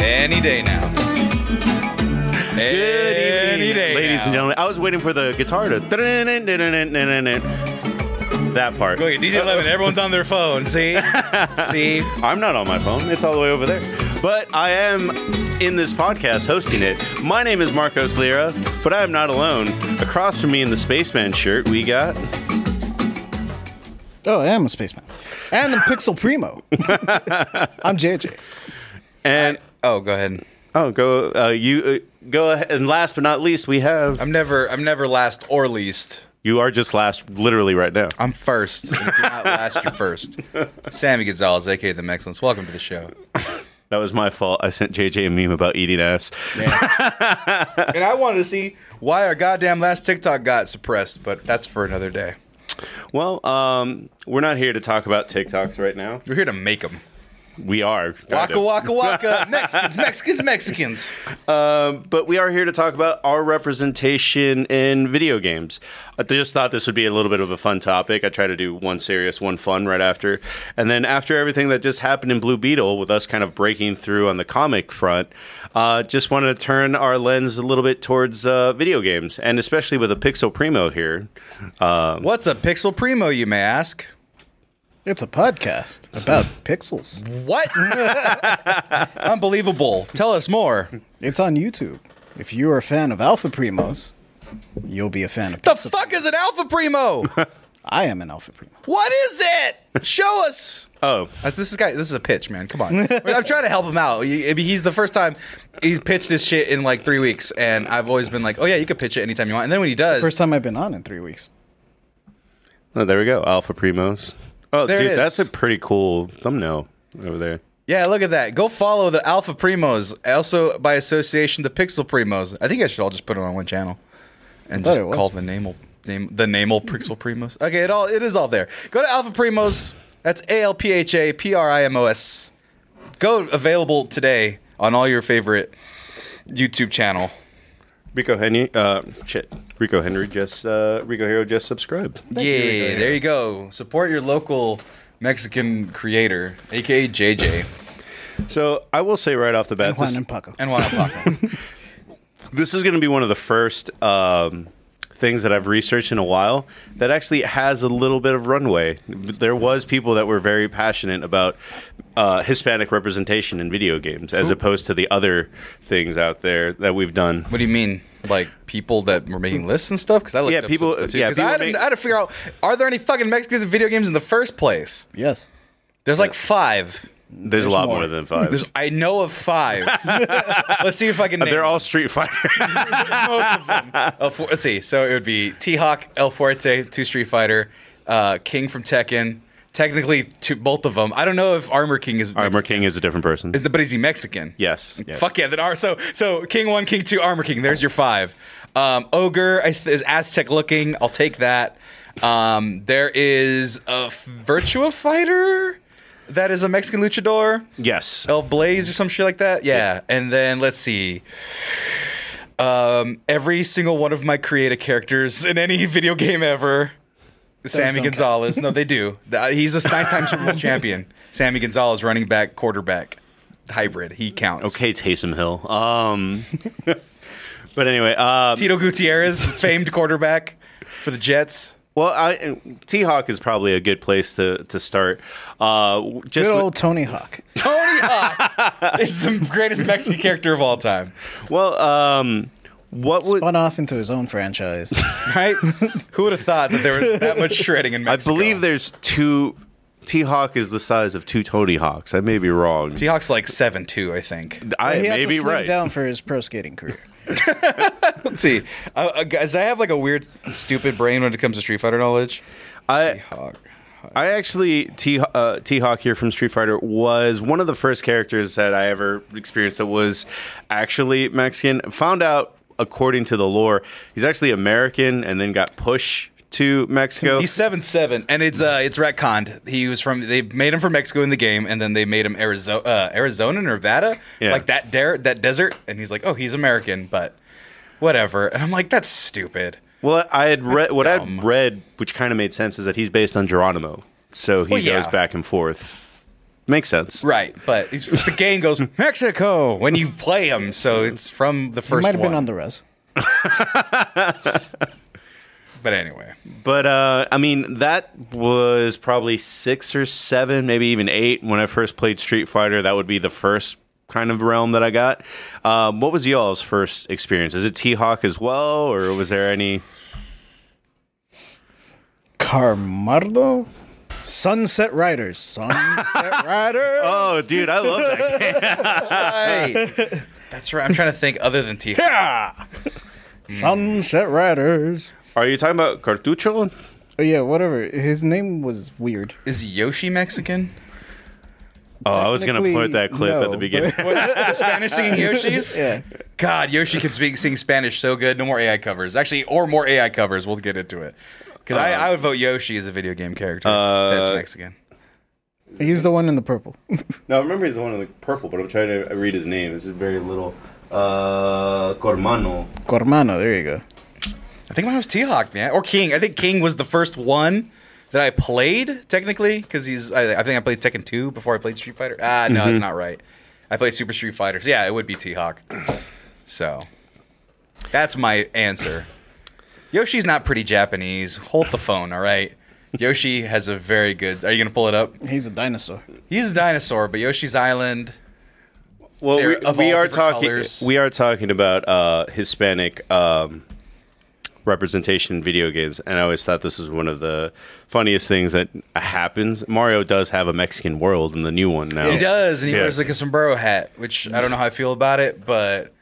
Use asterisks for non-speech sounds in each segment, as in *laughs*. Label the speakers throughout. Speaker 1: Any day now.
Speaker 2: Good
Speaker 1: Any
Speaker 2: evening,
Speaker 1: day
Speaker 2: ladies
Speaker 1: now.
Speaker 2: and gentlemen. I was waiting for the guitar to that part.
Speaker 1: Look at DJ Lemon. Everyone's on their phone. *laughs* See, see.
Speaker 2: I'm not on my phone. It's all the way over there. But I am in this podcast hosting it. My name is Marcos Lira, but I am not alone. Across from me in the spaceman shirt, we got
Speaker 3: Oh, I am a spaceman. And I'm Pixel Primo. I'm JJ.
Speaker 2: and
Speaker 1: Oh, go ahead.
Speaker 2: oh, go uh, you uh, go ahead. And last but not least, we have
Speaker 1: I'm never, I'm never last or least.
Speaker 2: you are just last, literally right now.
Speaker 1: I'm first. And if you're not last, you're *laughs* first. Sammy Gonzalez, aka The Excellence. Welcome to the show.
Speaker 2: That was my fault. I sent JJ a meme about eating ass.
Speaker 1: And I wanted to see why our goddamn last TikTok got suppressed, but that's for another day.
Speaker 2: Well, um, we're not here to talk about TikToks right now.
Speaker 1: We're here to make them.
Speaker 2: We are.
Speaker 1: Waka
Speaker 2: kinda.
Speaker 1: waka *laughs* waka. Mexicans, Mexicans, Mexicans.
Speaker 2: Um, but we are here to talk about our representation in video games. I just thought this would be a little bit of a fun topic. I try to do one serious, one fun right after. And then after everything that just happened in Blue Beetle, with us kind of breaking through on the comic front, uh, just wanted to turn our lens a little bit towards uh, video games, and especially with a Pixel Primo here.
Speaker 1: What's a pixel primo, you may ask?
Speaker 3: It's a podcast about pixels.
Speaker 1: What? *laughs* Unbelievable. Tell us more.
Speaker 3: It's on YouTube. If you are a fan of Alpha Primos, you'll be a fan of
Speaker 1: The
Speaker 3: Pixel.
Speaker 1: fuck is an alpha primo?
Speaker 3: I am an Alpha Primo.
Speaker 1: What is it? Show us.
Speaker 2: Oh,
Speaker 1: Uh, This is guy. This is a pitch, man. Come *laughs* on. I'm trying to help him out. He- I mean, he's the first time he's pitched this shit in like three weeks, and I've always been like, "Oh yeah, you can pitch it anytime you want." And then when he does,
Speaker 3: First time I've been on in three weeks.
Speaker 2: oh there we go. Alpha Primos. Oh,
Speaker 1: There it
Speaker 2: dude,
Speaker 1: is.
Speaker 2: that's a pretty cool thumbnail over there.
Speaker 1: yeah, look at that. Go follow the Alpha Primos. Also, by association, the Pixel Primos. I think I should all just put it on one channel and
Speaker 3: thought
Speaker 1: just
Speaker 3: it was.
Speaker 1: call the name name the name Pixel Primos. Okay, it all it is all there. Go to Alpha Primos. That's A L P H A P R I M O S. Go available today on all your favorite YouTube channel.
Speaker 2: Rico Henry, uh, shit. Rico Henry just, uh, Rico Hero just subscribed.
Speaker 1: yeah, there you go. Support your local Mexican creator, aka JJ
Speaker 2: So I will say right off the bat,
Speaker 3: Juan
Speaker 2: this,
Speaker 3: and Paco.
Speaker 1: and Juan Paco.
Speaker 2: this is going to be one of the first um, things that I've researched in a while that actually has a little bit of runway. There was people that were very passionate about uh, Hispanic representation in video games, as opposed to the other things out there that we've done.
Speaker 1: what do you mean? Like people that were making lists and stuff? Because I looked
Speaker 2: Yeah,
Speaker 1: up
Speaker 2: people-
Speaker 1: Some stuff
Speaker 2: yeah,
Speaker 1: because
Speaker 2: people
Speaker 1: I, had to-
Speaker 2: make-
Speaker 1: I had to figure out: Are there any fucking Mexicans in video games in the first place?
Speaker 3: Yes.
Speaker 1: There's like five.
Speaker 2: There's, a lot more,
Speaker 3: more.
Speaker 2: than five.
Speaker 1: There's I know of
Speaker 2: *laughs*
Speaker 1: five. Let's see if I can. Name
Speaker 2: They're all Street Fighter.
Speaker 1: most of them. El Fu- let's see. So it would be T Hawk, El Fuerte, two Street Fighter, uh, King from Tekken. Technically, two, both of them. I don't know if Armor King is
Speaker 2: Armor
Speaker 1: Mexican.
Speaker 2: King is a different person.
Speaker 1: Is the but is he Mexican?
Speaker 2: yes.
Speaker 1: Fuck yeah, then are so so King One, King Two, Armor King. There's your five. Um, Ogre I th- is Aztec looking. I'll take that. Um, there is a f- Virtua Fighter that is a Mexican luchador.
Speaker 2: Yes.
Speaker 1: El Blaze or some shit like that. Yeah. And then let's see. Um, every single one of my creative characters in any *laughs* video game ever. Sammy
Speaker 3: don't count.
Speaker 1: Gonzalez. no, they do. Th- He's a nine time Super Bowl champion. Sammy Gonzalez, running back, quarterback, hybrid. He counts.
Speaker 2: Okay, Taysom Hill. Um, *laughs* but anyway, um,
Speaker 1: Tito Gutierrez, famed quarterback for the Jets.
Speaker 2: well, I, T Hawk is probably a good place to to start. Uh, just
Speaker 3: Good
Speaker 2: with-
Speaker 3: old Tony Hawk.
Speaker 1: Tony Hawk is the greatest Mexican character of all time.
Speaker 2: well, um, what would
Speaker 3: Spun off into his own franchise.
Speaker 1: Right? Who would have thought that there was that much shredding in
Speaker 2: I
Speaker 1: Mexico?
Speaker 2: believe? There's two. T Hawk is the size of two Tony Hawks. I may be wrong.
Speaker 1: T Hawk's like seven two, I think.
Speaker 2: I
Speaker 3: he had
Speaker 2: may
Speaker 3: to
Speaker 2: be
Speaker 3: slim
Speaker 2: right.
Speaker 3: down for his pro skating career.
Speaker 1: Let's see, uh, uh, guys, I have like a weird, stupid brain when it comes to Street Fighter knowledge.
Speaker 2: I
Speaker 1: Hawk.
Speaker 2: I actually T uh, T Hawk here from Street Fighter was one of the first characters that I ever experienced that was actually Mexican. Found out according to the lore, he's actually American and then got pushed to Mexico.
Speaker 1: He's seven seven, and it's uh, it's retconned. He was from they made him from Mexico in the game, and then they made him Arizona, uh, Arizona, Nevada,
Speaker 2: Yeah.
Speaker 1: like that dare that desert, and he's like, oh, he's American, but whatever. And I'm like, that's stupid.
Speaker 2: well, I had read what
Speaker 1: dumb.
Speaker 2: I'd read, which kind of made sense, is that he's based on Geronimo, so he
Speaker 1: Well, yeah.
Speaker 2: goes back and forth. Makes sense.
Speaker 1: Right, but he's, the game goes Mexico when you play him, so it's from the first
Speaker 3: might have
Speaker 1: one.
Speaker 3: been on the res.
Speaker 1: but anyway,
Speaker 2: But uh, I mean, that was probably six or seven, maybe even eight when I first played Street Fighter. That would be the first kind of realm that I got. Um, what was y'all's first experience? Is it T Hawk as well, or was there any?
Speaker 3: Carmardo? Sunset Riders. Sunset Riders.
Speaker 2: Oh, dude, I
Speaker 1: *laughs*
Speaker 2: love that game.
Speaker 1: right. *laughs* that's right. I'm trying to think other than T. Yeah.
Speaker 3: Sunset Riders.
Speaker 2: Are you talking about Cartucho?
Speaker 3: Oh, yeah, whatever. His name was weird.
Speaker 1: Is Yoshi Mexican?
Speaker 2: Oh, I was gonna
Speaker 3: Technically,
Speaker 2: put that clip at
Speaker 3: no,
Speaker 2: the beginning.
Speaker 1: What, is- the Spanish singing Yoshis?
Speaker 3: *laughs* Yeah.
Speaker 1: God, Yoshi can speak sing Spanish so good. No more AI covers, actually, or more AI covers. We'll get into it because I, I would vote Yoshi as a video game character that's
Speaker 2: Uh,
Speaker 1: Mexican.
Speaker 3: He's the one in the purple. *laughs*
Speaker 2: No, I remember he's the one in the purple, but I'm trying to read his name. It's just very little. Uh, Cormano.
Speaker 3: Cormano, there you go.
Speaker 1: I think mine was T Hawk, man, or King. I think King was the first one that I played technically because he's. I, I think I played Tekken two before I played Street Fighter. Ah, no,
Speaker 2: Mm-hmm.
Speaker 1: that's not right. I played Super Street Fighter. So yeah, it would be T Hawk. So that's my answer. Yoshi's not pretty Japanese. Hold the phone, all right. Yoshi has a very good. Are you gonna pull it up?
Speaker 3: He's a dinosaur.
Speaker 1: He's a dinosaur, but Yoshi's Island.
Speaker 2: Well,
Speaker 1: They're
Speaker 2: we,
Speaker 1: of
Speaker 2: we
Speaker 1: all
Speaker 2: are
Speaker 1: different
Speaker 2: talking.
Speaker 1: colors.
Speaker 2: We are talking about uh, Hispanic um, representation in video games, and I always thought this was one of the funniest things that happens. Mario does have a Mexican world in the new one now.
Speaker 1: He does, and he
Speaker 2: Yes.
Speaker 1: wears like a sombrero hat, which I don't know how I feel about it, but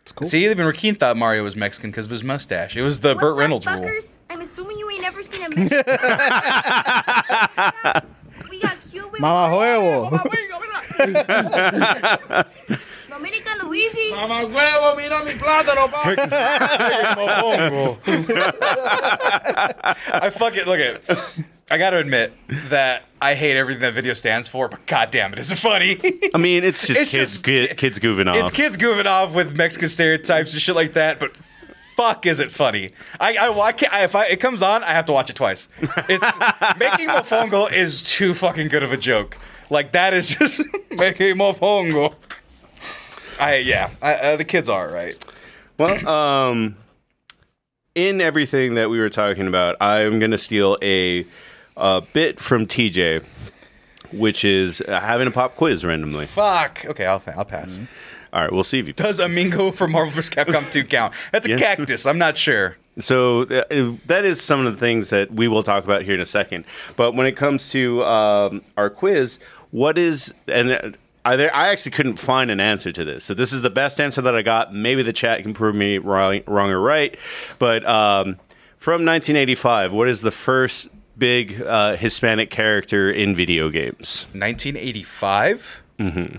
Speaker 3: It's cool.
Speaker 1: see, even Raheem thought Mario was Mexican because of his mustache. It was the
Speaker 4: What's
Speaker 1: Burt
Speaker 4: up,
Speaker 1: Reynolds rule.
Speaker 4: fuckers? I'm assuming you ain't ever seen a Mexican. we got Cuban.
Speaker 3: Mama huevo.
Speaker 4: Dominican Luigi.
Speaker 5: Mamá huevo, mira mi plátano, pa.
Speaker 1: I *laughs* fucking look at. I got to admit that I hate everything that video stands for, but goddamn, it is funny. *laughs*
Speaker 2: I mean, it's just
Speaker 1: It's
Speaker 2: kids,
Speaker 1: just-
Speaker 2: ki- kids goofing
Speaker 1: it's
Speaker 2: off.
Speaker 1: kids goofing off with Mexican stereotypes and shit like that, but fuck, is it funny? I, I, I can't. I, if I, it comes on, I have to watch it twice. It's making mofongo is too fucking good of a joke. Like that is just *laughs* making mofongo. I yeah, I, uh, the kids are right.
Speaker 2: Well, um, in everything that we were talking about, I'm going to steal a, a bit from TJ, which is uh, having a pop quiz randomly.
Speaker 1: Fuck. Okay, I'll I'll pass.
Speaker 2: All right, we'll see if you.
Speaker 1: Does Amingo for Marvel vs. Capcom 2 count? That's a
Speaker 2: Yeah.
Speaker 1: cactus. I'm not sure.
Speaker 2: So uh, that is some of the things that we will talk about here in a second. But when it comes to um, our quiz, what is and uh, I, there, I actually couldn't find an answer to this. So this is the best answer that I got. Maybe the chat can prove me wrong, wrong or right. But um, from 1985, what is the first big uh, Hispanic character in video games?
Speaker 1: 1985. Mm-hmm.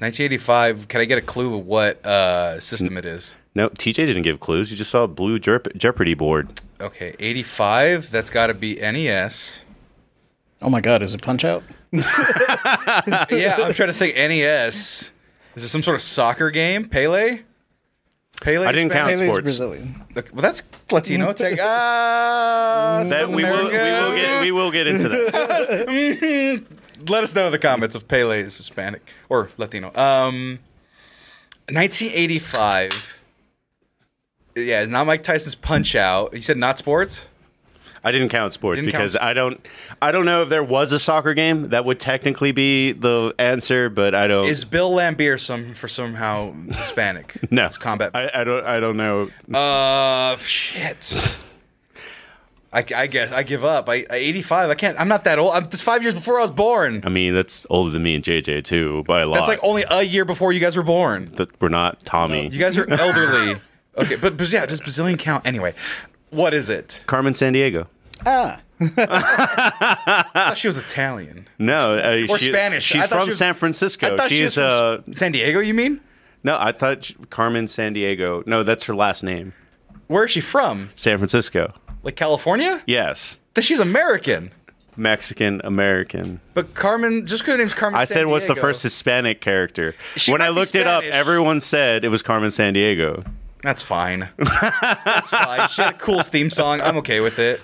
Speaker 1: 1985. Can I get a clue of what uh, system it is?
Speaker 2: No, TJ didn't give clues. You just saw a blue Jeop- Jeopardy board.
Speaker 1: Okay, 85. That's got to be E NES.
Speaker 3: Oh my god, is it Punch Out?
Speaker 1: *laughs* Yeah, I'm trying to think. NES. Is it some sort of soccer game? Pele. Pele.
Speaker 2: I didn't
Speaker 1: Spanish?
Speaker 2: count
Speaker 3: Pele's
Speaker 2: sports.
Speaker 3: Brazilian.
Speaker 1: Okay, Well, that's Latino. It's like ah.
Speaker 2: *laughs* That
Speaker 1: South
Speaker 2: we will, we will
Speaker 1: America.
Speaker 2: get we will get into that.
Speaker 1: let us know in the comments if Pele is Hispanic or Latino. Um, 1985. Yeah, it's not Mike Tyson's Punch Out. You said not sports.
Speaker 2: I didn't count sports
Speaker 1: Didn't count
Speaker 2: because
Speaker 1: sports.
Speaker 2: I don't I don't know if there was a soccer game that would technically be the answer, but I don't
Speaker 1: Is Bill Lambier some for somehow Hispanic?
Speaker 2: *laughs* no
Speaker 1: it's combat.
Speaker 2: I, I don't I don't know.
Speaker 1: uh, shit. I, I guess I give up. I, I 85. I can't. I'm not that old. I'm just five years before I was born.
Speaker 2: I mean, that's older than me and JJ too by a lot.
Speaker 1: That's like only a year before you guys were born.
Speaker 2: that we're not Tommy.
Speaker 1: You guys are
Speaker 2: *laughs*
Speaker 1: elderly. okay, but, but yeah, does Brazilian count anyway? What is it?
Speaker 2: Carmen San Diego.
Speaker 3: Ah,
Speaker 1: I thought she was Italian.
Speaker 2: No, uh,
Speaker 1: Or
Speaker 2: she-
Speaker 1: Spanish. I
Speaker 2: She's
Speaker 1: thought
Speaker 2: from
Speaker 1: she was-
Speaker 2: San
Speaker 1: I
Speaker 2: Francisco.
Speaker 1: thought
Speaker 2: She's
Speaker 1: she was from
Speaker 2: uh
Speaker 1: S- San Diego. You mean?
Speaker 2: no, I thought she- Carmen San Diego. No, that's her last name.
Speaker 1: Where is she from?
Speaker 2: San Francisco.
Speaker 1: Like California?
Speaker 2: Yes.
Speaker 1: Then she's American.
Speaker 2: Mexican American.
Speaker 1: But Carmen, just because her name's Carmen.
Speaker 2: I
Speaker 1: San
Speaker 2: said, what's the
Speaker 1: Diego-
Speaker 2: first Hispanic character?
Speaker 1: She
Speaker 2: when
Speaker 1: might
Speaker 2: I
Speaker 1: be
Speaker 2: looked it up,
Speaker 1: Spanish.
Speaker 2: everyone said it was Carmen San Diego.
Speaker 1: That's fine. That's fine. She had a cool theme song. I'm okay with it.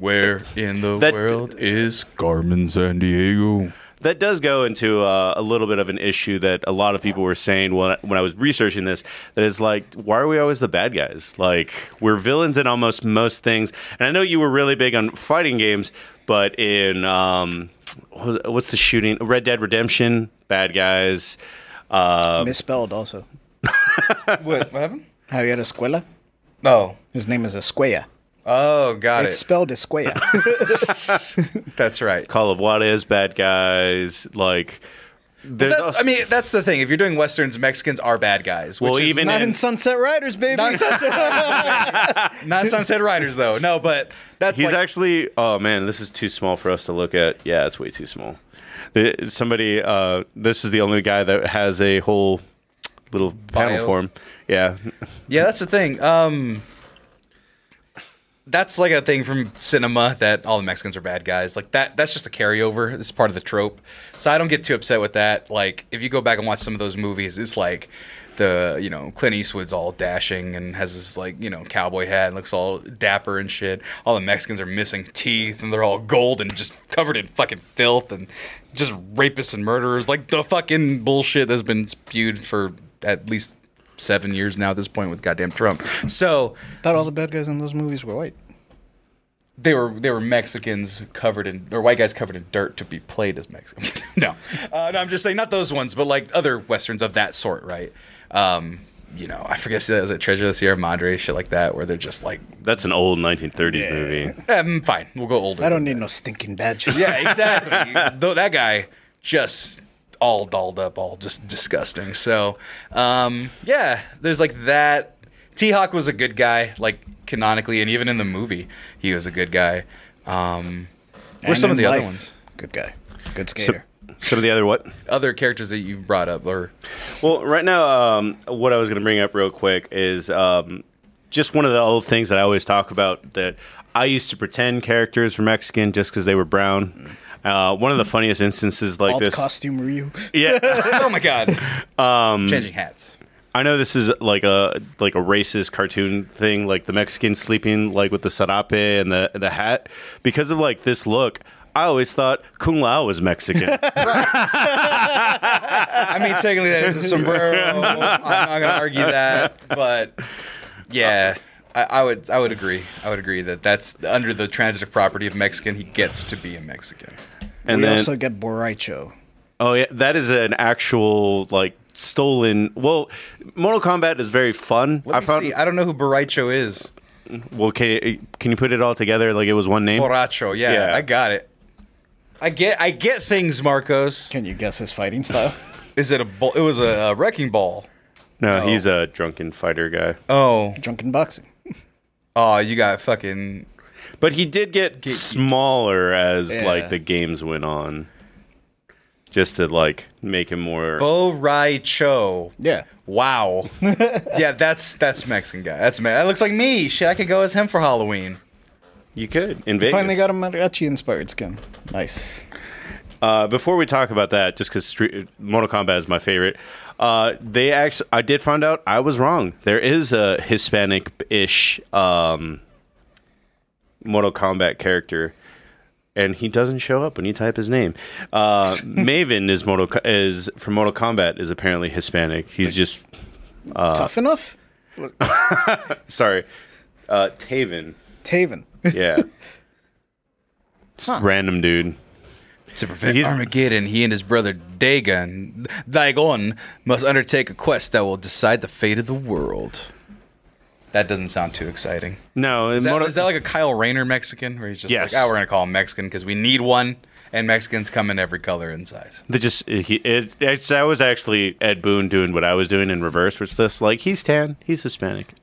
Speaker 1: Where in the
Speaker 2: That-
Speaker 1: world is
Speaker 6: Carmen San Diego.
Speaker 2: that does go into uh, a little bit of an issue that a lot of people were saying when I, when I was researching this. That is like, why are we always the bad guys? Like we're villains in almost most things. And I know you were really big on fighting games, but in um, wha- what's the shooting? Red Dead Redemption, bad guys.
Speaker 1: Um,
Speaker 2: Uh,
Speaker 3: Misspelled also.
Speaker 1: What, what happened?
Speaker 3: Javier Escuela.
Speaker 1: Oh.
Speaker 3: His name is Escuella.
Speaker 1: Oh, got
Speaker 3: It's spelled
Speaker 1: *laughs*
Speaker 3: Escuella.
Speaker 1: it. That's right.
Speaker 2: Call of Juarez, bad guys. Like there's
Speaker 1: That's-
Speaker 2: also-
Speaker 1: I mean, that's the thing. If you're doing westerns, Mexicans are bad guys. Which
Speaker 2: Well,
Speaker 1: is
Speaker 2: even
Speaker 3: Not
Speaker 2: in-
Speaker 3: in Sunset Riders, baby.
Speaker 1: not Sunset, not Sunset Riders, though. No, but that's
Speaker 2: He's
Speaker 1: like,
Speaker 2: actually. Oh man, this is too small for us to look at. Yeah, it's way too small. The- Somebody. Uh, this is the only guy that has a whole little panel
Speaker 1: Bio.
Speaker 2: for him. Yeah,
Speaker 1: yeah, that's the thing. Um, that's like a thing from cinema that all the Mexicans are bad guys. Like that. That's just a carryover. This is part of the trope. So I don't get too upset with that. Like if you go back and watch some of those movies, it's like the you know Clint Eastwood's all dashing and has this like you know cowboy hat and looks all dapper and shit. All the Mexicans are missing teeth and they're all gold and just covered in fucking filth and just rapists and murderers. Like the fucking bullshit that's been spewed for at least seven years now at this point with goddamn Trump. So
Speaker 3: *laughs* thought all the bad guys in those movies were white.
Speaker 1: they were they were Mexicans covered in or white guys covered in dirt to be played as Mexican. *laughs* no, uh, no, I'm just saying not those ones, but like other westerns of that sort, right? Um, you know, I forget that was a Treasure of the Sierra Madre, shit like that, where they're just like,
Speaker 2: that's an old 1930s movie.
Speaker 1: um, fine, we'll go older.
Speaker 3: I don't need no stinking badge.
Speaker 1: *laughs* Yeah, exactly. Though that guy just all dolled up, all just disgusting. So, um, yeah, there's like that. T Hawk was a good guy, like canonically, and even in the movie, he was a good guy. Um,
Speaker 3: And
Speaker 1: where's some of
Speaker 3: in
Speaker 1: the other
Speaker 3: life,
Speaker 1: ones?
Speaker 3: Good guy. Good
Speaker 2: So-
Speaker 3: skater.
Speaker 2: some of the other what?
Speaker 1: Other characters that you've brought up, or
Speaker 2: Well, right now, um, what I was going to bring up real quick is um, just one of the old things that I always talk about that I used to pretend characters were Mexican just because they were brown. Uh, one of the funniest instances like
Speaker 3: Alt
Speaker 2: this.
Speaker 3: costume Ryu.
Speaker 2: *laughs* Yeah.
Speaker 1: oh my god, um, changing hats.
Speaker 2: I know this is like a like a racist cartoon thing, like the Mexican sleeping like with the sarape and the the hat. Because of like this look, I always thought Kung Lao
Speaker 1: *laughs*
Speaker 2: was Mexican.
Speaker 1: I mean, technically that is a sombrero. I'm not gonna argue that, but yeah, I, I would I would agree. I would agree that that's under the transitive property of Mexican. He gets to be a Mexican.
Speaker 2: and
Speaker 3: we
Speaker 2: then
Speaker 3: also get Borracho.
Speaker 2: oh yeah, that is an actual like stolen. Well, Mortal Kombat is very fun.
Speaker 1: Let me see. I don't know who Borracho is.
Speaker 2: Well, can can you put it all together like it was one name?
Speaker 1: Borracho. Yeah,
Speaker 2: Yeah.
Speaker 1: I got it. I get I get things, Marcos.
Speaker 3: Can you guess his *laughs* fighting style?
Speaker 1: Is it a bull? It was a, a wrecking ball.
Speaker 2: No, he's a drunken fighter guy.
Speaker 1: Oh,
Speaker 3: Drunken boxing.
Speaker 1: oh, you got fucking
Speaker 2: But he did get smaller as
Speaker 1: Yeah.
Speaker 2: like the games went on, just to like make him more.
Speaker 1: Borracho.
Speaker 3: Yeah.
Speaker 1: Wow. yeah, that's that's Mexican guy. That's me. That looks like me. Shit, I could go as him for Halloween.
Speaker 2: You could in Vegas.
Speaker 3: Finally got a mariachi inspired skin. Nice.
Speaker 2: Uh, before we talk about that, just because Mortal Kombat is my favorite, uh, they actually I did find out I was wrong. There is a Hispanic-ish um, Mortal Kombat character, and he doesn't show up when you type his name.
Speaker 3: *laughs*
Speaker 2: Uh, Maven is Mortal Ko- is from Mortal Kombat is apparently Hispanic. He's just
Speaker 3: Tough enough?
Speaker 2: sorry, uh, Taven.
Speaker 3: Taven. *laughs*
Speaker 2: Yeah, Just random dude.
Speaker 1: To prevent
Speaker 2: He's-
Speaker 1: Armageddon, he and his brother Dagon, Dagon must undertake a quest that will decide the fate of the world. That doesn't sound too exciting.
Speaker 2: No,
Speaker 1: Is that, is that like a Kyle Rayner Mexican, where he's just
Speaker 2: Yes.
Speaker 1: like, "Oh, we're gonna call him Mexican because we need one," and Mexicans come in every color and size.
Speaker 2: They just uh, he, it, it's that was actually Ed Boone doing what I was doing in reverse, which is this like he's tan, he's Hispanic.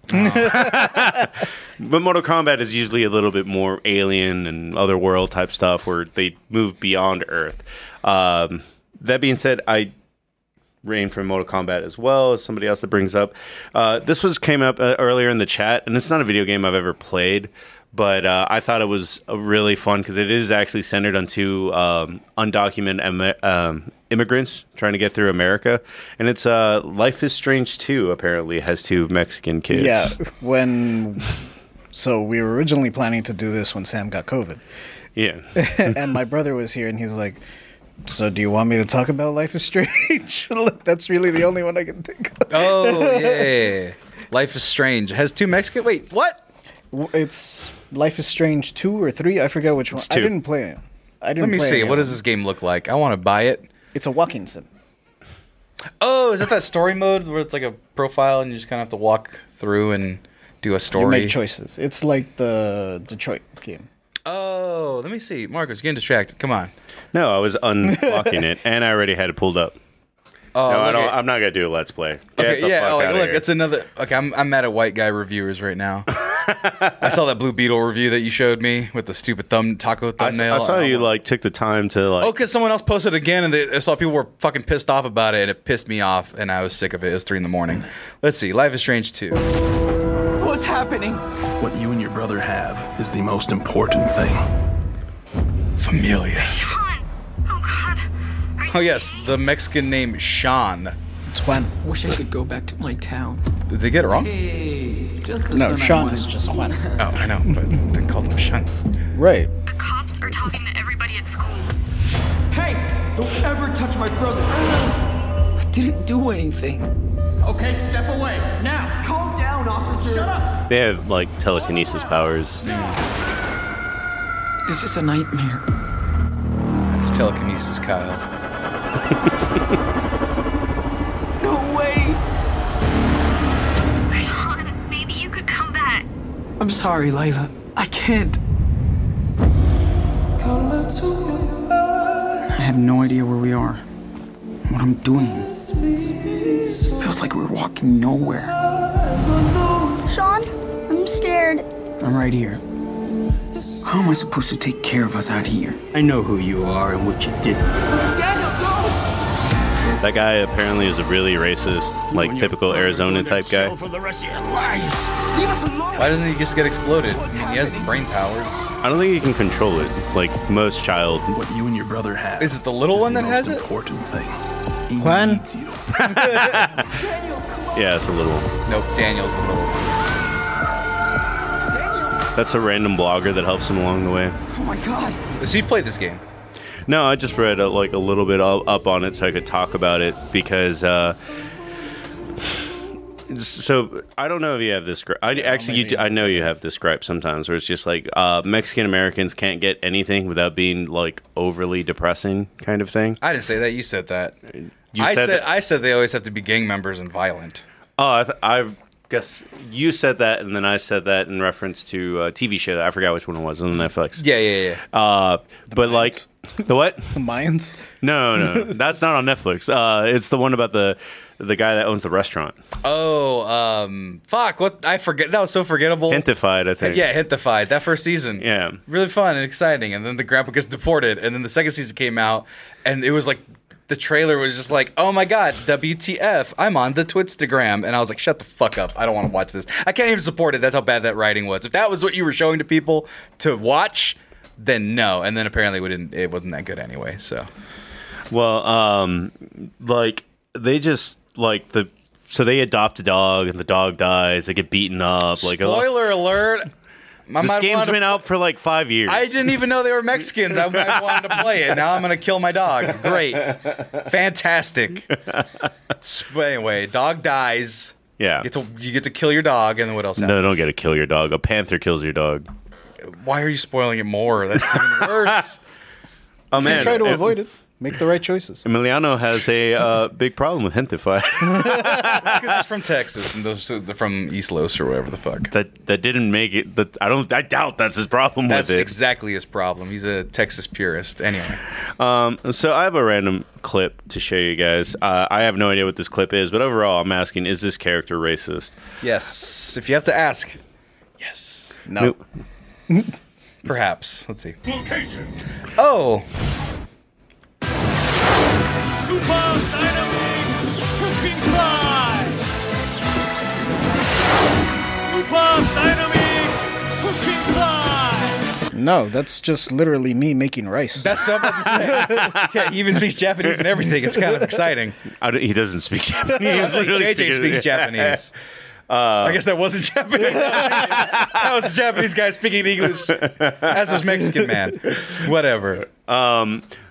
Speaker 2: but Mortal Kombat is usually a little bit more alien and other world type stuff where they move beyond Earth. Um, that being said, I Rain from Mortal Kombat as well as somebody else that brings up. Uh, this was came up uh, earlier in the chat, and it's not a video game I've ever played, but uh, I thought it was uh, really fun because it is actually centered on two um, undocumented em- um, immigrants trying to get through America, and it's uh, Life is Strange 2, Apparently, has two Mexican kids.
Speaker 3: Yeah. When. So we were *laughs* originally planning to do this when Sam got COVID.
Speaker 2: yeah.
Speaker 3: and my brother was here and he's like So, do you want me to talk about Life is Strange? *laughs* Look, That's really the only one I can think of.
Speaker 1: Oh yeah. Life is strange. Has two Mexican. Wait, what?
Speaker 3: W- It's Life is Strange two or three. I forget which one.
Speaker 2: two.
Speaker 3: I didn't play it. I didn't.
Speaker 1: Let me
Speaker 3: play
Speaker 1: see.
Speaker 3: any
Speaker 1: What
Speaker 3: of
Speaker 1: does this game look like? I want to buy it.
Speaker 3: them. It's a walking sim.
Speaker 1: Oh, is that that story mode where it's like a profile and you just kind of have to walk through and do a
Speaker 3: You
Speaker 1: story?
Speaker 3: make choices. It's like the Detroit game.
Speaker 1: oh, let me see. Marcus, getting distracted. Come on.
Speaker 2: No, I was unlocking it, and I already had it pulled up.
Speaker 1: Oh,
Speaker 2: no, I
Speaker 1: look
Speaker 2: don't.
Speaker 1: at-
Speaker 2: I'm not gonna do a let's play. Get
Speaker 1: Okay,
Speaker 2: the
Speaker 1: yeah,
Speaker 2: fuck
Speaker 1: oh, like,
Speaker 2: outta
Speaker 1: look,
Speaker 2: here.
Speaker 1: it's another. Okay, I'm, I'm mad at white guy reviewers right now.
Speaker 2: *laughs*
Speaker 1: I saw that Blue Beetle review that you showed me with the stupid thumb taco
Speaker 2: I s-
Speaker 1: thumbnail.
Speaker 2: I saw you like took the time to like.
Speaker 1: Oh, because someone else posted again, and they, I saw people were fucking pissed off about it, and it pissed me off, and I was sick of it. It was three in the morning. Let's see, Life is Strange two.
Speaker 6: What's happening?
Speaker 7: What you and your brother have is the most important thing.
Speaker 1: Familia.
Speaker 4: Sean! Oh God! Are
Speaker 1: Oh
Speaker 4: you
Speaker 1: yes,
Speaker 4: okay?
Speaker 1: the Mexican name Sean.
Speaker 3: It's Juan.
Speaker 6: Wish I could go back to my town.
Speaker 1: Did they get it wrong?
Speaker 6: Just the
Speaker 3: No,
Speaker 6: son I
Speaker 3: Sean
Speaker 6: wanted.
Speaker 3: is just Juan.
Speaker 1: *laughs* Oh, I know, but they called him Sean.
Speaker 3: Right.
Speaker 4: The cops are talking to everybody at school.
Speaker 8: Hey, don't ever touch my brother.
Speaker 6: I didn't do anything.
Speaker 5: Okay, step away. Now.
Speaker 8: Calm down, officer. Shut up.
Speaker 2: They have like telekinesis powers.
Speaker 6: This is a nightmare.
Speaker 1: It's telekinesis, Kyle.
Speaker 8: No way.
Speaker 4: Sean, maybe you could come back.
Speaker 6: I'm sorry, Lila. I can't. I have no idea where we are. What I'm doing. Feels like we're walking nowhere.
Speaker 4: Sean, I'm scared.
Speaker 6: I'm right here. How am I supposed to take care of us out here?
Speaker 9: I know who you are and what you did.
Speaker 2: That guy apparently is a really racist, like typical Arizona type guy.
Speaker 9: For the rest of your lives.
Speaker 8: Leave us alone.
Speaker 1: Why doesn't he just get exploded? I mean, he has the brain powers.
Speaker 2: I don't think he can control it, like most child.
Speaker 7: What you and your brother have
Speaker 1: Is it the little one
Speaker 7: the
Speaker 1: that
Speaker 7: most
Speaker 1: has it?
Speaker 7: Important thing. He
Speaker 3: Juan?
Speaker 7: needs you.
Speaker 2: Yeah, it's a little.
Speaker 1: No, it's Daniel's the little. one.
Speaker 2: That's a random blogger that helps him along the way.
Speaker 6: Oh my god.
Speaker 1: So you've played this game.
Speaker 2: No, I just read uh like a little bit up, up on it so I could talk about it because. Uh, so I don't know if you have this. Gripe. I actually, you, do- I know you have this gripe sometimes, where it's just like uh, Mexican Americans can't get anything without being like overly depressing, kind of thing.
Speaker 1: I didn't say that. You said that.
Speaker 2: You
Speaker 1: I
Speaker 2: said
Speaker 1: said
Speaker 2: that-
Speaker 1: I said they always have to be gang members and violent.
Speaker 2: Oh, I, th- I guess you said that, and then I said that in reference to a TV show that I forgot which one it was on Netflix.
Speaker 1: Yeah, yeah, yeah.
Speaker 2: Uh, but like *laughs* the what?
Speaker 3: The Mayans.
Speaker 1: *laughs*
Speaker 2: No, no, no. that's not on Netflix. Uh, it's the one about the the guy that owns the restaurant.
Speaker 1: Oh, um, fuck! What I forget that was so forgettable.
Speaker 2: Hentified, I think.
Speaker 1: yeah, hit the fight that first season.
Speaker 2: Yeah.
Speaker 1: really fun and exciting. And then the grandpa gets deported, and then the second season came out, and it was like the trailer was just like, oh my god, WTF? I'm on the Twitstagram, and I was like, shut the fuck up! I don't want to watch this. I can't even support it. That's how bad that writing was. If that was what you were showing to people to watch, then no. And then apparently we didn't. It wasn't that good anyway. So
Speaker 2: Well, um, like they just like the so they adopt a dog and the dog dies. They get beaten up. Like a lot-
Speaker 1: spoiler alert. My
Speaker 2: This
Speaker 1: mind
Speaker 2: game's
Speaker 1: wanted to
Speaker 2: been out for like five years.
Speaker 1: I didn't even know they were Mexicans. I, I wanted to play it. Now I'm gonna kill my dog. Great, fantastic. S- But anyway, dog dies.
Speaker 2: Yeah.
Speaker 1: You get to, you get to kill your dog, and then what else? Happens?
Speaker 2: No, don't get to kill your dog. A panther kills your dog.
Speaker 1: Why are you spoiling it more? That's even worse.
Speaker 2: Oh man,
Speaker 3: Try to
Speaker 2: Em-
Speaker 3: avoid it. Make the right choices.
Speaker 2: Emiliano has a uh, big problem with *laughs* hentified.
Speaker 1: Because it's from Texas and those uh, they're from East Los or whatever the fuck.
Speaker 2: that that didn't make it. That I don't. I doubt that's his problem
Speaker 1: That's
Speaker 2: with it.
Speaker 1: exactly his problem. He's a Texas purist. Anyway,
Speaker 2: So I have a random clip to show you guys. Uh, I have no idea what this clip is, but overall, I'm asking: Is this character racist?
Speaker 1: yes. If you have to ask, yes,
Speaker 3: No.
Speaker 1: perhaps. Let's see.
Speaker 5: Location.
Speaker 1: Oh,
Speaker 5: Super dynamic cooking pie. Super dynamic cooking pie.
Speaker 3: No, that's just literally me making rice.
Speaker 1: that's what I'm about to say. *laughs* yeah, he even speaks Japanese and everything. It's kind of exciting.
Speaker 2: I don't- he doesn't speak *laughs*
Speaker 1: *laughs*
Speaker 2: Japanese.
Speaker 1: I was like,
Speaker 2: Literally
Speaker 1: JJ speaks
Speaker 2: *laughs*
Speaker 1: Japanese.
Speaker 2: Uh,
Speaker 1: I guess that wasn't Japanese. that was a Japanese guy speaking English as was Mexican man. Whatever.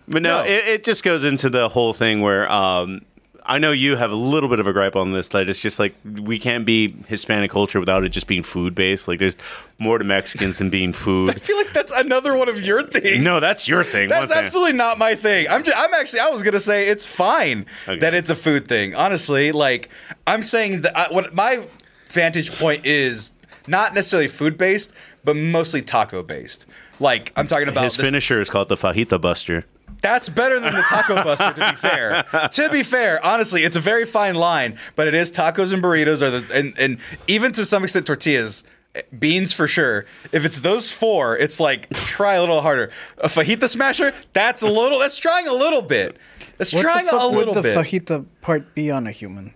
Speaker 2: But no,
Speaker 1: No.
Speaker 2: It, it just goes into the whole thing where um, I know you have a little bit of a gripe on this, that it's just like we can't be Hispanic culture without it just being food based. Like there's more to Mexicans than being
Speaker 1: I *laughs*
Speaker 2: food.
Speaker 1: feel like that's another one of your things.
Speaker 2: no, that's your thing.
Speaker 1: That's
Speaker 2: wasn't it?
Speaker 1: absolutely not my thing. I'm just, I'm actually I was gonna say it's fine
Speaker 2: Okay.
Speaker 1: that it's a food thing. Honestly, like I'm saying that I, what my vantage point is not necessarily food based, but mostly taco based. Like I'm talking about
Speaker 2: His
Speaker 1: this-
Speaker 2: finisher is called the fajita buster.
Speaker 1: That's better than the taco buster. To be fair, to be fair, honestly, it's a very fine line, but it is tacos and burritos are the and and even to some extent tortillas. Beans for sure. If it's those four, it's like try a little harder. A fajita smasher, that's a little. That's trying a little bit. That's
Speaker 3: What
Speaker 1: trying
Speaker 3: the fuck
Speaker 1: a little
Speaker 3: would the
Speaker 1: bit.
Speaker 3: fajita part be on
Speaker 1: *laughs*
Speaker 3: a human?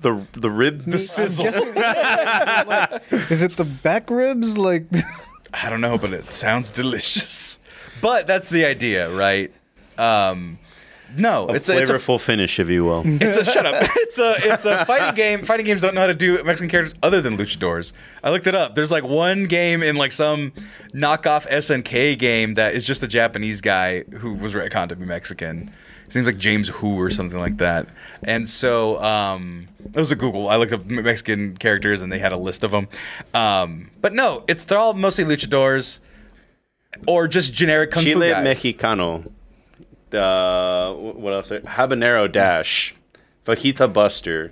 Speaker 2: The the rib.
Speaker 1: The sizzle.
Speaker 3: Guessing- like, is it the back ribs? Like, *laughs*
Speaker 1: I don't know, but it sounds delicious. But that's the idea, right? Um, no, it's a, it's a
Speaker 2: flavorful finish, if you will.
Speaker 1: It's a shut up. It's a it's a fighting game. Fighting games don't know how to do Mexican characters other than luchadors. I looked it up. There's like one game in like some knockoff SNK game that is just a Japanese guy who was retconned to be Mexican. His name's like James Who or something like that. And so um, it was a Google. I looked up Me- Mexican characters and they had a list of them. Um, but no, it's they're all mostly luchadors or just generic kung
Speaker 2: Chile
Speaker 1: fu guys.
Speaker 2: mexicano. Uh, wh- what else? Habanero dash, fajita buster,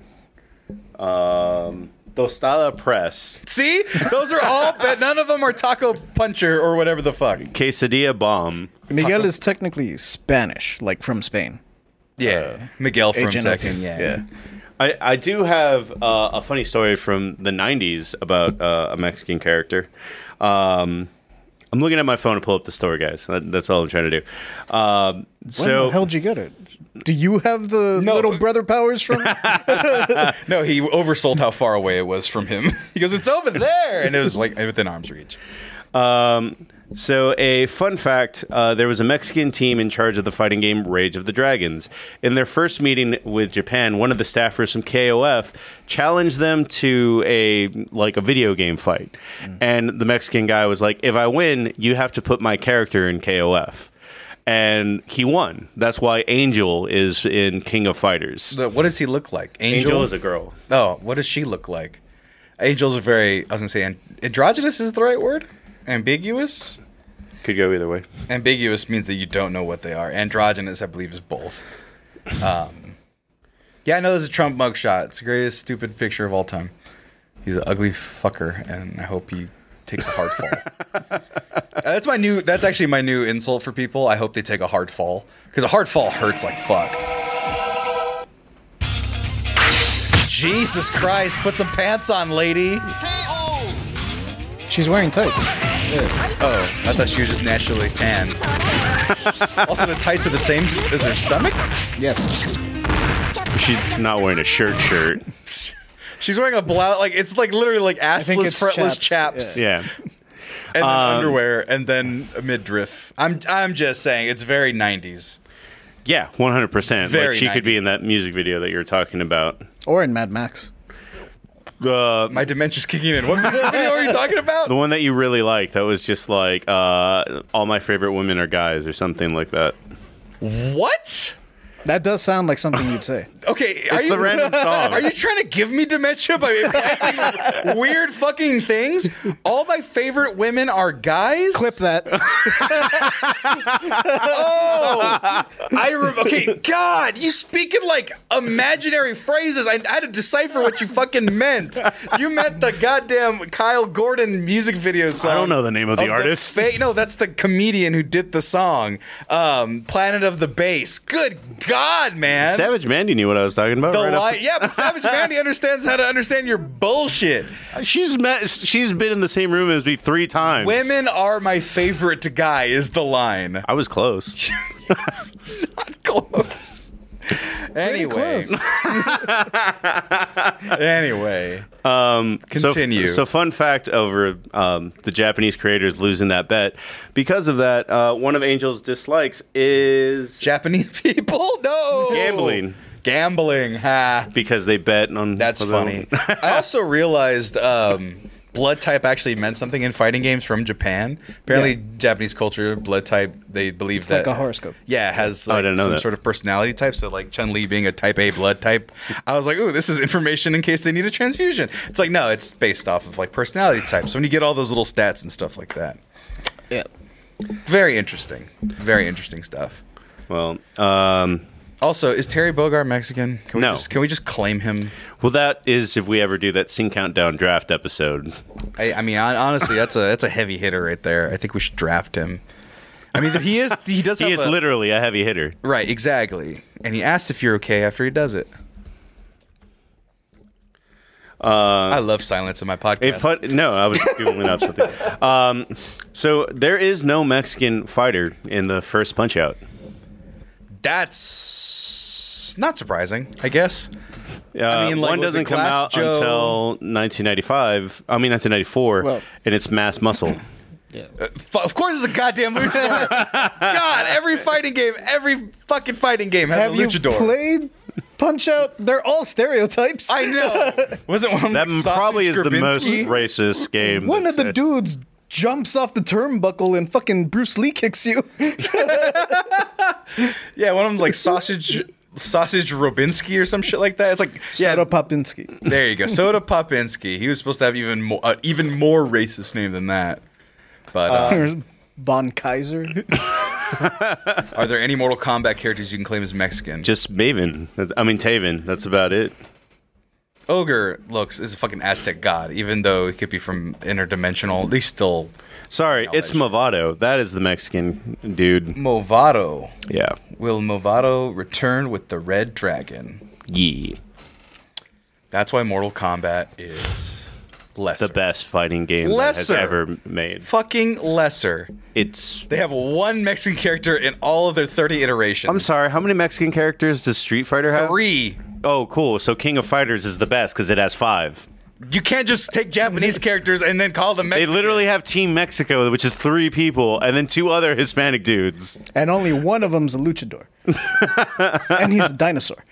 Speaker 2: um, tostada press,
Speaker 1: See, those are all, but none of them are taco puncher or whatever the fuck.
Speaker 2: quesadilla bomb.
Speaker 3: Miguel is technically Spanish, like from Spain.
Speaker 1: Yeah, Miguel from
Speaker 3: Uh, Agent of-
Speaker 1: Tekken. Yeah.
Speaker 2: I, I do have uh, a funny story from the 90s about uh, a Mexican character. Um, I'm looking at my phone to pull up the story, guys. That, that's all I'm trying to do. Um,
Speaker 3: When
Speaker 2: so
Speaker 3: the hell did you get it? Do you have the
Speaker 1: No.
Speaker 3: little brother powers from?
Speaker 1: *laughs* No, he oversold how far away it was from him. *laughs* He goes, "It's over there," and it was like within arm's reach.
Speaker 2: Um, so, a fun fact uh, there was a Mexican team in charge of the fighting game Rage of the Dragons. In their first meeting with Japan, one of the staffers from KOF challenged them to a like a video game fight. And the Mexican guy was like, If I win, you have to put my character in KOF. And he won. That's why Angel is in King of Fighters.
Speaker 1: So what does he look like? Angel,
Speaker 2: Angel, is a girl.
Speaker 1: Oh, what does she look like? Angel's a very. I was gonna say and- androgynous is the right word. Ambiguous.
Speaker 2: Could go either way.
Speaker 1: Ambiguous means that you don't know what they are. Androgynous, I believe, is both. Um, yeah, I know there's a Trump mugshot. It's the greatest stupid picture of all time. He's an ugly fucker, and I hope he takes a hard fall. Uh, that's my new. That's actually my new insult for people. I hope they take a hard fall because a hard fall hurts like fuck. Jesus Christ! Put some pants on, lady.
Speaker 3: She's wearing tights.
Speaker 1: Oh, I thought she was just naturally tan. also, the tights are the same as her stomach.
Speaker 3: Yes.
Speaker 2: She's not wearing a shirt shirt.
Speaker 1: She's wearing a blouse. Like it's like literally like
Speaker 3: think
Speaker 1: assless,
Speaker 3: it's
Speaker 1: fretless chaps,
Speaker 3: chaps,
Speaker 2: Yeah. Um,
Speaker 1: and then underwear, and then a midriff. I'm I'm just saying it's very 90s.
Speaker 2: Yeah, one hundred percent. Like
Speaker 1: Very
Speaker 2: she could be
Speaker 1: 90s.
Speaker 2: in that music video that you're talking about.
Speaker 3: Or in Mad Max.
Speaker 2: The
Speaker 1: My dementia's kicking in. What music video
Speaker 2: *laughs*
Speaker 1: are you talking about?
Speaker 2: the one that you really liked that was just like uh, all my favorite women are guys or something like that.
Speaker 1: What?
Speaker 3: That does sound like something
Speaker 1: *laughs*
Speaker 3: you'd say.
Speaker 1: Okay, are
Speaker 2: It's
Speaker 1: you
Speaker 2: the random
Speaker 1: *laughs*
Speaker 2: song.
Speaker 1: are you trying to give me dementia by
Speaker 2: *laughs*
Speaker 1: implanting weird fucking things? All my favorite women are guys.
Speaker 3: Clip that.
Speaker 1: Oh, I re- okay. God, you speaking like imaginary phrases. I, I had to decipher what you fucking meant. You meant the goddamn Kyle Gordon music video song.
Speaker 2: don't know the name of the artist.
Speaker 1: fa- no, that's the comedian who did the song. Um, Planet of the Bass. Good God, man.
Speaker 2: Savage Mandy knew what I was talking about.
Speaker 1: the
Speaker 2: right off
Speaker 1: li- yeah, but Savage Mandy understands how to understand your bullshit.
Speaker 2: the- she's met. She's been in the same room as me three times.
Speaker 1: Women are my favorite guy is the line.
Speaker 2: I was close.
Speaker 1: close. Anyway.
Speaker 3: close.
Speaker 1: *laughs* anyway. Um continue.
Speaker 2: So, so fun fact over um, the Japanese creators losing that bet. Because of that, uh, one of Angel's dislikes is
Speaker 1: Japanese *laughs* people? No.
Speaker 2: Gambling.
Speaker 1: Gambling. Ha.
Speaker 2: because they bet on.
Speaker 1: That's funny. I also realized um blood type actually meant something in fighting games from Japan. Apparently,
Speaker 3: Yeah.
Speaker 1: Japanese culture, blood type, they believe
Speaker 3: It's
Speaker 1: that
Speaker 3: like a horoscope.
Speaker 1: Yeah, it has
Speaker 2: Oh, I
Speaker 1: like,
Speaker 2: didn't know
Speaker 1: some
Speaker 2: that.
Speaker 1: sort of personality type. So like Chun Li being a Type A blood type, I was like, ooh, this is information in case they need a transfusion. It's like no, it's based off of like personality type. So when you get all those little stats and stuff like that,
Speaker 3: Yeah.
Speaker 1: very interesting, very interesting stuff.
Speaker 2: *laughs* Well, um,
Speaker 1: Also, is Terry Bogard Mexican? Can we
Speaker 2: No.
Speaker 1: Just, can we just claim him?
Speaker 2: well, that is if we ever do that Sing Countdown draft episode.
Speaker 1: I, I mean, hon- honestly, that's a that's a heavy hitter right there. I think we should draft him. I mean, he is he does
Speaker 2: *laughs* He
Speaker 1: have
Speaker 2: is
Speaker 1: a-
Speaker 2: literally a heavy hitter.
Speaker 1: right exactly, and he asks if you're okay after he does it. I love silence in my podcast.
Speaker 2: Uh, If fun- no, I was googling up *laughs* something. Um, so there is no Mexican fighter in the first Punch Out.
Speaker 1: That's not surprising, I guess.
Speaker 2: Uh, I
Speaker 1: mean, like,
Speaker 2: one
Speaker 1: was it
Speaker 2: doesn't come
Speaker 1: Glass
Speaker 2: out
Speaker 1: Joe-
Speaker 2: until 1995. I mean, 1994,
Speaker 3: Well-
Speaker 2: and it's Mass
Speaker 1: *laughs*
Speaker 2: Muscle.
Speaker 1: F- of course, it's a goddamn
Speaker 2: *laughs*
Speaker 1: luchador. God, every fighting game, every fucking fighting game has
Speaker 3: Have
Speaker 1: a
Speaker 3: you
Speaker 1: luchador.
Speaker 3: played Punch Out? They're all stereotypes.
Speaker 1: *laughs* I know. Wasn't one of them
Speaker 2: That
Speaker 1: like, Sausage
Speaker 2: probably is the most
Speaker 1: Grabinski?
Speaker 2: racist game.
Speaker 3: *laughs* One of
Speaker 2: that's-
Speaker 3: the dudes jumps off the turnbuckle and fucking Bruce Lee
Speaker 1: *laughs*
Speaker 3: kicks you.
Speaker 1: Yeah, one of them's like sausage, sausage Robinski or some shit like that. It's like yeah,
Speaker 3: Soto Popinski.
Speaker 1: there you go, Soda Popinski. He was supposed to have even more, uh, even more racist name than that. But uh,
Speaker 3: Von Kaiser.
Speaker 1: are there any Mortal Kombat characters you can claim as Mexican?
Speaker 2: Just Maven. That's- I mean, Taven. That's about it.
Speaker 1: Ogre looks is a fucking Aztec god, even though he could be from interdimensional. They still
Speaker 2: Sorry, it's
Speaker 1: Knowledge.
Speaker 2: Movado. That is the Mexican dude.
Speaker 1: Movado.
Speaker 2: Yeah.
Speaker 1: Will Movado return with the Red Dragon?
Speaker 2: Yee.
Speaker 1: That's why Mortal Kombat is lesser.
Speaker 2: The best fighting game
Speaker 1: Lesser.
Speaker 2: that has ever made.
Speaker 1: Fucking lesser.
Speaker 2: It's.
Speaker 1: They have one Mexican character in all of their 30 iterations.
Speaker 2: I'm sorry. How many Mexican characters does Street Fighter have?
Speaker 1: Three.
Speaker 2: Oh, cool. So King of Fighters is the best because it has five.
Speaker 1: You can't just take Japanese characters and then call them
Speaker 2: They
Speaker 1: Mexican.
Speaker 2: literally have Team Mexico, which is three people, and then two other Hispanic dudes.
Speaker 3: And only one of them's a luchador.
Speaker 1: *laughs*
Speaker 3: and he's a dinosaur.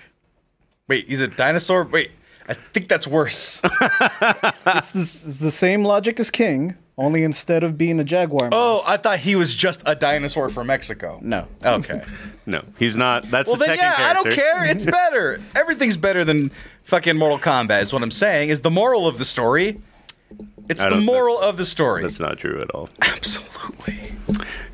Speaker 1: Wait, he's a dinosaur? Wait, I think that's
Speaker 2: *laughs*
Speaker 1: worse.
Speaker 3: It's, this, it's the same logic as King, only instead of being a jaguar.
Speaker 1: oh, I thought he was just a dinosaur from Mexico.
Speaker 3: No.
Speaker 2: *laughs*
Speaker 1: Okay.
Speaker 2: No, he's not. That's
Speaker 1: well,
Speaker 2: the
Speaker 1: then,
Speaker 2: second
Speaker 1: yeah, I
Speaker 2: character.
Speaker 1: don't care.
Speaker 2: *laughs*
Speaker 1: It's better. Everything's better than fucking Mortal Kombat, is what I'm saying, is the moral of the story. It's
Speaker 2: I
Speaker 1: the
Speaker 2: don't-
Speaker 1: moral
Speaker 2: that's-
Speaker 1: of the story.
Speaker 2: That's not true at all.
Speaker 1: Absolutely.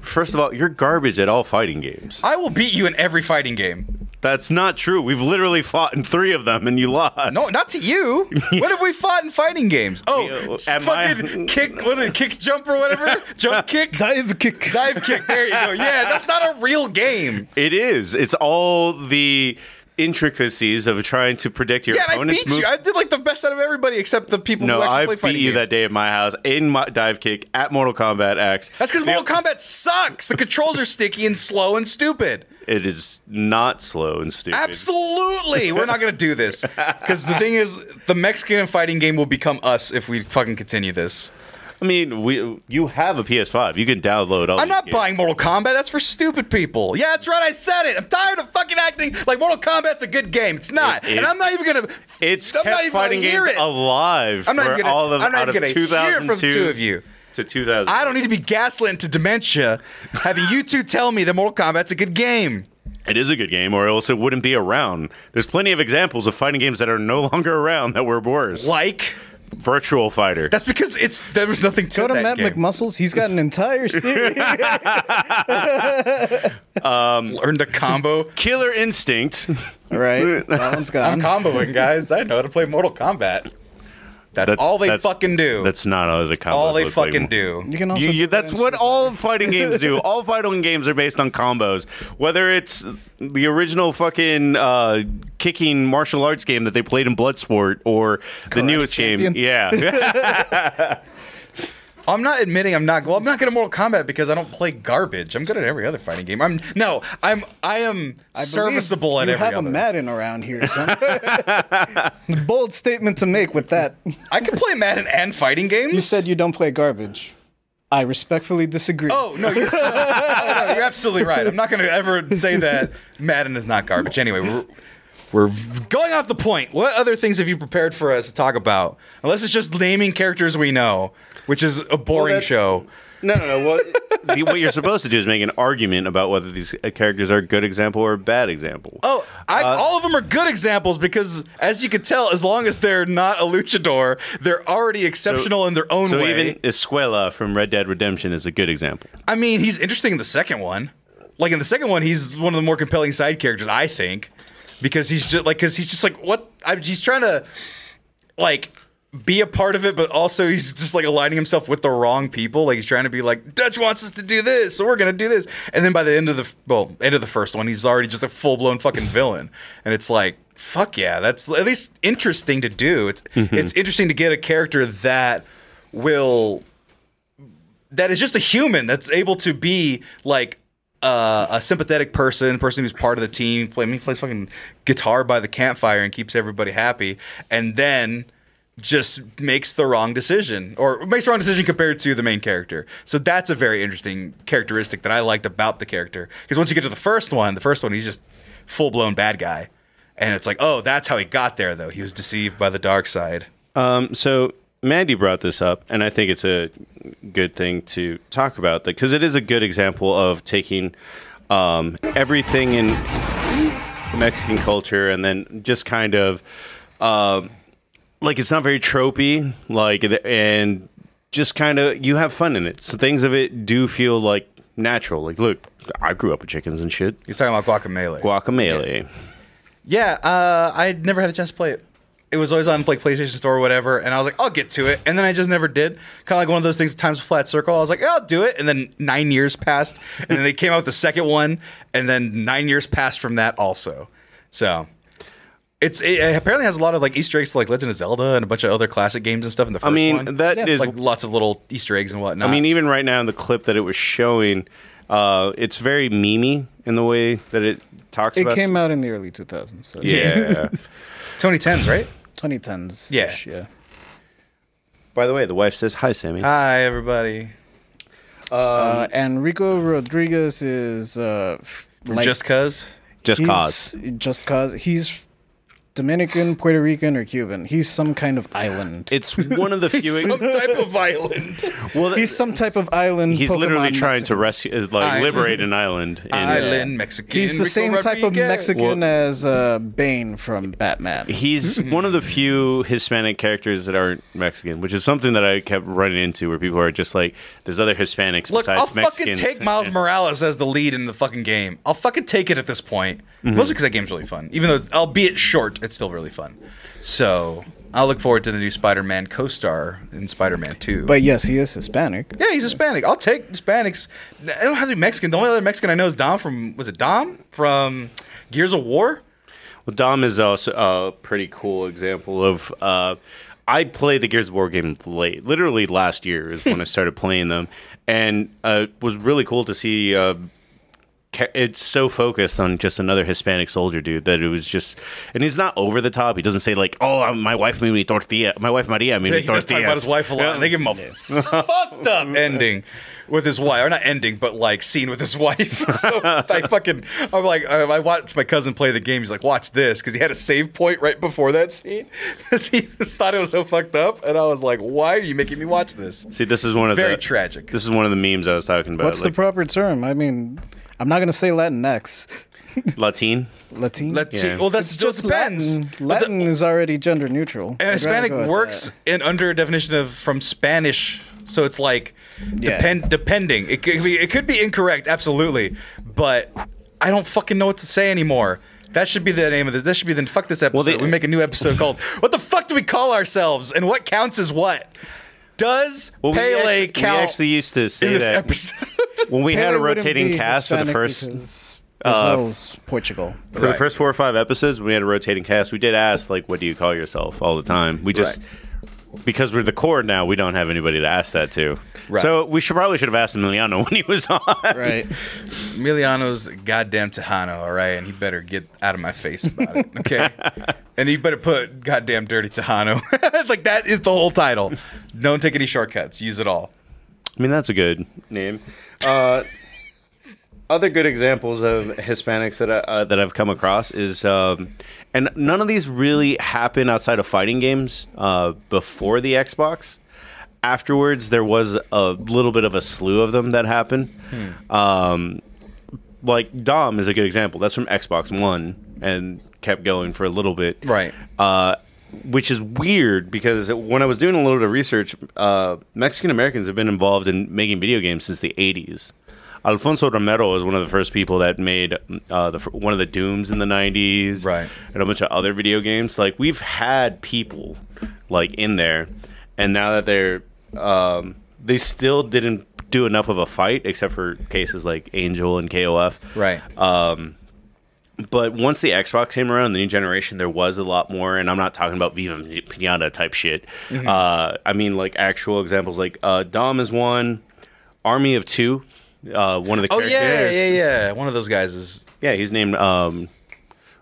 Speaker 2: First of all, you're garbage at all fighting games.
Speaker 1: I will beat you in every fighting game.
Speaker 2: That's not true. We've literally fought in three of them, and you lost.
Speaker 1: No, not to you. When have we fought in fighting games? Oh,
Speaker 2: Yeah, at my-
Speaker 1: fucking kick, was it kick jump or whatever? jump kick?
Speaker 3: Dive kick.
Speaker 1: Dive kick. There you go. Yeah, that's not a real game.
Speaker 2: It is. It's all the intricacies of trying to predict your
Speaker 1: Yeah, and I
Speaker 2: opponent's
Speaker 1: beat you.
Speaker 2: moves.
Speaker 1: I did like the best out of everybody except the people
Speaker 2: no,
Speaker 1: who actually
Speaker 2: I
Speaker 1: play
Speaker 2: beat
Speaker 1: fighting
Speaker 2: you
Speaker 1: games.
Speaker 2: that day at my house in my dive kick at Mortal Kombat X.
Speaker 1: That's because
Speaker 2: The-
Speaker 1: Mortal Kombat sucks. The controls are sticky and slow and stupid.
Speaker 2: It is not slow and stupid.
Speaker 1: Absolutely, we're not gonna do this because the thing is, the Mexican fighting game will become us if we fucking continue this.
Speaker 2: I mean, we you have a PS5. You can download all.
Speaker 1: I'm
Speaker 2: these
Speaker 1: not
Speaker 2: games.
Speaker 1: buying Mortal Kombat. That's for stupid people. Yeah, that's right. I said it. I'm tired of fucking acting like Mortal Kombat's a good game. It's not,
Speaker 2: It is.
Speaker 1: and I'm not even gonna.
Speaker 2: It's
Speaker 1: I'm
Speaker 2: kept fighting
Speaker 1: gonna hear
Speaker 2: games
Speaker 1: it.
Speaker 2: alive
Speaker 1: I'm not
Speaker 2: for
Speaker 1: even gonna-
Speaker 2: all of
Speaker 1: I'm not
Speaker 2: out
Speaker 1: even
Speaker 2: of
Speaker 1: gonna hear from
Speaker 2: 2002
Speaker 1: two of you.
Speaker 2: to 2000.
Speaker 1: I don't need to be gaslit into dementia, having you two tell me that Mortal Kombat's a good game.
Speaker 2: It is a good game, or else it wouldn't be around. There's plenty of examples of fighting games that are no *laughs* longer around that were worse.
Speaker 1: Like
Speaker 2: Virtual Fighter.
Speaker 1: that's because it's there was nothing to
Speaker 3: Go to
Speaker 1: that
Speaker 3: Matt
Speaker 1: game.
Speaker 3: McMuscles. He's got
Speaker 1: *laughs*
Speaker 3: an entire series.
Speaker 1: Learned a combo.
Speaker 3: *laughs*
Speaker 2: Killer Instinct.
Speaker 3: All right. That one's
Speaker 1: I'm
Speaker 3: gone.
Speaker 1: comboing, guys. I know how to play Mortal Kombat. *laughs* That's, all they
Speaker 2: that's-
Speaker 1: fucking do.
Speaker 2: That's not all the combos.
Speaker 1: all they
Speaker 2: look like.
Speaker 1: fucking do.
Speaker 3: you can also.
Speaker 2: You- you-
Speaker 3: do that
Speaker 2: that's
Speaker 3: in-
Speaker 2: what all fighting games
Speaker 3: *laughs*
Speaker 2: do. All fighting games are based on combos. Whether it's the original fucking uh, kicking martial arts game that they played in Bloodsport, or the newest
Speaker 3: Champion.
Speaker 2: game,
Speaker 3: *laughs*
Speaker 2: yeah,
Speaker 1: I'm not admitting I'm not. Well, I'm not good at Mortal Kombat because I don't play garbage. I'm good at every other fighting game. I'm no. I'm I am
Speaker 3: I believe
Speaker 1: serviceable at
Speaker 3: you
Speaker 1: every
Speaker 3: have
Speaker 1: other.
Speaker 3: a Madden around here. Son. *laughs* Bold statement to make with that.
Speaker 1: I can play Madden and fighting games.
Speaker 3: You said you don't play garbage. I respectfully disagree.
Speaker 1: Oh no, you're, oh, no, you're absolutely right. I'm not going to ever say that Madden is not garbage. Anyway, we're, We're going off the point. What other things have you prepared for us to talk about? Unless it's just naming characters we know, which is a boring
Speaker 2: that's-
Speaker 1: show.
Speaker 2: No, no, no. What, the- what you're supposed to do is make an argument about whether these uh, characters are a good example or a bad example.
Speaker 1: Oh, I,
Speaker 2: Uh,
Speaker 1: all of them are good examples because, as you could tell, as long as they're not a luchador, they're already exceptional in their own
Speaker 2: so
Speaker 1: way.
Speaker 2: even Escuela from Red Dead Redemption is a good example.
Speaker 1: I mean, he's interesting in the second one. Like in the second one, he's one of the more compelling side characters, I think, because he's just like because he's just like what I, he's trying to like be a part of it, but also he's just like aligning himself with the wrong people. Like he's trying to be like Dutch wants us to do this, so we're gonna do this. And then by the end of the well, end of the first one, he's already just a full blown fucking villain, and it's like fuck yeah, that's at least interesting to do. It's it's interesting to get a character that will that is just a human that's able to be like uh, a sympathetic person, person who's part of the team. Play, I mean, he plays fucking guitar by the campfire and keeps everybody happy, and then just makes the wrong decision or makes the wrong decision compared to the main character. So that's a very interesting characteristic that I liked about the character because once you get to the first one, the first one he's just full blown bad guy, and it's like, oh, that's how he got there though. He was deceived by the dark side.
Speaker 2: Um, so Mandy brought this up, and I think it's a good thing to talk about because it is a good example of taking um, everything in Mexican culture and then just kind of um, like it's not very tropey, like th- and just kind of you have fun in it. So things of it do feel like natural. Like, look, I grew up with chickens and shit.
Speaker 1: You're talking about Guacamole.
Speaker 2: Guacamole.
Speaker 1: Yeah, uh, I had never had a chance to play it. It was always on like PlayStation Store or whatever, and I was like, I'll get to it, and then I just never did. Kind of like one of those things, times a flat circle. I was like, yeah, I'll do it, and then nine years passed, and then they came out with the second one, and then nine years passed from that also. So it's it, it apparently has a lot of like Easter eggs, to, like Legend of Zelda and a bunch of other classic games and stuff. In the first one.
Speaker 2: mean, that
Speaker 1: that is
Speaker 2: is-
Speaker 1: like lots of little Easter eggs and whatnot.
Speaker 2: I mean, even right now in the clip that it was showing, uh, it's very memey in the way that it talks
Speaker 3: It
Speaker 2: about.
Speaker 3: came out in the early 2000s. So
Speaker 1: *laughs*
Speaker 2: Yeah.
Speaker 1: 2010s, right?
Speaker 3: 2010s.
Speaker 1: Yeah.
Speaker 3: yeah.
Speaker 2: By the way, the wife says, "Hi, Sammy."
Speaker 1: Hi, everybody.
Speaker 3: Uh, Enrico Rodriguez is uh, f- like
Speaker 1: Just cause.
Speaker 2: Just
Speaker 3: he's-
Speaker 2: cause.
Speaker 3: Just cause he's Dominican, Puerto Rican, or Cuban. He's some kind of island.
Speaker 2: It's
Speaker 1: *laughs*
Speaker 2: one of the few. *laughs*
Speaker 1: type of island.
Speaker 2: well,
Speaker 3: he's some type of island.
Speaker 2: he's literally
Speaker 3: Pokemon
Speaker 2: trying
Speaker 3: Mexican.
Speaker 2: to rescue, is like
Speaker 1: I-
Speaker 2: liberate an island. uh, In,
Speaker 1: Island Mexican.
Speaker 3: He's the
Speaker 1: Rico
Speaker 3: same type of
Speaker 1: Rodriguez.
Speaker 3: Mexican as uh, Bane from Batman.
Speaker 1: *laughs*
Speaker 2: He's one of the few Hispanic characters that aren't Mexican, which is something that I kept running into, where people are just like, "There's other Hispanics
Speaker 1: Look,
Speaker 2: besides
Speaker 1: I'll fucking
Speaker 2: Mexicans."
Speaker 1: take
Speaker 2: *laughs*
Speaker 1: Miles Morales as the lead in the fucking game. I'll fucking take it at this point.
Speaker 2: Mm-hmm.
Speaker 1: Mostly because that game's really fun. Even though, albeit short, it's still really fun. So, I'll look forward to the new Spider Man co star in Spider Man 2.
Speaker 3: But yes, he is Hispanic.
Speaker 1: yeah, he's Hispanic. I'll take Hispanics. I don't have to be Mexican. The only other Mexican I know is Dom from, was it Dom? From Gears of War?
Speaker 2: Well, Dom is also a pretty cool example of. Uh, I played the Gears of War game late, literally last year
Speaker 1: *laughs*
Speaker 2: is when I started playing them, and uh, it was really cool to see. Uh, ca- it's so focused on just another Hispanic soldier dude that it was just, and he's not over the top. He doesn't say like, "Oh, um, my wife made me tortilla. My wife Maria
Speaker 1: *laughs*
Speaker 2: made
Speaker 1: Yeah,
Speaker 2: me
Speaker 1: he does talk
Speaker 2: tortillas."
Speaker 1: about his wife a lot. and They give him a fucked up ending with his wife, or not ending, but like scene with his wife. *laughs* so I fucking, I'm like, I I watched my cousin play the game. He's like, watch this, because he had a save point right before that scene, *laughs* because he just thought it was so fucked up, and I was like, why are you making me watch this?
Speaker 2: See, this is one of
Speaker 1: Very
Speaker 2: the
Speaker 1: tragic.
Speaker 2: This is one of the memes I was talking about.
Speaker 3: What's the
Speaker 2: like,
Speaker 3: proper term? I mean, I'm not gonna say Latinx.
Speaker 2: Latin?
Speaker 3: Latin.
Speaker 1: Let's
Speaker 2: Yeah.
Speaker 1: see. Well, that's
Speaker 3: It's
Speaker 1: still
Speaker 3: just
Speaker 1: depends.
Speaker 3: Latin.
Speaker 1: But the-
Speaker 3: Latin is already gender neutral.
Speaker 1: And
Speaker 3: I'd rather
Speaker 1: Uh, Hispanic
Speaker 3: go with
Speaker 1: works
Speaker 3: that.
Speaker 1: in under a definition of from Spanish, so it's like
Speaker 3: Yeah.
Speaker 1: depend depending. It could be it could be incorrect, absolutely, but I don't fucking know what to say anymore. That should be the name of this. That should be the fuck this episode.
Speaker 2: they-
Speaker 1: we make a new episode called "What the fuck do we call ourselves?" and what counts as what? Does
Speaker 2: Well, we
Speaker 1: Pele
Speaker 2: actually- we
Speaker 1: count
Speaker 2: actually used to say
Speaker 1: in this
Speaker 2: that
Speaker 1: episode?
Speaker 2: when we had
Speaker 3: Pele
Speaker 2: a
Speaker 3: wouldn't
Speaker 2: rotating
Speaker 3: be
Speaker 2: cast for the
Speaker 3: Hispanic
Speaker 2: first uh,
Speaker 3: because Brazil's
Speaker 2: *laughs*
Speaker 3: Portugal.
Speaker 2: For
Speaker 1: Right.
Speaker 2: the first four or five episodes, when we had a rotating cast, we did ask, like, what do you call yourself all the time? We just, because we're the core now, we don't have anybody to ask that to.
Speaker 1: Right.
Speaker 2: So we should probably should have asked Emiliano *laughs* when he was on.
Speaker 3: Right.
Speaker 1: Emiliano's a goddamn Tejano, all right, and he better get out of my face about *laughs* it, okay? and he better put goddamn dirty Tejano. *laughs* like that is the whole title. Don't take any shortcuts. Use it all.
Speaker 2: I mean, that's a good name. Uh, other good examples of Hispanics that I, uh, that I've come across is, um, and none of these really happen outside of fighting games uh, before the Xbox. Afterwards, there was a little bit of a slew of them that happened. Um, like Dom is a good example. That's from Xbox One and kept going for a little bit,
Speaker 1: Right.
Speaker 2: Uh, which is weird because when I was doing a little bit of research, uh, Mexican Americans have been involved in making video games since the '80s. Alfonso Romero was one of the first people that made uh, the fir- one of the Dooms in the '90s,
Speaker 1: Right.
Speaker 2: And a bunch of other video games. Like we've had people like in there, and now that they're um, they still didn't do enough of a fight, except for cases like Angel and KOF,
Speaker 1: Right.
Speaker 2: but once the Xbox came around, the new generation, there was a lot more, and I'm not talking about Viva Pinata type shit.
Speaker 3: Mm-hmm.
Speaker 2: Uh, I mean, like actual examples, like uh, Dom is one, Army of Two, uh, one of the
Speaker 1: oh
Speaker 2: characters.
Speaker 1: yeah, yeah, yeah. One of those guys is
Speaker 2: Yeah, he's named um,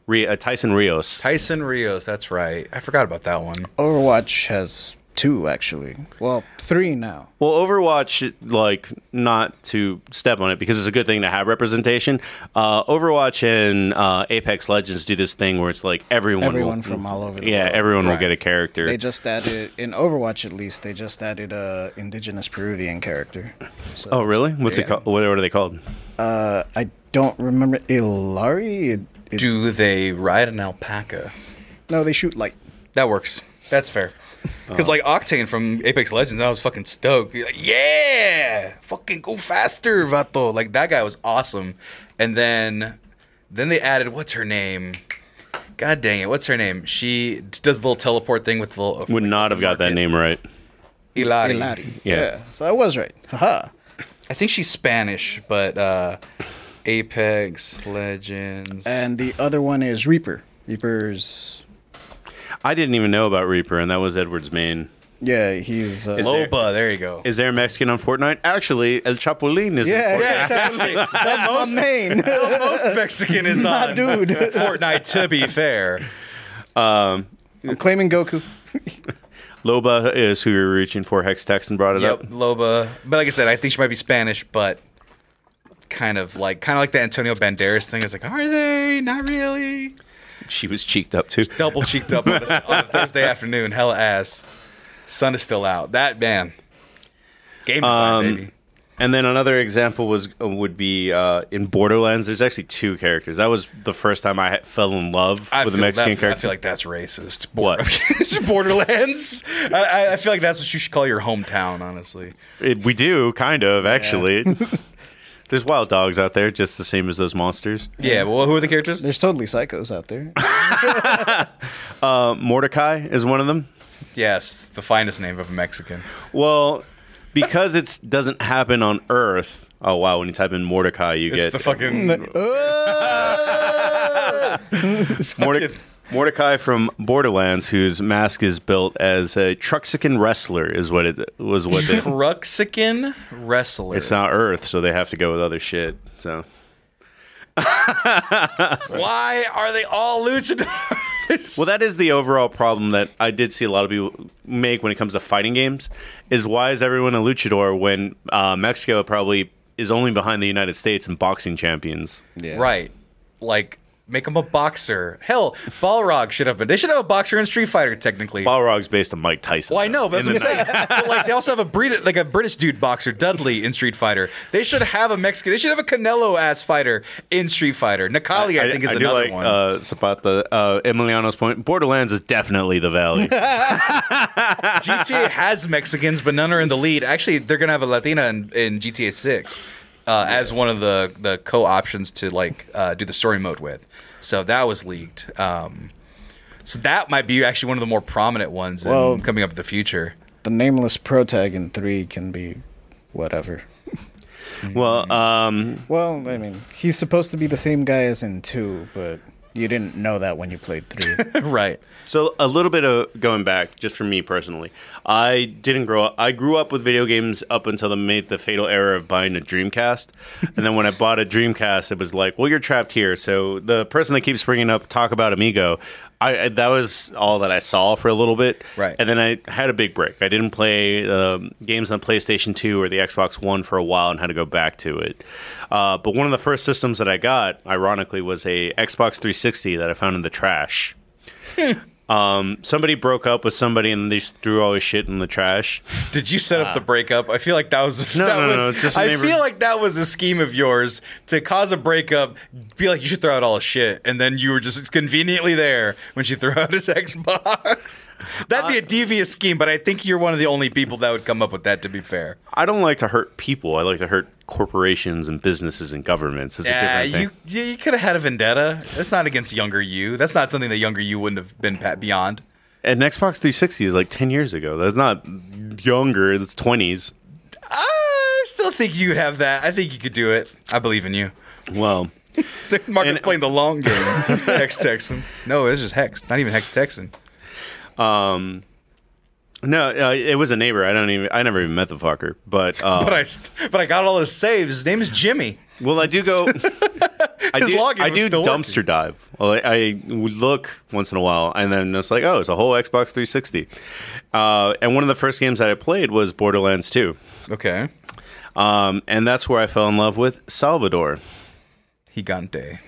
Speaker 2: Re- uh, Tyson Rios.
Speaker 1: Tyson Rios. That's right. I forgot about that one.
Speaker 3: Overwatch has two actually. Well, three now.
Speaker 2: Well, Overwatch, like, not to step on it because it's a good thing to have representation. Uh, Overwatch and uh, Apex Legends do this thing where it's like everyone, will-
Speaker 3: Everyone from all over the
Speaker 2: yeah,
Speaker 3: world.
Speaker 2: everyone will
Speaker 1: Right.
Speaker 2: get a character.
Speaker 3: They just added in Overwatch at least. They just added a indigenous Peruvian character. So
Speaker 2: oh, really? What's it
Speaker 3: Yeah.
Speaker 2: called? What are they called?
Speaker 3: I don't remember Ilari. It, it-
Speaker 1: Do they ride an alpaca?
Speaker 3: no, they shoot light.
Speaker 1: That works. That's fair. Because like Octane from Apex Legends, I was fucking stoked. He's like, yeah, fucking go faster, vato. Like that guy was awesome. And then, then they added what's her name? God dang it, what's her name? She does the little teleport thing with the little uh,
Speaker 2: Would not have got that name right.
Speaker 1: Hilari.
Speaker 3: Ilari.
Speaker 2: Yeah.
Speaker 3: So I was right. Haha.
Speaker 1: I think she's Spanish, but uh, Apex Legends.
Speaker 3: And the other one is Reaper. Reaper's
Speaker 2: I didn't even know about Reaper, and that was Edward's main.
Speaker 3: yeah, he's uh,
Speaker 2: it-
Speaker 1: Loba, there you go.
Speaker 2: Is there a Mexican on Fortnite? Actually, El Chapulín is.
Speaker 3: yeah,
Speaker 2: in Fortnite.
Speaker 3: yeah, exactly. *laughs* that's my *laughs* main.
Speaker 1: Most Mexican is
Speaker 3: My
Speaker 1: on
Speaker 3: dude.
Speaker 1: Fortnite, to be fair.
Speaker 3: *laughs* I'm claiming Goku.
Speaker 2: Loba is who you're reaching for. Hex Texan brought it
Speaker 1: Yep,
Speaker 2: up.
Speaker 1: Loba. But like I said, I think she might be Spanish, but kind of like kind of like the Antonio Banderas thing. It's like, are they? Not really.
Speaker 2: She was cheeked up too.
Speaker 1: Double cheeked up on, a-
Speaker 2: *laughs*
Speaker 1: on a Thursday afternoon. Hella ass. Sun is still out. That man. Game design,
Speaker 2: Um,
Speaker 1: baby.
Speaker 2: And then another example was would be uh, in Borderlands. There's actually two characters. That was the first time I ha- fell in love
Speaker 1: I
Speaker 2: with a
Speaker 1: feel
Speaker 2: Mexican
Speaker 1: that,
Speaker 2: character.
Speaker 1: I feel like that's racist.
Speaker 2: What?
Speaker 1: *laughs* it's Borderlands. I, I- I feel like that's what you should call your hometown, honestly.
Speaker 2: It- we do kind of *laughs* actually. There's wild dogs out there, just the same as those monsters.
Speaker 1: Yeah. Well, who are the characters?
Speaker 3: There's totally psychos out *laughs* there.
Speaker 2: Mordecai is one of them.
Speaker 1: Yes, the finest name of a Mexican.
Speaker 2: Well, because it doesn't happen on Earth. Oh wow! When you type in Mordecai, you
Speaker 1: It's
Speaker 2: get
Speaker 1: the fucking
Speaker 3: *laughs* uh,
Speaker 2: Morde- Mordecai from Borderlands, whose mask is built as a Truxican wrestler, is what it was.
Speaker 1: *laughs*
Speaker 2: What they,
Speaker 1: Ruxican wrestler.
Speaker 2: it's not Earth, so they have to go with other shit. So
Speaker 1: Why are they all luchadors?
Speaker 2: Well, that is the overall problem that I did see a lot of people make when it comes to fighting games. Is why is everyone a luchador when uh, Mexico probably is only behind the United States in boxing champions?
Speaker 3: Yeah.
Speaker 1: right. Like, make him a boxer. Hell, Balrog should have been. They should have a boxer in Street Fighter, technically.
Speaker 2: Balrog's based on Mike Tyson.
Speaker 1: well, I know, but that's
Speaker 2: In
Speaker 1: what I'm
Speaker 2: the
Speaker 1: saying. But, like, they also have a Brit- like a British dude boxer, Dudley, in Street Fighter. They should have a Mexican. They should have a Canelo ass fighter in Street Fighter. Nakali, I, think, is
Speaker 2: I do
Speaker 1: another
Speaker 2: like,
Speaker 1: one.
Speaker 2: Uh, Zapata, uh, Emiliano's point. Borderlands is definitely
Speaker 1: *laughs*
Speaker 2: the valley.
Speaker 1: GTA has Mexicans, but none are in the lead. Actually, they're gonna have a Latina in, in GTA Six uh, as one of the the co options to like uh, do the story mode with. So that was leaked. Um, so that might be actually one of the more prominent ones in-
Speaker 3: Well-
Speaker 1: coming up in the future. *laughs*
Speaker 3: The nameless protag in three can be whatever.
Speaker 2: well, um,
Speaker 3: Well, I mean, he's supposed to be the same guy as in two, but You didn't know that when you played *laughs* three.
Speaker 1: right.
Speaker 2: So a little bit of going back, just for me personally, I didn't grow up. I grew up with video games up until the made the fatal error of buying a Dreamcast, and then when I bought a Dreamcast, it was like, well, you're trapped here. So the person that keeps bringing up talk about Amigo, I, I that was all that I saw for a little bit,
Speaker 1: Right.
Speaker 2: And then I had a big break. I didn't play um, games on the PlayStation Two or the Xbox One for a while, and had to go back to it. Uh, but one of the first systems that I got, ironically, was a Xbox 360 that I found in the trash somebody broke up with somebody and they just threw all his shit in the trash.
Speaker 1: Did you set up the breakup? I feel like that was
Speaker 2: No,
Speaker 1: that
Speaker 2: no, no,
Speaker 1: was
Speaker 2: no, it's just a
Speaker 1: I
Speaker 2: neighbor-
Speaker 1: feel like that was a scheme of yours to cause a breakup, be like you should throw out all his shit and then you were just conveniently there when she *laughs* threw out his Xbox. That'd be a devious scheme, but I think you're one of the only people that would come up with that to be fair.
Speaker 2: I don't like to hurt people. I like to hurt corporations and businesses and governments. It's
Speaker 1: Yeah,
Speaker 2: a different thing.
Speaker 1: you yeah, you could have had a vendetta. That's not against younger you. That's not something that younger you wouldn't have been pat beyond.
Speaker 2: and Xbox 360 is like 10 years ago. That's not younger. It's 20s.
Speaker 1: Ah, I still think you would have that. I think you could do it. I believe in you.
Speaker 2: Well,
Speaker 1: *laughs* Marcus
Speaker 2: And-
Speaker 1: playing the long game. *laughs* Hex Texan. No, it's just Hex. Not even Hex Texan.
Speaker 2: Um, no, uh, it was a neighbor. I don't even. I never even met the fucker. But,
Speaker 1: *laughs*
Speaker 2: uh,
Speaker 1: But I st- but I got all his saves. His name is Jimmy.
Speaker 2: Well, I
Speaker 1: *laughs*
Speaker 2: do go. I
Speaker 1: His
Speaker 2: do,
Speaker 1: login
Speaker 2: I
Speaker 1: was
Speaker 2: do
Speaker 1: still working.
Speaker 2: dumpster dive. Well, I, I would look once in a while, and then it's like, oh, it's a whole Xbox 360. Uh, and one of the first games that I played was Borderlands 2,
Speaker 1: Okay.
Speaker 2: um, and that's where I fell in love with Salvador.
Speaker 1: Gigante.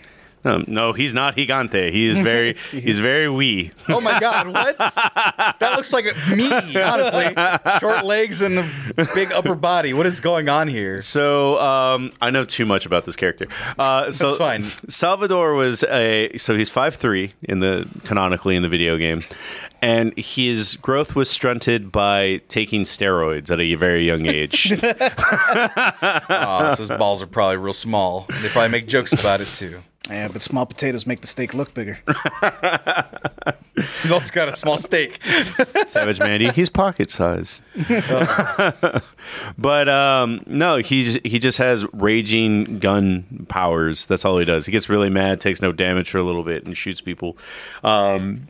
Speaker 2: No, no he's not Gigante. He
Speaker 1: *laughs*
Speaker 2: is very, he's very wee.
Speaker 1: Oh my God! What? that looks like me, honestly. Short legs and a big upper body. What is going on here?
Speaker 2: So um, I know too much about this character. Uh, so
Speaker 1: That's fine.
Speaker 2: Salvador was a so he's five three in the canonically in the video game, and his growth was stunted by taking steroids at a very young
Speaker 1: *laughs*
Speaker 2: age.
Speaker 1: Oh, so his balls are probably real small. They probably make jokes about it too.
Speaker 3: yeah, but small potatoes make the steak look bigger.
Speaker 1: He's also got a small steak.
Speaker 2: Savage Mandy, he's pocket size. *laughs* but um, no, he's he just has raging gun powers. That's all he does. He gets really mad, takes no damage for a little bit, and shoots people. Um,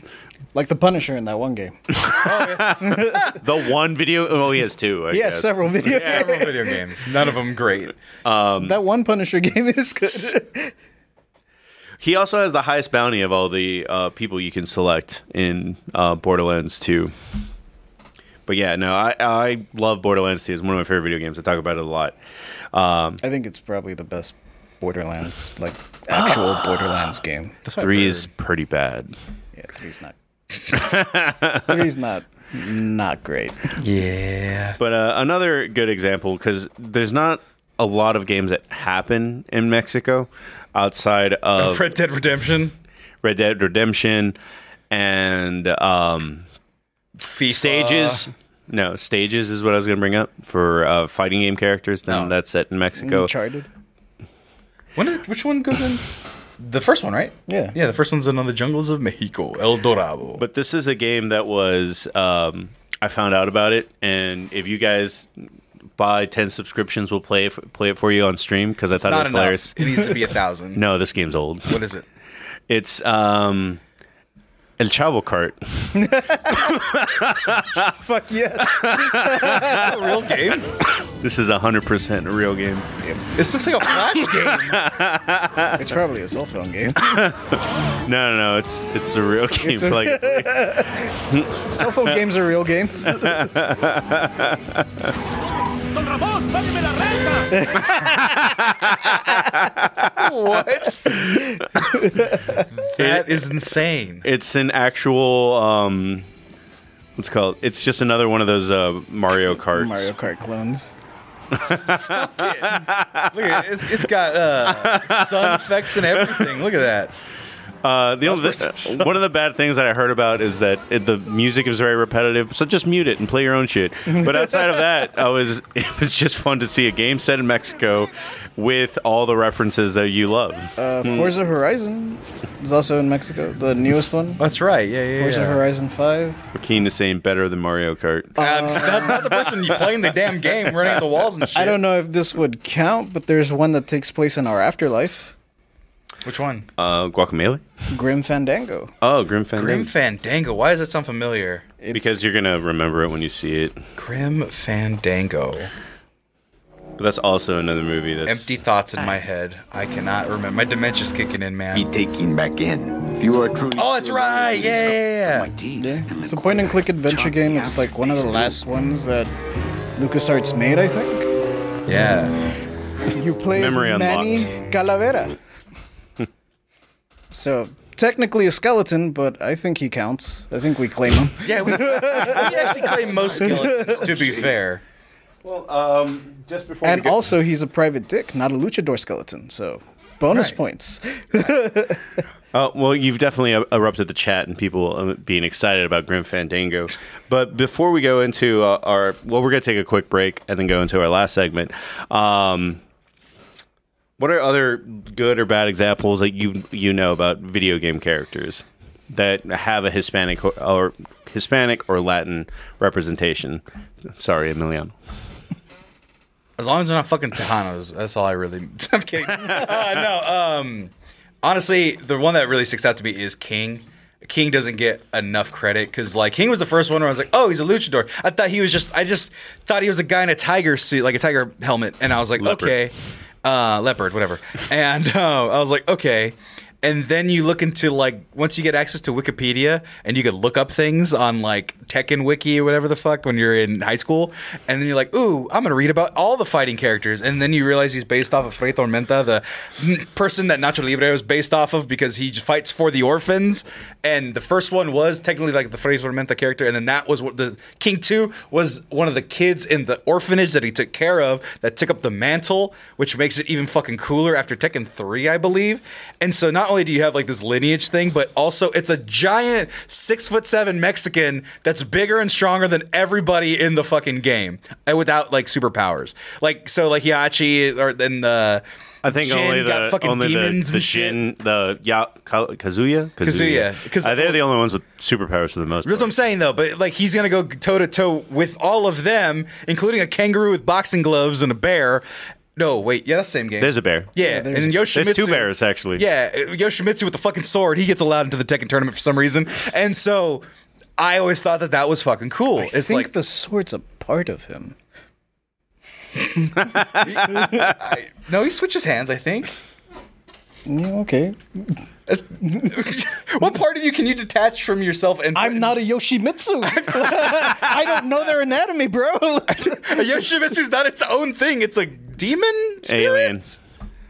Speaker 3: Like the Punisher in that one game.
Speaker 2: the one video, oh, he has two. I
Speaker 3: He has
Speaker 2: guess.
Speaker 3: several videos.
Speaker 1: Several video games. None of them great.
Speaker 3: That one Punisher *laughs* game is good.
Speaker 2: He also has the highest bounty of all the uh, people you can select in uh, Borderlands 2. But yeah, no, I, I love Borderlands 2. It's one of my favorite video games. I talk about it a lot.
Speaker 3: I think it's probably the best Borderlands, like actual Borderlands game.
Speaker 2: Three is pretty bad.
Speaker 3: Yeah, three's not. three's not not great.
Speaker 1: Yeah.
Speaker 2: But uh, another good example, because there's not a lot of games that happen in Mexico outside of
Speaker 1: Red Dead Redemption.
Speaker 2: Red Dead Redemption and um,
Speaker 1: FIFA.
Speaker 2: stages. No, stages is what I was going to bring up for uh, fighting game characters. Then
Speaker 1: No. Mm,
Speaker 2: that's set in Mexico.
Speaker 3: Uncharted.
Speaker 1: When did, which one goes in? The first one, right?
Speaker 3: Yeah.
Speaker 1: Yeah, the first one's in on the jungles of Mexico, El Dorado.
Speaker 2: But this is a game that was um, I found out about it, and if you guys buy ten subscriptions, we'll play it, play it for you on stream because I thought it
Speaker 1: not
Speaker 2: was
Speaker 1: enough.
Speaker 2: hilarious.
Speaker 1: It needs to be a thousand.
Speaker 2: *laughs* No, this game's old.
Speaker 1: What is it?
Speaker 2: It's um, El Chavo Cart.
Speaker 3: Fuck yeah.
Speaker 1: Is it a real game?
Speaker 2: *laughs* This is hundred percent a real game.
Speaker 1: This looks like a
Speaker 2: *laughs*
Speaker 1: flash game.
Speaker 3: It's probably a cell phone game.
Speaker 2: No, no, no, it's it's a real *laughs* game.
Speaker 3: a- *laughs*
Speaker 2: like
Speaker 3: cell phone games are real games.
Speaker 5: Don Ramón, págame la renta.
Speaker 1: That is insane.
Speaker 2: it's an actual um, what's it called? It's just another one of those uh, Mario Karts.
Speaker 3: Mario Kart clones.
Speaker 1: Look at it. It's, it's got uh, sun effects and everything. Look at that.
Speaker 2: Uh, the only uh, one of the bad things that I heard about is that it, the music is very repetitive, so just mute it and play your own shit. But outside of that, I was *laughs* it was just fun to see a game set in Mexico with all the references that you love.
Speaker 3: Uh, Forza Horizon is also in Mexico. The newest one.
Speaker 1: That's right. Yeah, yeah,
Speaker 3: Forza
Speaker 1: yeah.
Speaker 3: Horizon Five.
Speaker 2: We're keen to saying better than Mario Kart.
Speaker 1: Um, so not, not the person you playing the damn game, running at the walls and shit.
Speaker 3: I don't know if this would count, but there's one that takes place in our afterlife.
Speaker 1: Which one?
Speaker 2: Uh, Guacamole?
Speaker 3: Grim Fandango.
Speaker 2: Oh, Grim Fandango.
Speaker 1: Grim Fandango. Why does that sound familiar?
Speaker 3: It's,
Speaker 2: because you're gonna remember it when you see it.
Speaker 1: Grim Fandango.
Speaker 2: But that's also another movie that's
Speaker 1: Empty thoughts in my head. I cannot remember. My dementia's kicking in,
Speaker 10: be
Speaker 1: man.
Speaker 10: taking back in. If you are truly.
Speaker 1: Oh, that's right. Yeah, yeah, yeah.
Speaker 9: My teeth. And
Speaker 3: it's a point and click adventure game. It's like one of the last ones that LucasArts made,
Speaker 1: *laughs*
Speaker 3: I think.
Speaker 1: Yeah.
Speaker 3: You play as
Speaker 2: Memory
Speaker 3: Manny Calavera. so technically a skeleton, but I think he counts. I think we claim
Speaker 1: *laughs*
Speaker 3: him.
Speaker 1: Yeah, we, we actually claim most skeletons, to be fair.
Speaker 2: um, just before
Speaker 3: and also he's a private dick, not a luchador skeleton. So bonus
Speaker 1: Right.
Speaker 3: points.
Speaker 2: Oh, well, you've definitely uh, erupted the chat and people uh, being excited about Grim Fandango. But before we go into uh, our, well, we're going to take a quick break and then go into our last segment. Um, what are other good or bad examples that you you know about video game characters that have a Hispanic or, or Hispanic or Latin representation? Sorry, Emiliano.
Speaker 1: As long as they're not fucking Tejanos, that's all I really. *laughs* I'm kidding. Uh, no, um, honestly, the one that really sticks out to me is King. King doesn't get enough credit because, like, King was the first one where I was like, "Oh, he's a luchador." I thought he was just, I just thought he was a guy in a tiger suit, like a tiger helmet, and I was like,
Speaker 2: Leopard.
Speaker 1: "Okay, uh, leopard, whatever." And *laughs* uh, I was like, "Okay." And then you look into like once you get access to Wikipedia and you can look up things on like Tekken Wiki or whatever the fuck when you're in high school, and then you're like, "Ooh, I'm gonna read about all the fighting characters," and then you realize he's based off of Fray Tormenta, the n- person that Nacho Libre was based off of because he fights for the orphans. And the first one was technically like the Fray Tormenta character, and then that was what the King Two was one of the kids in the orphanage that he took care of that took up the mantle, which makes it even fucking cooler after Tekken Three, I believe. And so not only do you have like this lineage thing, but also it's a giant six foot seven Mexican that's bigger and stronger than everybody in the fucking game, and without like superpowers. Like so, like Hiachi or then the.
Speaker 2: I think
Speaker 1: Jin
Speaker 2: only
Speaker 1: got
Speaker 2: the
Speaker 1: fucking
Speaker 2: only the,
Speaker 1: demons
Speaker 2: the
Speaker 1: and shit.
Speaker 2: Shin the ya, Ka- Kazuya
Speaker 1: Kazuya. 'Cause-
Speaker 2: Uh, they're the only ones with superpowers for the most.
Speaker 1: That's what
Speaker 2: part.
Speaker 1: I'm saying though, but like he's gonna go toe to toe with all of them, including a kangaroo with boxing gloves and a bear. No, wait, yeah, that's the same game.
Speaker 2: There's a bear.
Speaker 1: yeah,
Speaker 3: there's-
Speaker 1: and Yoshimitsu.
Speaker 2: There's two bears actually.
Speaker 1: Yeah, Yoshimitsu with the fucking sword, he gets allowed into the Tekken tournament for some reason, and so I always thought that that was fucking cool.
Speaker 3: I
Speaker 1: it's
Speaker 3: think
Speaker 1: like
Speaker 3: the sword's a part of him.
Speaker 1: no, he switches hands. I think.
Speaker 3: Yeah, okay.
Speaker 1: *laughs* what part of you can you detach from yourself? And
Speaker 3: I'm not a Yoshimitsu. *laughs* I don't know their anatomy,
Speaker 1: *laughs*
Speaker 3: bro. *laughs*
Speaker 1: Yoshimitsu's not its own thing. It's a demon. Spirit?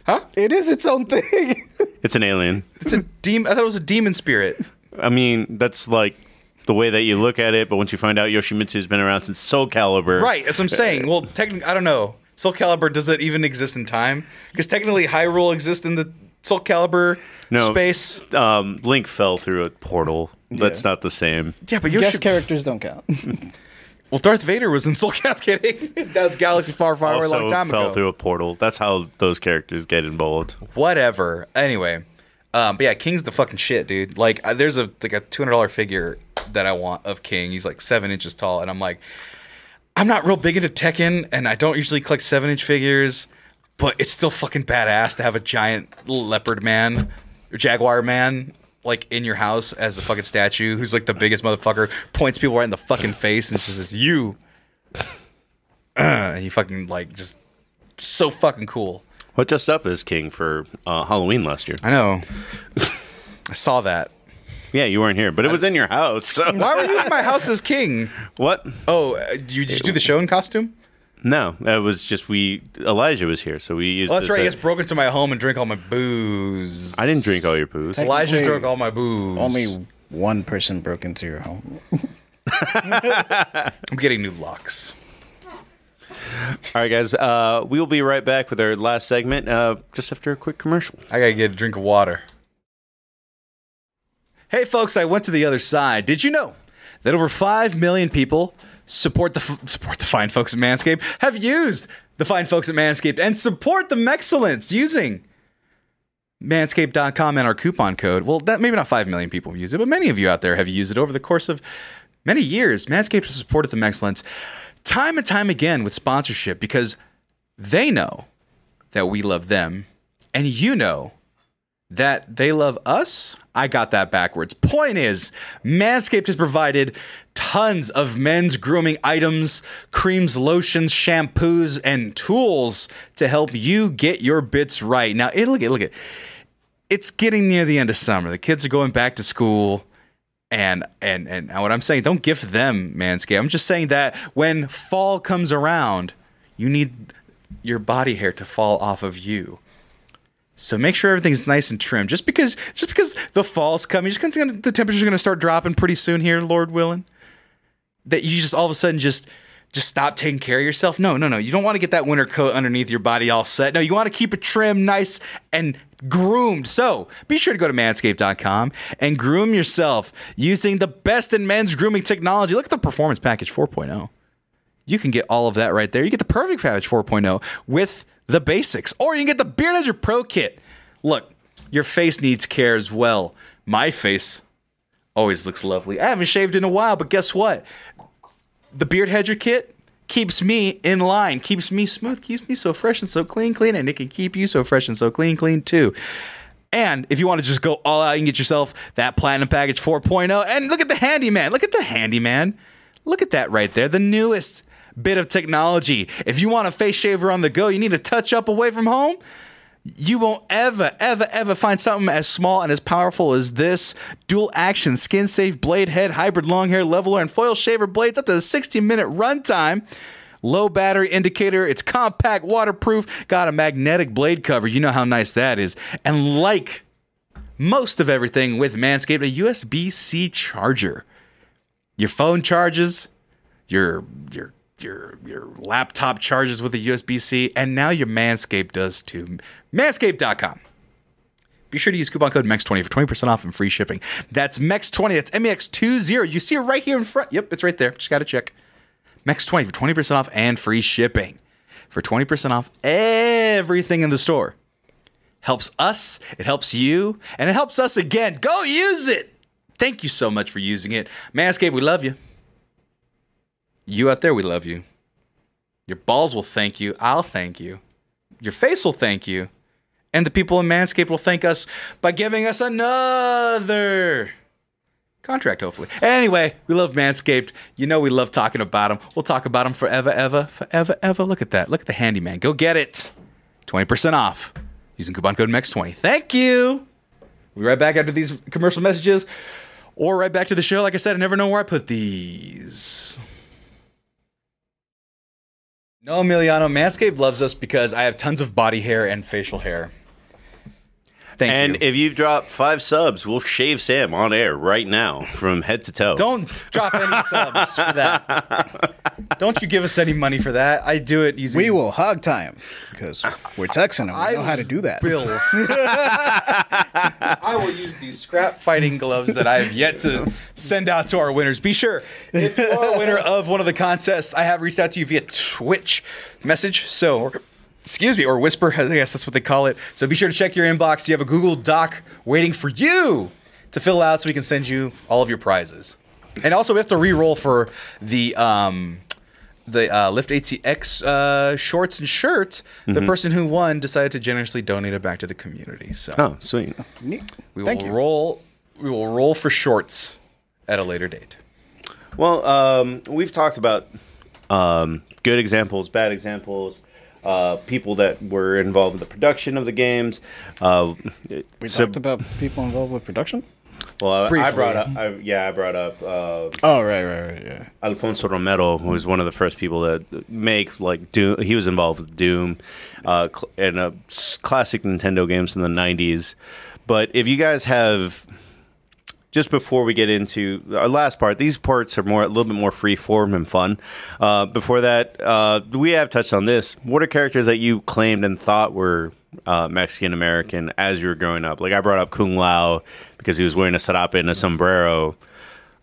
Speaker 2: Alien.
Speaker 3: it is its own thing.
Speaker 2: It's an alien.
Speaker 1: It's a demon. I thought it was a demon spirit.
Speaker 2: I mean, that's like the way that you look at it. But once you find out Yoshimitsu's been around since Soul Calibur,
Speaker 1: Right, that's what I'm saying. Well, technically, I don't know. Soul Calibur does it even exist in time? Because technically, Hyrule exists in the Soul Calibur
Speaker 2: No.
Speaker 1: space.
Speaker 2: Um, Link fell through a portal. That's not the same.
Speaker 1: Yeah, but Yoshi.
Speaker 3: Guest characters don't count.
Speaker 1: well, Darth Vader was in Soul Calibur. *laughs* Kidding. that was Galaxy Far, Far Away a
Speaker 2: also
Speaker 1: long time
Speaker 2: fell
Speaker 1: ago.
Speaker 2: through a portal. That's how those characters get involved.
Speaker 1: Whatever. Anyway, um, but yeah, King's the fucking shit, dude. Like, I, there's a like a two hundred dollar figure that I want of King. He's like seven inches tall, and I'm like, I'm not real big into Tekken, and I don't usually collect seven inch figures, but it's still fucking badass to have a giant leopard man or jaguar man like in your house as a fucking statue who's like the biggest motherfucker, points people right in the fucking face and just says, You *clears throat* and you fucking like just so fucking cool.
Speaker 2: What just up is king for uh, Halloween last year?
Speaker 1: I know. I saw that.
Speaker 2: Yeah, you weren't here, but it was in your house.
Speaker 1: *laughs*
Speaker 2: So.
Speaker 1: Why were you in my house as king?
Speaker 2: What?
Speaker 1: Oh, uh, you, did you do the show in costume?
Speaker 2: No, that was just we. Elijah was here, so we used.
Speaker 1: Oh, that's
Speaker 2: this
Speaker 1: right.
Speaker 2: as-
Speaker 1: He just broke into my home and drank all my booze.
Speaker 2: I didn't drink all your booze.
Speaker 3: Technically,
Speaker 1: Elijah drank all my booze.
Speaker 3: Only one person broke into
Speaker 1: *laughs*
Speaker 3: your home.
Speaker 1: I'm getting new locks.
Speaker 2: All right, guys. Uh, we will be right back with our last segment, uh, just after a quick commercial.
Speaker 1: I gotta get a drink of water. Hey, folks! I went to the other side. Did you know that over five million people support the f- support the fine folks at Manscaped have used the fine folks at Manscaped and support the excellence using manscaped.com and our coupon code. Well, that maybe not 5 million people use it, but many of you out there have used it over the course of many years. Manscaped has supported them excellence time and time again with sponsorship because they know that we love them and you know that they love us. I got that backwards. Point is, Manscaped has provided tons of men's grooming items, creams, lotions, shampoos, and tools to help you get your bits right. Now, it, look at look at it's getting near the end of summer. The kids are going back to school. And and and what I'm saying, don't gift them Manscaped. I'm just saying that when fall comes around, you need your body hair to fall off of you. So make sure everything's nice and trim. Just because just because the fall's coming, just 'cause it's gonna- the temperature's going to start dropping pretty soon here, Lord willing. That you just all of a sudden just just stop taking care of yourself. No, no, no. You don't want to get that winter coat underneath your body all set. No, you want to keep it trim, nice and groomed. So be sure to go to manscaped.com and groom yourself using the best in men's grooming technology. Look at the performance package 4.0 you can get all of that right there. You get the Perfect Package 4.0 with the basics, or you can get the Beard Edger Pro Kit. Look, your face needs care as well. My face always looks lovely. I haven't shaved in a while, but guess what? The Beard Hedger Kit keeps me in line, keeps me smooth, keeps me so fresh and so clean, clean, and it can keep you so fresh and so clean, clean too. And if you want to just go all out, you can get yourself that Platinum Package 4.0. And look at the handyman. Look at the handyman. Look at that right there. The newest bit of technology. If you want a face shaver on the go, you need a touch up away from home. You won't ever, ever, ever find something as small and as powerful as this dual action skin safe blade head, hybrid long hair leveler, and foil shaver blades up to a 60 minute runtime. Low battery indicator, it's compact, waterproof, got a magnetic blade cover. You know how nice that is. And like most of everything with Manscaped, a USB C charger. Your phone charges, your your your your laptop charges with a USB-C, and now your Manscaped does too. Manscaped.com. Be sure to use coupon code MEX20 for 20% off and free shipping. That's MEX20. That's E MEX20. You see it right here in front. Yep, it's right there. Just got to check. MEX20 for 20% off and free shipping. For 20% off everything in the store. Helps us, it helps you, and it helps us again. Go use it. Thank you so much for using it. Manscaped, we love you. You out there, we love you. Your balls will thank you. I'll thank you. Your face will thank you. And the people in Manscaped will thank us by giving us another contract, hopefully. Anyway, we love Manscaped. You know, we love talking about them. We'll talk about them forever, ever, forever, ever. Look at that. Look at the handyman. Go get it. 20% off using coupon code MEX20. Thank you. We'll be right back after these commercial messages or right back to the show. Like I said, I never know where I put these. No, Emiliano, Manscaped loves us because I have tons of body hair and facial hair. Thank you.
Speaker 2: And if you've dropped five subs, we'll shave Sam on air right now from head to toe.
Speaker 1: Don't drop any subs for that. Don't you give us any money for that. I do it using
Speaker 3: We will hog time because we're Texan and we know how to do that.
Speaker 1: *laughs* bill. I will use these scrap fighting gloves that I have yet to send out to our winners. Be sure if you are a winner of one of the contests, I have reached out to you via Twitch message. So, or- excuse me, or Whisper. I guess that's what they call it. So be sure to check your inbox. You have a Google Doc waiting for you to fill out, so we can send you all of your prizes. And also, we have to re-roll for the. Um, the uh, Lift ATX uh, shorts and shirt,
Speaker 3: Mm-hmm.
Speaker 1: the person who won decided to generously donate it back to the community. So
Speaker 2: Oh, sweet.
Speaker 3: Neat.
Speaker 1: we
Speaker 3: Thank
Speaker 1: will
Speaker 3: you.
Speaker 1: roll. We will roll for shorts at a later date.
Speaker 2: Well, um, we've talked about um, good examples, bad examples, uh, people that were involved in the production of the games. Uh,
Speaker 3: We
Speaker 2: so-
Speaker 3: talked about people involved with production.
Speaker 2: well, I- I
Speaker 1: briefly.
Speaker 2: brought up, I, yeah, I brought up uh,
Speaker 3: Oh right, right, right, yeah.
Speaker 2: Alfonso Romero, who was one of the first people that make like Doom. He was involved with Doom uh, cl- and uh, s- classic Nintendo games from the '90s. But if you guys have just before we get into our last part, these parts are more a little bit more free form and fun. Uh, before that, uh, we have touched on this. What are characters that you claimed and thought were uh, Mexican American as you were growing up? Like I brought up Kung Lao because he was wearing a sarape and a sombrero.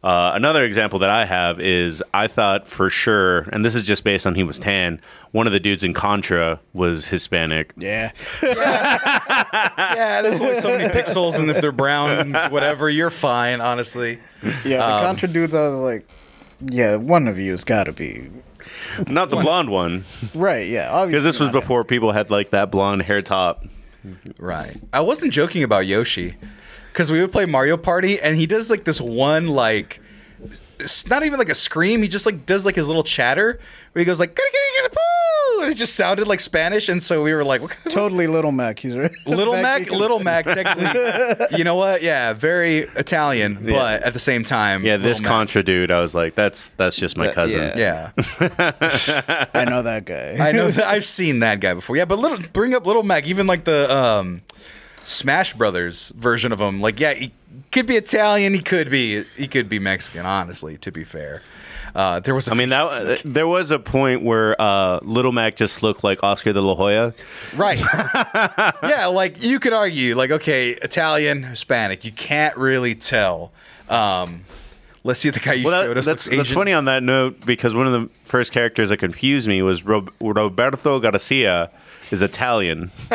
Speaker 2: Uh, another example that I have is I thought for sure, and this is just based on he was tan. One of the dudes in Contra was Hispanic.
Speaker 3: Yeah.
Speaker 1: Yeah, there's only so many pixels, and if they're brown, whatever, you're fine. Honestly,
Speaker 3: Yeah,
Speaker 1: Um,
Speaker 3: the Contra dudes, I was like, yeah, one of you has got to be.
Speaker 2: Not the blonde one,
Speaker 3: Right, yeah.
Speaker 2: because
Speaker 3: Obviously
Speaker 2: this was
Speaker 3: not him.
Speaker 2: before people had like that blonde hair top.
Speaker 1: Right. I wasn't joking about Yoshi because we would play Mario Party and he does like this one like it's not even like a scream. He just like does like his little chatter where he goes like "Caracaracarapoo!" and it just sounded like Spanish and so we were like what kind of
Speaker 3: Totally Little Mac. He's right. *laughs*
Speaker 1: Little
Speaker 3: Back
Speaker 1: Mac,
Speaker 3: because-
Speaker 1: Little Mac, technically, you know what? Yeah, very Italian, but at the same time,
Speaker 2: Yeah, this
Speaker 1: Little Mac.
Speaker 2: Contra dude, I was like, that's that's just my
Speaker 3: That-
Speaker 2: cousin.
Speaker 3: yeah.
Speaker 1: Yeah,
Speaker 3: I know that guy.
Speaker 1: I know. That, I've seen that guy before. Yeah, but little bring up Little Mac, even like the um, Smash Brothers version of him. Like, yeah, he could be Italian. He could be. He could be Mexican. Honestly, to be fair, uh, there was. a
Speaker 2: I mean, that there was a point where uh, Little Mac just looked like Oscar de la Hoya. *laughs*
Speaker 1: Right. yeah, like you could argue, like, okay, Italian, Hispanic, you can't really tell. Um, let's see the guy you
Speaker 2: Well, that-
Speaker 1: showed us.
Speaker 2: that's,
Speaker 1: looks
Speaker 2: that's
Speaker 1: Asian.
Speaker 2: funny on that note because one of the first characters that confused me was Ro- Roberto Garcia is Italian. *laughs*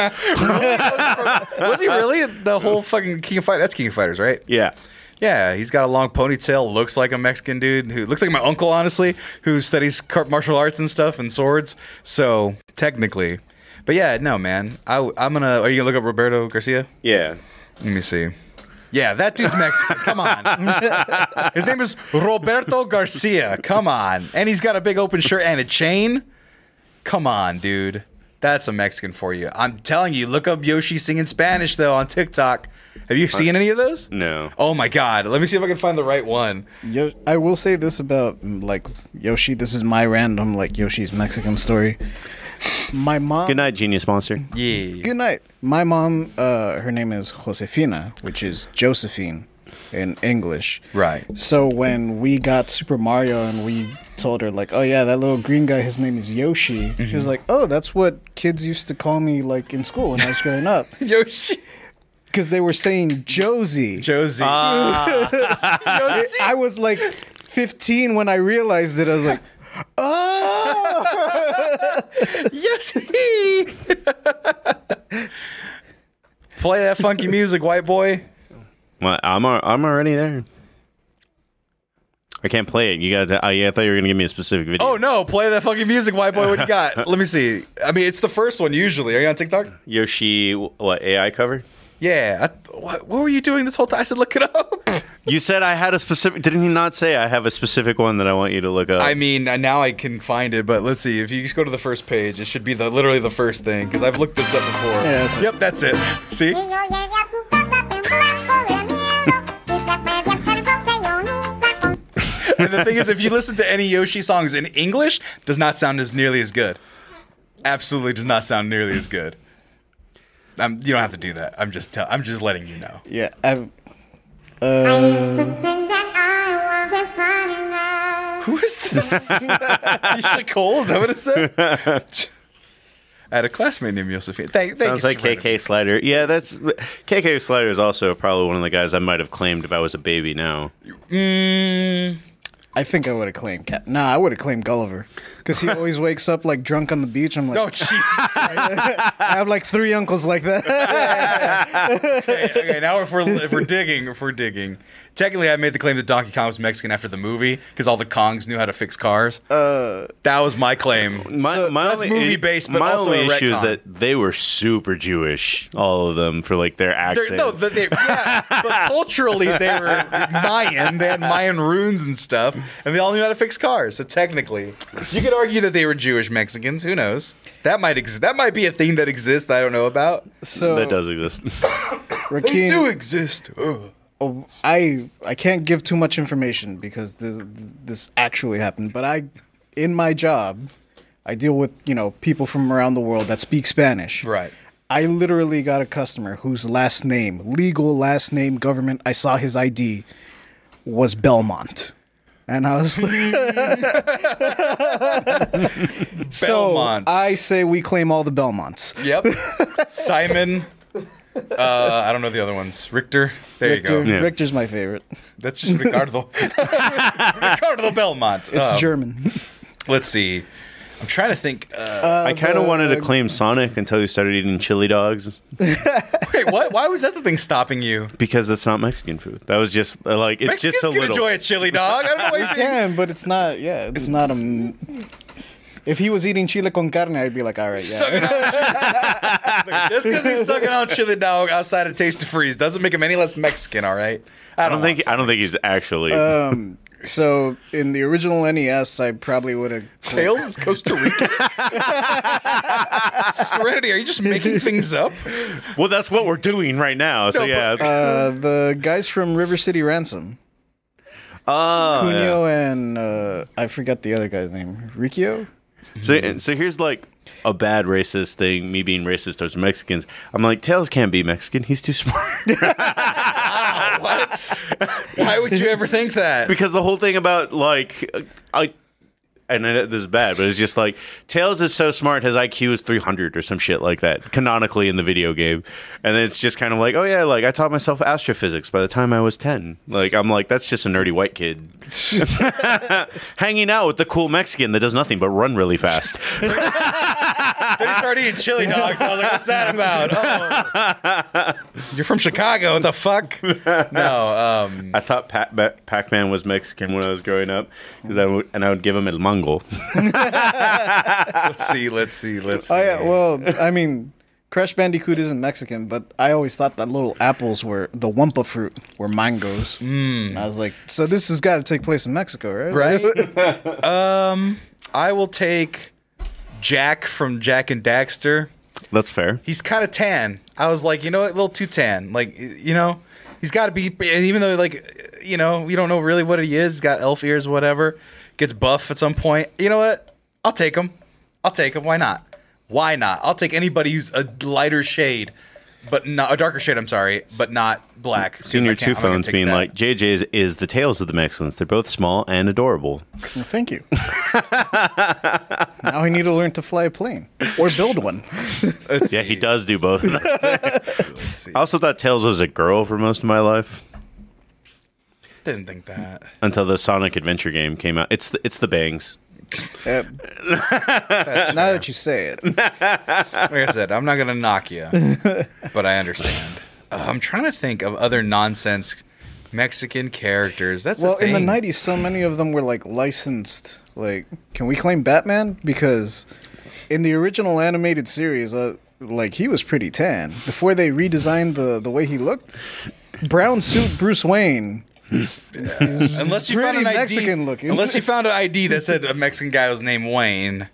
Speaker 1: Was he really the whole fucking King of Fighters? That's King of Fighters, right?
Speaker 2: Yeah.
Speaker 1: Yeah, he's got a long ponytail, looks like a Mexican dude who looks like my uncle, honestly, who studies car- martial arts and stuff and swords. So technically, but yeah, no, man, I, am gonna. Are you gonna look up Roberto Garcia?
Speaker 2: Yeah.
Speaker 1: Let me see. Yeah, that dude's Mexican. Come *laughs* on. His name is Roberto Garcia. Come on. And he's got a big open shirt and a chain. Come on, dude. That's a Mexican for you. I'm telling you, look up Yoshi singing Spanish, though, on TikTok. Have you seen any of those?
Speaker 2: No.
Speaker 1: Oh, my God. Let me see if I can find the right one.
Speaker 3: *laughs* Yo- I will say this about mm, like Yoshi. This is my random like Yoshi's Mexican story. My mom.
Speaker 2: Good night, genius monster.
Speaker 1: Yeah.
Speaker 3: Good night. My mom. Uh, her name is Josefina, which is Josephine in English.
Speaker 1: Right.
Speaker 3: So when we got Super Mario and we told her like, oh yeah, that little green guy, his name is Yoshi. She was like, oh, that's what kids used to call me like in school when I was growing up
Speaker 1: Yoshi.
Speaker 3: because they were saying Josie.
Speaker 1: Josie.
Speaker 3: I was like 15 when I realized it. I was like, oh.
Speaker 1: yes, he. *laughs* Play that funky music, white boy.
Speaker 2: Well, I'm al- I'm already there. I can't play it. You got. to- I, I thought you were gonna give me a specific video.
Speaker 1: Oh no, play that fucking music, white boy. What you
Speaker 3: *laughs*
Speaker 1: got? Let me see. I mean, it's the first one usually. Are you on TikTok?
Speaker 2: Yoshi, what AI cover?
Speaker 1: Yeah. I, what, what were you doing this whole time? I said, look it
Speaker 3: *laughs*
Speaker 1: up.
Speaker 2: You said I had a specific. Didn't you not say I have a specific one that I want you to look up?
Speaker 1: I mean, uh, now I can find it, but let's see. If you just go to the first page, it should be the literally the first thing because I've looked this up before.
Speaker 3: Yeah, that's it.
Speaker 1: yep, that's it. *laughs* See? And the thing is, if you listen to any Yoshi songs in English, does not sound as nearly as good. Absolutely, does not sound nearly as good. Um, you don't have to do that. I'm just tell- I'm just letting you know.
Speaker 3: yeah. I've,
Speaker 1: Who is this? *laughs* Isha Cole? Is that what it *laughs* said? I had a classmate named Josephine. Thank, thank
Speaker 2: Sounds
Speaker 1: you.
Speaker 2: like KK Slider. Yeah, that's KK Slider is also probably one of the guys I might have claimed if I was a baby now.
Speaker 3: I think I would have claimed Cat. Nah, I would have claimed Gulliver because he always wakes up like drunk on the beach. I'm like,
Speaker 1: Oh, jeez.
Speaker 3: I have like three uncles like that.
Speaker 1: okay, okay, now if we're, if we're digging, if we're digging. Technically, I made the claim that Donkey Kong was Mexican after the movie because all the Kongs knew how to fix cars. Uh, that was my claim.
Speaker 2: My, my
Speaker 1: so that's
Speaker 2: only-
Speaker 1: movie-based, but
Speaker 2: my
Speaker 1: also
Speaker 2: only
Speaker 1: a
Speaker 2: issue
Speaker 1: retcon.
Speaker 2: is that they were super Jewish, all of them, for like their
Speaker 1: They're-
Speaker 2: accent.
Speaker 1: no, they- they- yeah, *laughs* but culturally they were Mayan. They had Mayan runes and stuff, and they all knew how to fix cars. So technically, you could argue that they were Jewish Mexicans. Who knows? That might exist. That might be a thing that exists. That I don't know about.
Speaker 3: So
Speaker 2: that does exist. *laughs*
Speaker 1: They do
Speaker 3: Rakim,
Speaker 1: exist. Ugh.
Speaker 3: oh, I I can't give too much information because this this actually happened. But I, in my job, I deal with you know people from around the world that speak Spanish.
Speaker 1: Right.
Speaker 3: I literally got a customer whose last name, legal last name, government, I saw his ID, was Belmont. And I was
Speaker 1: *laughs*
Speaker 3: like, *laughs* so
Speaker 1: Belmonts.
Speaker 3: I say we claim all the Belmonts.
Speaker 1: *laughs* Yep. Simon. Uh, I don't know the other ones. Richter. There
Speaker 3: Richter,
Speaker 1: you go.
Speaker 2: Yeah.
Speaker 3: Richter's my favorite.
Speaker 1: That's just *laughs* Ricardo. Ricardo Belmont.
Speaker 3: It's
Speaker 1: Um,
Speaker 3: German.
Speaker 1: Let's see. I'm trying to think. Uh,
Speaker 2: I kind of wanted to claim Sonic until you started eating chili dogs
Speaker 1: wait, what? Why was that the thing stopping you?
Speaker 2: because that's not Mexican food. That was just uh, like it's
Speaker 1: Mexicans
Speaker 2: just a
Speaker 1: can
Speaker 2: little.
Speaker 3: *laughs*
Speaker 1: enjoy a chili dog. I don't know why you think.
Speaker 3: Can, but it's not, yeah, it's not a. m- If he was eating chile con carne, I'd be like, all right, yeah.
Speaker 1: Sucking
Speaker 3: *laughs*
Speaker 1: on- Just because he's sucking on chili dog outside of Taste of Freeze doesn't make him any less Mexican, all right?
Speaker 2: I don't think I don't think he's actually.
Speaker 3: So in the original NES, I probably would have.
Speaker 1: Tails is Costa
Speaker 2: *laughs*
Speaker 1: Rica. Serenity, are you just making things up?
Speaker 2: well, that's what we're doing right now. So
Speaker 1: No,
Speaker 2: yeah,
Speaker 3: Uh, the guys from River City Ransom,
Speaker 2: Oh, yeah.
Speaker 3: Cunio and uh, I forgot the other guy's name, Rikio.
Speaker 2: So, and so here's like a bad racist thing. Me being racist towards Mexicans. I'm like Tails can't be Mexican. He's too *laughs* smart.
Speaker 1: What? Why would you ever think that?
Speaker 2: because the whole thing about like uh, I. And I know this is bad, but it's just like Tails is so smart, his IQ is 300 or some shit like that, canonically in the video game. And then it's just kind of like, oh yeah, like I taught myself astrophysics by the time I was 10. Like, I'm like, that's just a nerdy white kid *laughs* hanging out with the cool Mexican that does nothing but run really fast.
Speaker 1: Then he started eating chili dogs. I was like, what's that about? Oh. You're from Chicago. What the fuck? No. Um,
Speaker 2: I thought Pac- Ma- Pac-Man was Mexican when I was growing up, 'cause I would, and I would give him el mango. *laughs*
Speaker 1: let's see. Let's see. Let's see.
Speaker 3: Oh yeah, well, I mean, Crash Bandicoot isn't Mexican, but I always thought that little apples were the wampa fruit were mangoes.
Speaker 2: Hmm.
Speaker 3: Mm. I was like, so this has got to take place in Mexico, right? *laughs*
Speaker 1: right? um, I will take Jack from Jack and Daxter.
Speaker 2: That's fair.
Speaker 1: He's kind of tan. I was like, you know, what, a little too tan. Like, you know, he's got to be. Even though, like, you know, we don't know really what he is. He's got elf ears, whatever. Gets buff at some point. You know what? I'll take him. I'll take him. Why not? Why not? I'll take anybody who's a lighter shade, but not a darker shade. I'm sorry, but not black. 'cause I
Speaker 2: Senior
Speaker 1: can't-
Speaker 2: two
Speaker 1: I'm not gonna
Speaker 2: phones
Speaker 1: take
Speaker 2: being
Speaker 1: that.
Speaker 2: like JJ's is the tails of the Mexicans. They're both small and adorable.
Speaker 3: Well, thank you. now I need to learn to fly a plane or build one.
Speaker 2: yeah, he does do both. of those. *laughs* I also thought Tails was a girl for most of my life
Speaker 1: didn't think that.
Speaker 2: until the Sonic Adventure game came out. It's the, it's the bangs.
Speaker 3: Yep. now that you say it,
Speaker 1: like I said, I'm not gonna knock
Speaker 3: *laughs*
Speaker 1: you, but I understand. Uh, I'm trying to think of other nonsense Mexican characters. That's
Speaker 3: well,
Speaker 1: a thing.
Speaker 3: in the '90s, so many of them were like licensed. Like, can we claim Batman? Because in the original animated series, uh, like he was pretty tan. Before they redesigned the the way he looked, brown suit Bruce Wayne.
Speaker 1: unless you
Speaker 3: pretty
Speaker 1: found an ID,
Speaker 3: Mexican looking.
Speaker 1: unless you found an ID that said a Mexican guy was named Wayne.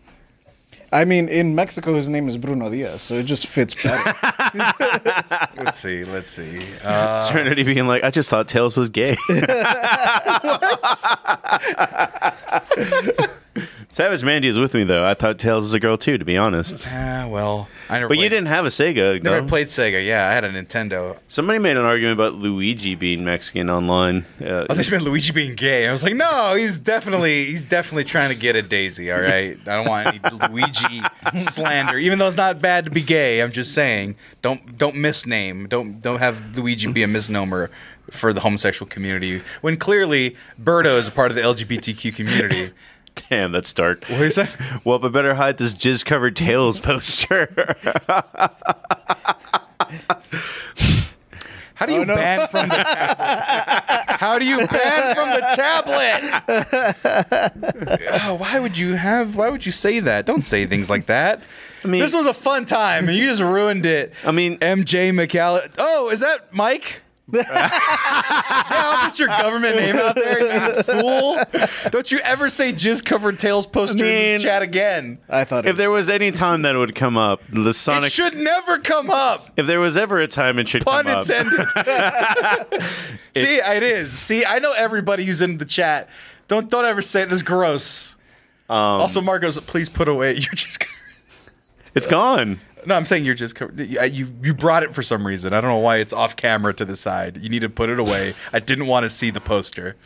Speaker 3: I mean, in Mexico, his name is Bruno Diaz, so it just fits better.
Speaker 1: Let's see, let's see. Uh,
Speaker 2: *laughs* Serenity being like, I just thought Tails was
Speaker 1: *laughs*
Speaker 2: gay. Savage Mandy is with me though. I thought Tails was a girl too, to be honest.
Speaker 1: ah, well, I never.
Speaker 2: But
Speaker 1: played,
Speaker 2: you didn't have a Sega.
Speaker 1: Never
Speaker 2: no?
Speaker 1: played Sega. Yeah, I had a Nintendo.
Speaker 2: Somebody made an argument about Luigi being Mexican online. Uh,
Speaker 1: Oh, there's been Luigi being gay. I was like, no, he's definitely he's definitely trying to get a Daisy. All right, I don't want any Luigi slander. Even though it's not bad to be gay, I'm just saying don't don't misname. Don't don't have Luigi be a misnomer for the homosexual community when clearly Birdo is a part of the LGBTQ community.
Speaker 2: *laughs* Damn, that's dark.
Speaker 1: What is that?
Speaker 2: Well, but better hide this jizz covered *laughs* tails poster.
Speaker 1: How do
Speaker 2: Oh,
Speaker 1: you ban from the tablet? How do you ban from the tablet? oh, why would you have? Why would you say that? Don't say things like that.
Speaker 2: mean-
Speaker 1: this was a fun time, and you just ruined it.
Speaker 2: I mean-
Speaker 1: MJ McAllister. Oh, is that
Speaker 2: *laughs*
Speaker 1: Mike? yeah, I'll put your government name out there, you fool. Don't you ever say jizz covered tails poster in
Speaker 2: mean-
Speaker 1: this chat again.
Speaker 3: I thought it
Speaker 2: *laughs* if there was any time that would come up, the
Speaker 1: It
Speaker 2: Sonic.
Speaker 1: should never come up.
Speaker 2: if there was ever a time it should
Speaker 1: Pun
Speaker 2: come up.
Speaker 1: intended.
Speaker 2: *laughs*
Speaker 1: *laughs* See, it is. See, I know everybody who's in the chat. Don't don't ever say it. This is gross.
Speaker 2: Um,
Speaker 1: also, Marcos, please put away. *laughs* You're just.
Speaker 2: It's gone.
Speaker 1: No, I'm saying you're just covered. You, you you brought it for some reason. I don't know why it's off camera to the side. You need to put it away. I didn't want to see the poster.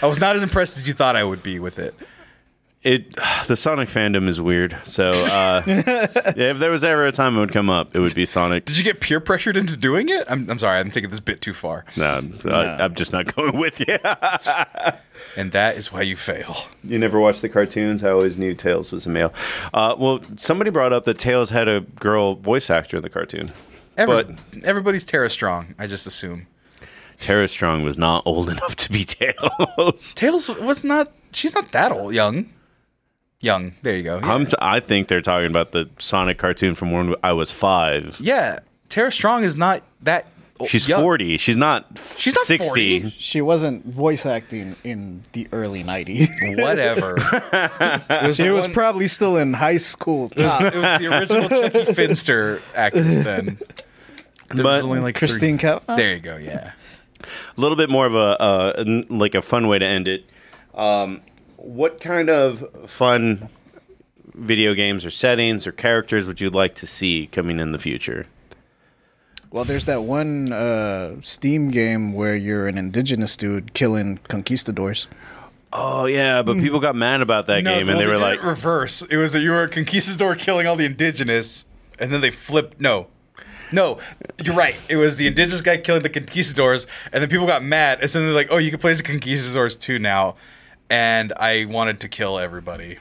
Speaker 1: I was not as impressed as you thought I would be with it.
Speaker 2: It *sighs* the Sonic fandom is weird. So *laughs* uh, if there was ever a time it would come up, it would be Sonic.
Speaker 1: Did you get peer pressured into doing it? I'm, I'm sorry. I'm taking this bit too far.
Speaker 2: No, I, I'm just not *laughs* going with you.
Speaker 1: And that is why you fail.
Speaker 2: you never watched the cartoons. I always knew Tails was a male. Uh, well, somebody brought up that Tails had a girl voice actor in the cartoon,
Speaker 1: Every,
Speaker 2: but
Speaker 1: everybody's Terra strong. I just assume.
Speaker 2: Tara Strong was not *laughs* old enough to be Tails.
Speaker 1: Tails was not. She's not that old, young. Young. There you go. Yeah.
Speaker 2: I'm t- I think they're talking about the Sonic cartoon from when I was five.
Speaker 1: yeah. Tara Strong is not that. o-
Speaker 2: She's
Speaker 1: young.
Speaker 2: 40. She's not
Speaker 1: She's not
Speaker 2: 60.
Speaker 1: 40.
Speaker 3: She wasn't voice acting in the early 90s.
Speaker 1: *laughs* Whatever. it was,
Speaker 3: She
Speaker 1: the
Speaker 3: was
Speaker 1: one-
Speaker 3: probably still in high school.
Speaker 1: it
Speaker 3: Top.
Speaker 1: was the original Chucky Finster actors then. There
Speaker 2: But
Speaker 1: was only like three-
Speaker 3: Christine Cow.
Speaker 1: There you go. Yeah.
Speaker 2: A little bit more of a uh, n- like a fun way to end it. Um, what kind of fun video games or settings or characters would you like to see coming in the future?
Speaker 3: Well, there's that one uh, Steam game where you're an indigenous dude killing conquistadors.
Speaker 2: Oh yeah, but people got mad about that game
Speaker 1: well,
Speaker 2: and they were
Speaker 1: did
Speaker 2: like,
Speaker 1: it reverse. It was that you were a conquistador killing all the indigenous, and then they flipped. No, no, you're right. It was the indigenous guy killing the conquistadors, and then people got mad, and so they're like, "Oh, you can play as the conquistadors too now," and I wanted to kill everybody.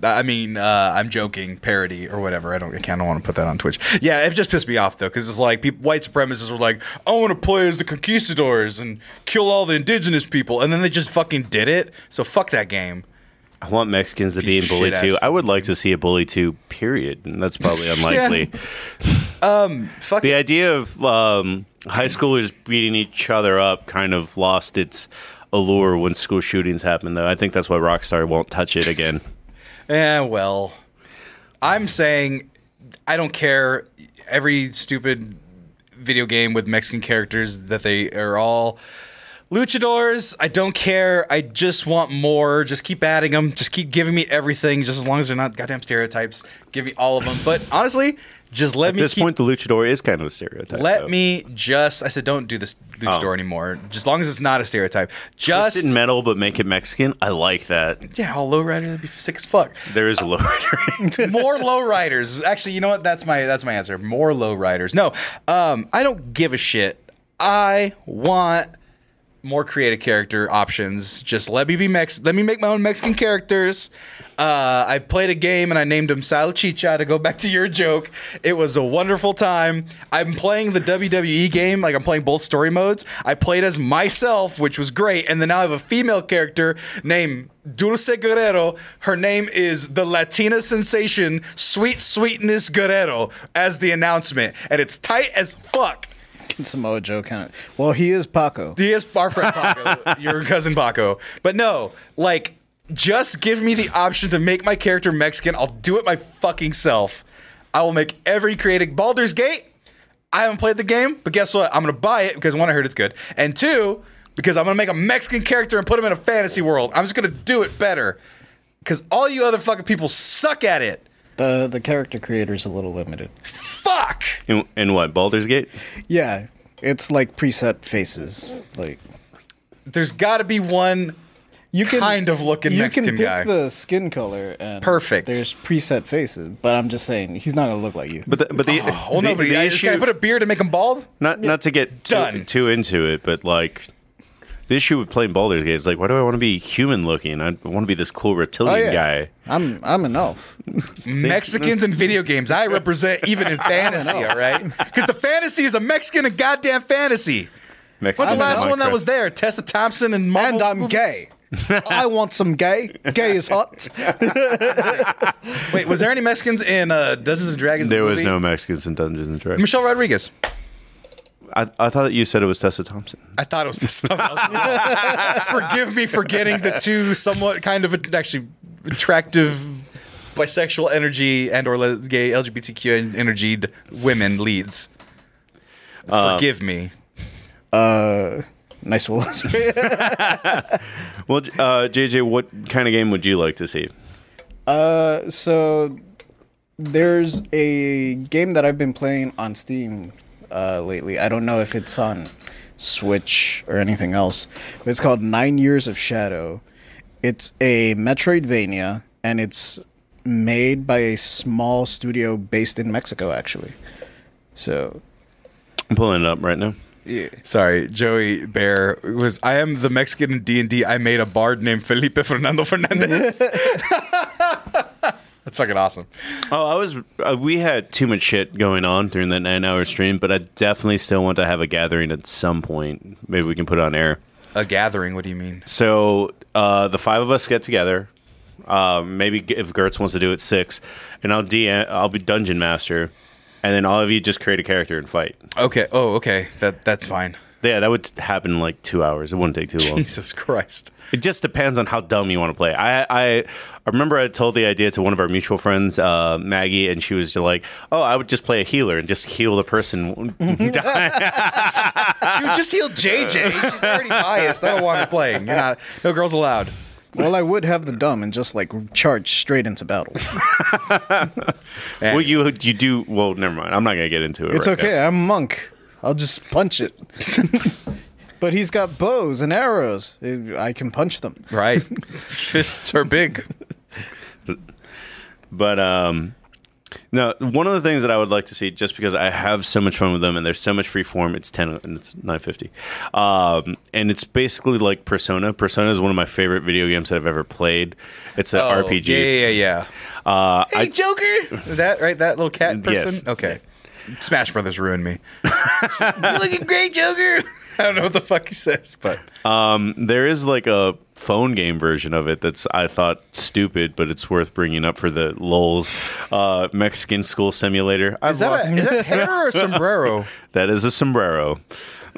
Speaker 1: I mean, uh, I'm joking, parody or whatever. I don't, I can't, I don't want to put that on Twitch. Yeah, it just pissed me off though, because it's like peop white supremacists were like, "I want to play as the conquistadors and kill all the indigenous people," and then they just fucking did it. So fuck that game.
Speaker 2: I want Mexicans to be in
Speaker 1: Piece of
Speaker 2: Bully
Speaker 1: shit
Speaker 2: 2.
Speaker 1: ass
Speaker 2: I would like to see a Bully 2, period. And that's
Speaker 1: *laughs*
Speaker 2: probably
Speaker 1: Yeah.
Speaker 2: unlikely.
Speaker 1: Fuck
Speaker 2: The idea of um, high schoolers beating each other up kind of lost its allure when school shootings happened, though. I think that's why Rockstar won't touch it again.
Speaker 1: Eh, well, I'm saying I don't care. Every stupid video game with Mexican characters that they are all luchadors. I don't care. I just want more. Just keep adding them. Just keep giving me everything. Just as long as they're not goddamn stereotypes. Give me all of them. But honestly, just let
Speaker 2: At
Speaker 1: me
Speaker 2: this
Speaker 1: keep
Speaker 2: point, the luchador is kind of a stereotype.
Speaker 1: let
Speaker 2: though.
Speaker 1: me just. I said, don't do this luchador
Speaker 2: Oh.
Speaker 1: anymore. Just as long as it's not a stereotype.
Speaker 2: Just
Speaker 1: Just
Speaker 2: in metal, but make it Mexican. I like that.
Speaker 1: yeah, all lowrider. That'd be sick as fuck.
Speaker 2: There is a *laughs* lowrider.
Speaker 1: *laughs* more lowriders. Actually, you know what? That's my that's my answer. More lowriders. No, um, I don't give a shit. I want more creative character options. Just let me be Mex. Let me make my own Mexican characters. Uh, I played a game and I named him Sal Chicha. To go back to your joke, it was a wonderful time. I'm playing the WWE game. Like I'm playing both story modes. I played as myself, which was great. And then now I have a female character named Dulce Guerrero. Her name is the Latina sensation Sweet Sweetness Guerrero as the announcement, and it's tight as fuck.
Speaker 3: Can Samoa Joe count? Well, he is Paco.
Speaker 1: He is our friend
Speaker 2: *laughs*
Speaker 1: Paco, your cousin Paco. But no, like, just give me the option to make my character Mexican. I'll do it my fucking self. I will make every creative Baldur's Gate. I haven't played the game, but guess what? I'm gonna buy it because one, I heard it's good, and two, because I'm gonna make a Mexican character and put him in a fantasy world. I'm just gonna do it better. Cause all you other fucking people suck at it.
Speaker 3: The the character creator is a little limited.
Speaker 1: Fuck.
Speaker 2: in, in what? Baldur's Gate?
Speaker 3: Yeah, it's like preset faces. Like
Speaker 1: There's gotta be one
Speaker 3: you can
Speaker 1: kind of looking
Speaker 3: you
Speaker 1: Mexican
Speaker 3: can pick
Speaker 1: guy.
Speaker 3: the skin color. And
Speaker 1: Perfect.
Speaker 3: There's preset faces, but I'm just saying he's not gonna look like you.
Speaker 2: But the, but the,
Speaker 1: well,
Speaker 2: the,
Speaker 1: Oh, nobody.
Speaker 2: the
Speaker 1: I just
Speaker 2: issue,
Speaker 1: gotta put a beard and make him bald.
Speaker 2: not not to get too,
Speaker 1: Done.
Speaker 2: too into it, but like the issue with playing Baldur's Gate is like, why do I want to be human looking? I want to be this cool reptilian
Speaker 1: Oh,
Speaker 2: guy.
Speaker 3: Oh, I'm I'm an elf.
Speaker 1: Mexicans in video games. I represent even in fantasy, all right? Because the fantasy is a Mexican and goddamn fantasy. What's
Speaker 2: Mexican
Speaker 1: the
Speaker 2: in
Speaker 1: last one that
Speaker 2: Minecraft.
Speaker 1: was there? Tessa Thompson and Marvel
Speaker 3: and I'm
Speaker 1: movies?
Speaker 3: *laughs* gay. I want some gay. Gay is hot.
Speaker 1: Wait, was there any Mexicans in uh, Dungeons and Dragons? the
Speaker 2: There was
Speaker 1: movie?
Speaker 2: no Mexicans in Dungeons and Dragons.
Speaker 1: Michelle Rodriguez.
Speaker 2: I, I thought you said it was Tessa Thompson.
Speaker 1: I thought it was this stuff. else. *laughs* Forgive me for getting the two somewhat kind of actually attractive bisexual energy and or le- gay LGBTQ en- energied women leads.
Speaker 2: Uh,
Speaker 1: Forgive me.
Speaker 3: Nice Willis.
Speaker 2: Well, J- uh, JJ, what kind of game would you like to see?
Speaker 3: so there's a game that I've been playing on Steam uh, lately. I don't know if it's on Switch or anything else. But it's called Nine Years of Shadow. It's a Metroidvania, and it's made by a small studio based in Mexico, actually. So
Speaker 2: I'm pulling it up right now.
Speaker 1: Sorry, Joey Bear was. I am the Mexican in D and D. I made a bard named Felipe Fernando Fernandez. *laughs* That's fucking awesome.
Speaker 2: Oh, I was. Uh, we had too much shit going on during that nine-hour stream, but I definitely still want to have a gathering at some point. Maybe we can put it on air.
Speaker 1: A gathering? What do you mean?
Speaker 2: So uh, the five of us get together. Um, maybe g- if Gertz wants to do it six, and I'll DM, I'll be dungeon master, and then all of you just create a character and fight.
Speaker 1: Okay. Oh, okay. That that's fine.
Speaker 2: Yeah, that would happen in like two hours. It wouldn't take too long.
Speaker 1: Jesus Christ.
Speaker 2: It just depends on how dumb you want to play. I, I I remember I told the idea to one of our mutual friends, uh, Maggie, and she was just like, "Oh, I would just play a healer and just heal the person."
Speaker 3: Mm-hmm.
Speaker 1: She would just heal JJ. She's already biased. I don't want her playing. You're not. No girls allowed.
Speaker 3: Well, I would have the dumb and just like charge straight into battle.
Speaker 1: And-
Speaker 2: well, you you do well. Never mind. I'm not gonna get into it.
Speaker 3: It's
Speaker 2: right now.
Speaker 3: okay. I'm a monk. I'll just punch it. but he's got bows and arrows. I I can punch them.
Speaker 1: *laughs* Right. Fists are big.
Speaker 2: But um, no, one of the things that I would like to see, just because I have so much fun with them and there's so much free form, it's ten and it's nine fifty, um, and it's basically like Persona. Persona is one of my favorite video games that I've ever played. It's an
Speaker 1: Oh,
Speaker 2: RPG.
Speaker 1: Yeah, yeah, yeah.
Speaker 2: Uh,
Speaker 1: Hey,
Speaker 2: I-
Speaker 1: Joker. Is that right? That little cat
Speaker 2: Yes.
Speaker 1: person. Okay. Smash Brothers ruined me. *laughs* You're looking great, Joker. *laughs* I don't know what the fuck he says, but
Speaker 2: there is like a phone game version of it that's I thought stupid, but it's worth bringing up for the lols. Uh, Mexican school simulator. I've
Speaker 1: is that,
Speaker 2: lost-
Speaker 1: a, is *laughs* that hair or a sombrero?
Speaker 2: that is a sombrero. *laughs*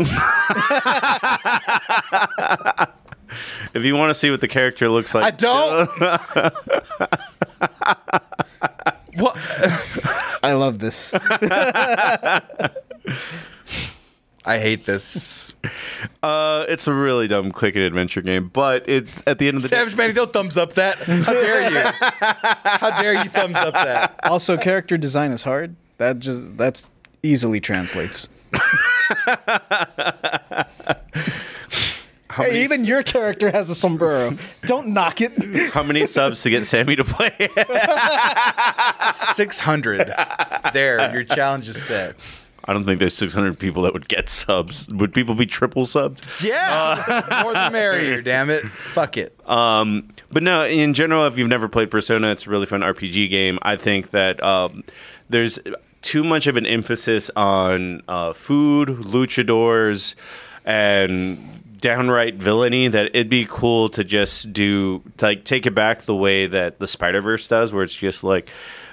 Speaker 2: if you want to see what the character looks like,
Speaker 1: I don't. *laughs* what?
Speaker 3: I love this.
Speaker 1: I hate this.
Speaker 2: Uh, it's a really dumb click and adventure game, but it's at the end of the
Speaker 1: Savage Manny, don't thumbs up that. How dare you? How dare you thumbs up that?
Speaker 3: *laughs* also, character design is hard. That just that's easily translates. Hey, even your character has a sombrero. Don't knock it.
Speaker 2: day,
Speaker 1: *laughs*
Speaker 2: how many subs to get Sammy to play? *laughs* it?
Speaker 1: 600. There, your challenge is set.
Speaker 2: I don't think there's 600 people that would get subs. Would people be triple subs?
Speaker 1: Yeah. *laughs* More the merrier, damn it. Fuck it.
Speaker 2: But no, in general, if you've never played Persona, it's a really fun RPG game. I think that um, there's too much of an emphasis on uh, food, luchadors, and downright villainy that it'd be cool to just do like take it back the way that the Spider Verse does, where it's just like.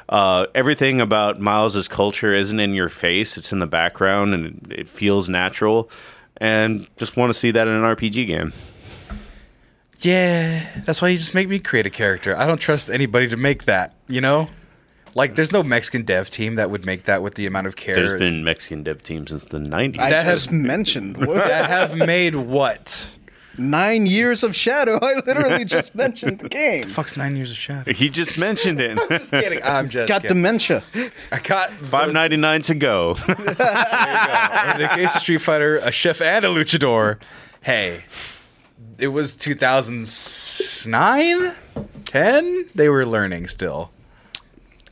Speaker 2: Uh, everything about Miles's culture isn't in your face; it's in the background, and it feels natural. And just want to see that in an RPG game.
Speaker 1: Yeah, that's why you just make me create a character. I don't trust anybody to make that, you know? Like, there's no Mexican dev team that would make that with the amount of care
Speaker 2: There's been Mexican dev teams since the '90s.
Speaker 3: I
Speaker 1: That has-
Speaker 3: just mentioned what?
Speaker 1: that have made what?
Speaker 3: nine years of shadow. *laughs* I literally just mentioned the game.
Speaker 1: Fuck's nine years of
Speaker 2: *laughs*
Speaker 1: shadow.
Speaker 2: He
Speaker 1: *laughs*
Speaker 2: just mentioned it.
Speaker 1: Just kidding. I'm just
Speaker 3: Got
Speaker 1: kidding.
Speaker 3: dementia.
Speaker 1: I got
Speaker 2: *laughs* Five ninety nine to go. *laughs*
Speaker 1: in the case of Street Fighter, a chef and a luchador. Hey, it was 2009, 10. They were learning still.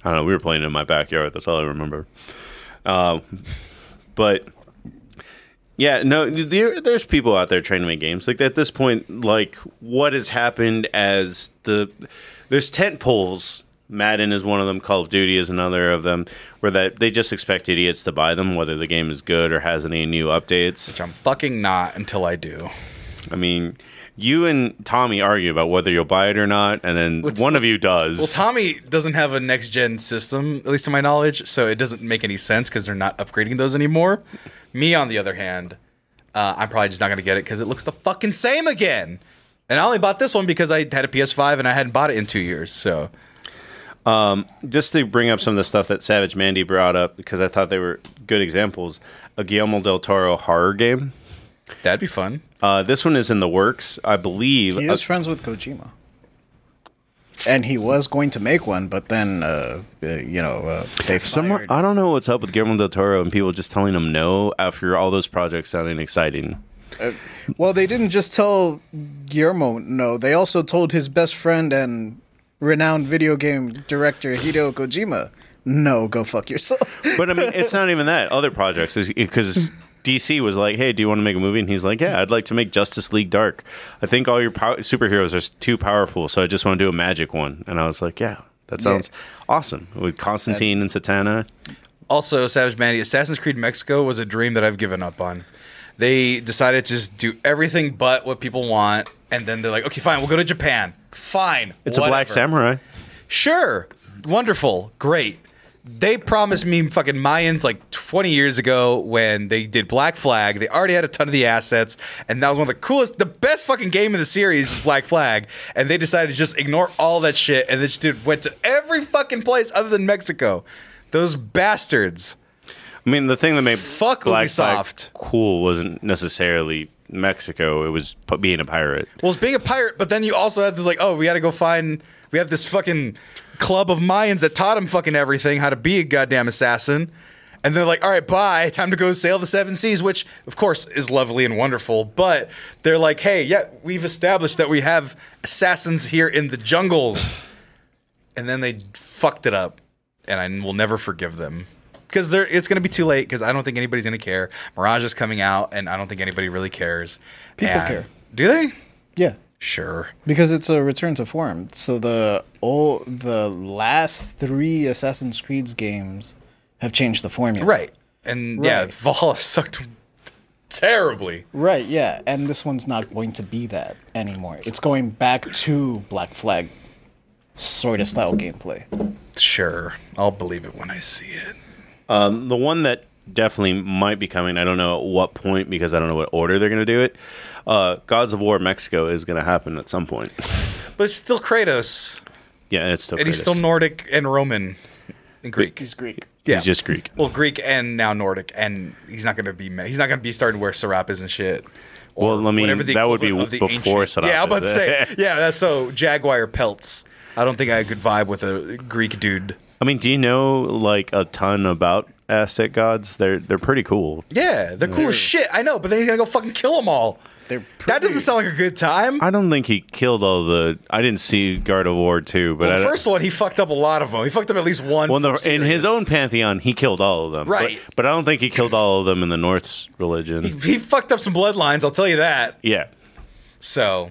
Speaker 2: I don't know. We were playing in my backyard. That's all I remember. Um, but yeah, no, there, there's people out there trying to make games. Like at this point, like what has happened as the there's tent poles. Madden is one of them. Call of Duty is another of them, where that they just expect idiots to buy them, whether the game is good or has any new updates.
Speaker 1: Which I'm fucking not until I do.
Speaker 2: I mean, you and Tommy argue about whether you'll buy it or not, and then
Speaker 1: What's-
Speaker 2: one of you does.
Speaker 1: Well, Tommy doesn't have a next gen system, at least to my knowledge, so it doesn't make any sense because they're not upgrading those anymore. Me, on the other hand, uh, I'm probably just not going to get it because it looks the fucking same again. And I only bought this one because I had a PS5 and I hadn't bought it in two years. So
Speaker 2: just to bring up some of the stuff that Savage Mandy brought up because I thought they were good examples. A Guillermo del Toro horror game.
Speaker 1: that'd be fun.
Speaker 2: Uh, this one is in the works, I believe.
Speaker 3: He
Speaker 2: Uh,
Speaker 3: is friends with Kojima. And he was going to make one, but then, uh, uh, you know, uh, they
Speaker 2: somewhere,
Speaker 3: fired.
Speaker 2: I don't know what's up with Guillermo del Toro and people just telling him no after all those projects sounding exciting.
Speaker 3: Well, they didn't just tell Guillermo no. They also told his best friend and renowned video game director Hideo Kojima, "No, go fuck yourself."
Speaker 2: But I mean, it's not even that. Other projects, because DC was like, "Hey, do you want to make a movie?" And he's like, "Yeah, I'd like to make Justice League Dark. I think all your pow- superheroes are s- too powerful, so I just want to do a magic one." And I was like, "Yeah, that sounds awesome." With Constantine and Satana,
Speaker 1: Also, Savage Mandy, Assassin's Creed Mexico was a dream that I've given up on. They decided to just do everything but what people want, and then they're like, okay, fine, we'll go to Japan. Fine.
Speaker 2: It's a black
Speaker 1: whatever.
Speaker 2: samurai.
Speaker 1: Sure. Wonderful. Great. They promised me fucking Mayans like 20 years ago when they did Black Flag. They already had a ton of the assets, and that was one of the coolest, the best fucking game in the series was Black Flag. And they decided to just ignore all that shit and they just did, went to every fucking place other than Mexico. Those bastards.
Speaker 2: I mean, the thing that made
Speaker 1: Fuck
Speaker 2: Black
Speaker 1: Ubisoft.
Speaker 2: Flag cool wasn't necessarily Mexico. It was p- being a pirate.
Speaker 1: Well, it's being a pirate, but then you also have this like, oh, we got to go find. We have this fucking club of Mayans that taught him fucking everything, how to be a goddamn assassin. And they're like, all right, bye. Time to go sail the seven seas, which of course is lovely and wonderful. But they're like, hey, yeah, we've established that we have assassins here in the jungles. And then they fucked it up, and I will never forgive them. Because it's going to be too late. Because I don't think anybody's going to care. Mirage is coming out, and I don't think anybody really cares.
Speaker 3: People
Speaker 1: And-
Speaker 3: care.
Speaker 1: Do they?
Speaker 3: Yeah.
Speaker 1: Sure.
Speaker 3: Because it's a return to form. So the all the last three Assassin's Creed's games have changed the formula.
Speaker 1: Right. And yeah,
Speaker 3: Right.
Speaker 1: Valhalla sucked terribly.
Speaker 3: Right, yeah. And this one's not going to be that anymore. It's going back to Black Flag sort of style gameplay.
Speaker 1: Sure. I'll believe it when I see it.
Speaker 2: The one that definitely might be coming. I don't know at what point because I don't know what order they're going to do it. Uh, Gods of War Mexico is going to happen at some point. *laughs*
Speaker 1: But it's still Kratos.
Speaker 2: Yeah, it's still.
Speaker 1: And he's
Speaker 2: Kratos.
Speaker 1: still Nordic and Roman and Greek.
Speaker 3: He's Greek.
Speaker 1: yeah.
Speaker 2: He's just Greek.
Speaker 1: well, Greek and now Nordic, and he's not gonna be ma- he's not gonna be starting to wear serapes and shit. Or
Speaker 2: Well, I mean,
Speaker 1: whatever
Speaker 2: that would be
Speaker 1: equivalent of the
Speaker 2: before
Speaker 1: ancient- Yeah, I'm about to say.
Speaker 2: *laughs* serapes.
Speaker 1: Yeah, that's so Jaguar pelts. I don't think I could vibe with a Greek dude.
Speaker 2: I mean, do you know like a ton about Aztec gods? They're they're pretty cool.
Speaker 1: Yeah, they're cool as shit. I know, but then he's gonna go fucking kill them all.
Speaker 3: They're
Speaker 1: That
Speaker 3: pretty-
Speaker 1: doesn't sound like a good time.
Speaker 2: I don't think he killed all the. I didn't see God of War two, but
Speaker 1: Well,
Speaker 2: I
Speaker 1: the
Speaker 2: don't,
Speaker 1: first one, he fucked up a lot of them. He fucked up at least one.
Speaker 2: Well, in,
Speaker 1: from
Speaker 2: the, in his
Speaker 1: Sirius.
Speaker 2: own pantheon, he killed all of them.
Speaker 1: Right.
Speaker 2: But, but I don't think he killed all of them in the Norse religion.
Speaker 1: he fucked up some bloodlines. I'll tell you that.
Speaker 2: Yeah.
Speaker 1: So,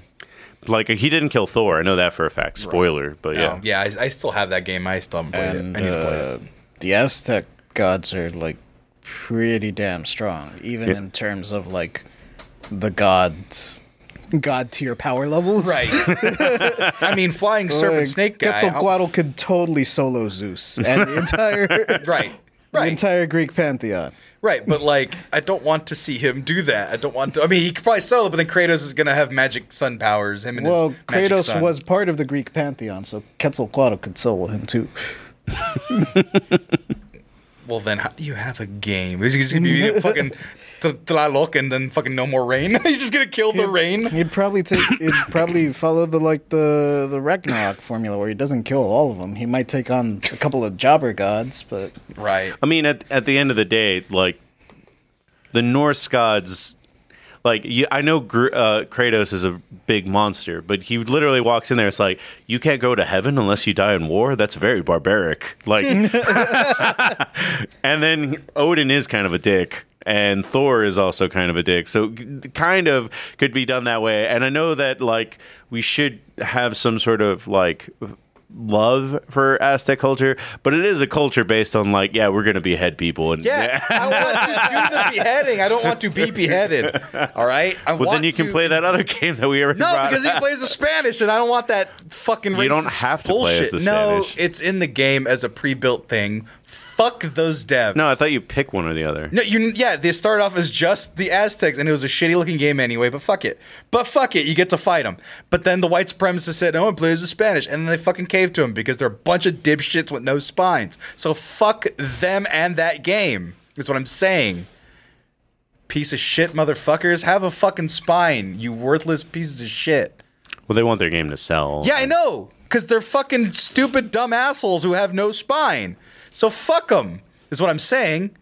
Speaker 2: Like, he didn't kill Thor. I know that for a fact. Spoiler. But yeah.
Speaker 1: yeah, um, yeah, I, I still have that game. I still haven't played
Speaker 3: And, uh,
Speaker 1: it. I need to play it.
Speaker 3: The Aztec gods are like pretty damn strong, even in terms of like the gods god tier power levels. *laughs*
Speaker 1: Right.
Speaker 2: *laughs*
Speaker 1: I mean, flying serpent
Speaker 3: Like,
Speaker 1: snake guy. I'll-
Speaker 3: Quetzalcoatl could totally solo Zeus and the entire
Speaker 1: *laughs*
Speaker 3: *laughs*
Speaker 1: Right.
Speaker 3: the
Speaker 1: Right.
Speaker 3: entire Greek pantheon.
Speaker 1: Right. But like, I don't want to see him do that. I don't want to. I mean, he could probably sell it, but then Kratos is gonna have magic sun powers. Him and
Speaker 3: Well,
Speaker 1: his magic
Speaker 3: Kratos
Speaker 1: sun.
Speaker 3: was part of the Greek pantheon, so Quetzalcoatl could solo him too.
Speaker 1: Well, then how do you have a game? He's just gonna
Speaker 3: *laughs*
Speaker 1: be the fucking Th- Tlaloc and then fucking no more rain. *laughs* He's just gonna kill the rain.
Speaker 3: He'd probably take. He'd probably follow the like the the Ragnarok formula, where he doesn't kill all of them. He might take on a couple of jobber gods, but
Speaker 1: Right.
Speaker 2: I mean, at, at the end of the day, like, the Norse gods. Like you, I know Gr- uh, Kratos is a big monster, but he literally walks in there. It's like you can't go to heaven unless you die in war. That's very barbaric. Like, and then Odin is kind of a dick, and Thor is also kind of a dick. So, g- kind of could be done that way. And I know that like we should have some sort of like love for Aztec culture, but it is a culture based on like, yeah, we're gonna behead people, and
Speaker 1: Yeah, I want to do the beheading. I don't want to be beheaded. All right. I
Speaker 2: Well,
Speaker 1: want
Speaker 2: then you can
Speaker 1: to-
Speaker 2: play that other *laughs* game that we already
Speaker 1: No,
Speaker 2: brought
Speaker 1: because he
Speaker 2: up.
Speaker 1: plays the Spanish, and I don't want that fucking.
Speaker 2: You don't
Speaker 1: racist
Speaker 2: have to play as
Speaker 1: bullshit.
Speaker 2: the
Speaker 1: No,
Speaker 2: Spanish.
Speaker 1: it's in the game as a pre-built thing. Fuck those devs.
Speaker 2: No, I thought you pick one or the other.
Speaker 1: No, you. Yeah, they started off as just the Aztecs, and it was a shitty-looking game anyway. But fuck it. But fuck it. You get to fight them. But then the white supremacists said, "No one plays the Spanish," and then they fucking caved to them because they're a bunch of dipshits with no spines. So fuck them and that game. Is what I'm saying. Piece of shit, motherfuckers. Have a fucking spine, you worthless pieces of shit.
Speaker 2: Well, they want their game to sell.
Speaker 1: Yeah, I know. Because they're fucking stupid, dumb assholes who have no spine. So fuck them, is what I'm saying.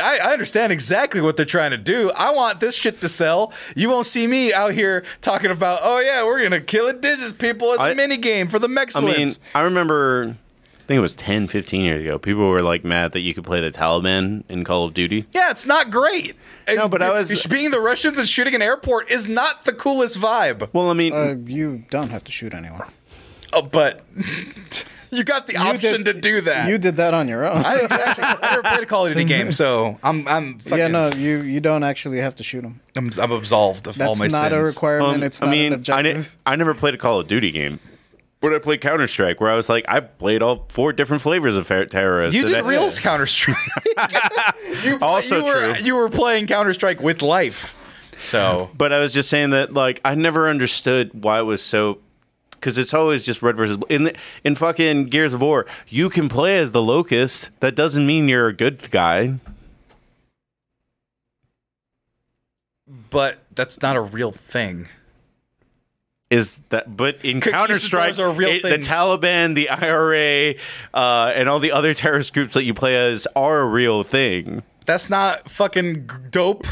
Speaker 1: I, I understand exactly what they're trying to do. I want this shit to sell. You won't see me out here talking about, oh yeah, we're gonna kill indigenous people as a
Speaker 2: I-
Speaker 1: minigame for the
Speaker 2: I
Speaker 1: Mexicans.
Speaker 2: mean, I remember, I think it was 10, 15 years ago, people were like mad that you could play the Taliban in Call of Duty.
Speaker 1: yeah, it's not great.
Speaker 2: No,
Speaker 1: And
Speaker 2: but I was-
Speaker 1: being the Russians and shooting an airport is not the coolest vibe.
Speaker 2: Well, I mean,
Speaker 3: uh, you don't have to shoot anyone.
Speaker 1: Oh, but *laughs* you got the option to do that.
Speaker 3: You did that on your own.
Speaker 1: I, actually,
Speaker 2: *laughs*
Speaker 1: I never played a Call of Duty game, so I'm I'm fucking,
Speaker 3: yeah, no, you you don't actually have to shoot him.
Speaker 1: I'm, I'm absolved of all
Speaker 3: That's
Speaker 1: my
Speaker 3: not
Speaker 1: sins.
Speaker 3: a requirement.
Speaker 2: Um,
Speaker 3: it's
Speaker 2: I
Speaker 3: not
Speaker 2: mean,
Speaker 3: an
Speaker 2: I,
Speaker 3: objective.
Speaker 2: ne- I never played a Call of Duty game, but I played Counter Strike, where I was like, I played all four different flavors of fer- terrorists.
Speaker 1: you
Speaker 2: and
Speaker 1: did
Speaker 2: I-
Speaker 1: real Counter Strike.
Speaker 2: Also
Speaker 1: *laughs* you were,
Speaker 2: true.
Speaker 1: You were playing Counter Strike with life, so
Speaker 2: But I was just saying that, like, I never understood why it was so. Because it's always just red versus bl- in the, in fucking Gears of War. You can play as the Locust. That doesn't mean you're a good guy.
Speaker 1: but that's not a real thing.
Speaker 2: Is that? But in
Speaker 1: Cookies and
Speaker 2: Counter Strike,
Speaker 1: those are real
Speaker 2: the
Speaker 1: things.
Speaker 2: Taliban, the IRA, uh, and all the other terrorist groups that you play as are a real thing.
Speaker 1: That's not fucking g- dope.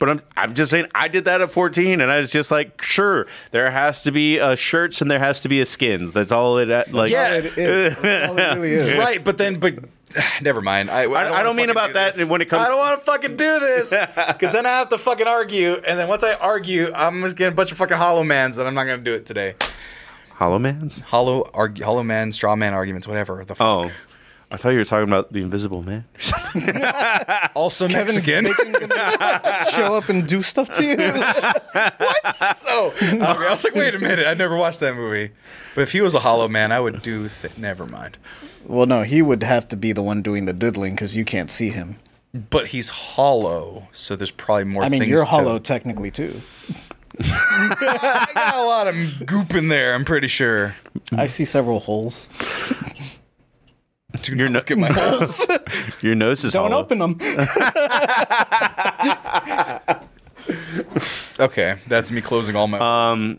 Speaker 2: But I'm I'm just saying I did that at 14 and I was just like sure there has to be uh, shirts and there has to be a skins that's all it uh, like
Speaker 1: Yeah.
Speaker 3: It is. That's all it
Speaker 1: *laughs*
Speaker 3: really is.
Speaker 1: Right, but then, but *sighs* never mind. I, I don't,
Speaker 2: I
Speaker 1: wanna
Speaker 2: don't mean
Speaker 1: fucking
Speaker 2: about
Speaker 1: do
Speaker 2: that
Speaker 1: this.
Speaker 2: when it comes
Speaker 1: I don't
Speaker 2: to-
Speaker 1: want to fucking do
Speaker 2: *laughs*
Speaker 1: this because then I have to fucking argue, and then once I argue, I'm just getting a bunch of fucking hollow mans, and I'm not gonna do it today.
Speaker 2: Hollow Man's
Speaker 1: Hollow arg- hollow man, straw man arguments, whatever the fuck.
Speaker 2: oh I thought you were talking about the Invisible Man *laughs*
Speaker 1: Also
Speaker 3: Kevin
Speaker 1: Mexican.
Speaker 3: Bacon gonna show up and do stuff to
Speaker 1: *laughs*
Speaker 3: you.
Speaker 1: so *laughs* okay, I was like, wait a minute, I never watched that movie. But if he was a hollow man, I would do. Th- never mind.
Speaker 3: well, no, he would have to be the one doing the diddling because you can't see him.
Speaker 1: But he's hollow, so there's probably more.
Speaker 3: I mean,
Speaker 1: things
Speaker 3: you're
Speaker 1: to-
Speaker 3: hollow technically too.
Speaker 1: *laughs* I got a lot of goop in there. I'm pretty sure.
Speaker 3: I see several holes.
Speaker 1: Do not *laughs* look at my holes.
Speaker 2: Your nose is
Speaker 3: Don't
Speaker 2: hollow
Speaker 3: open them.
Speaker 1: okay, that's me closing all my.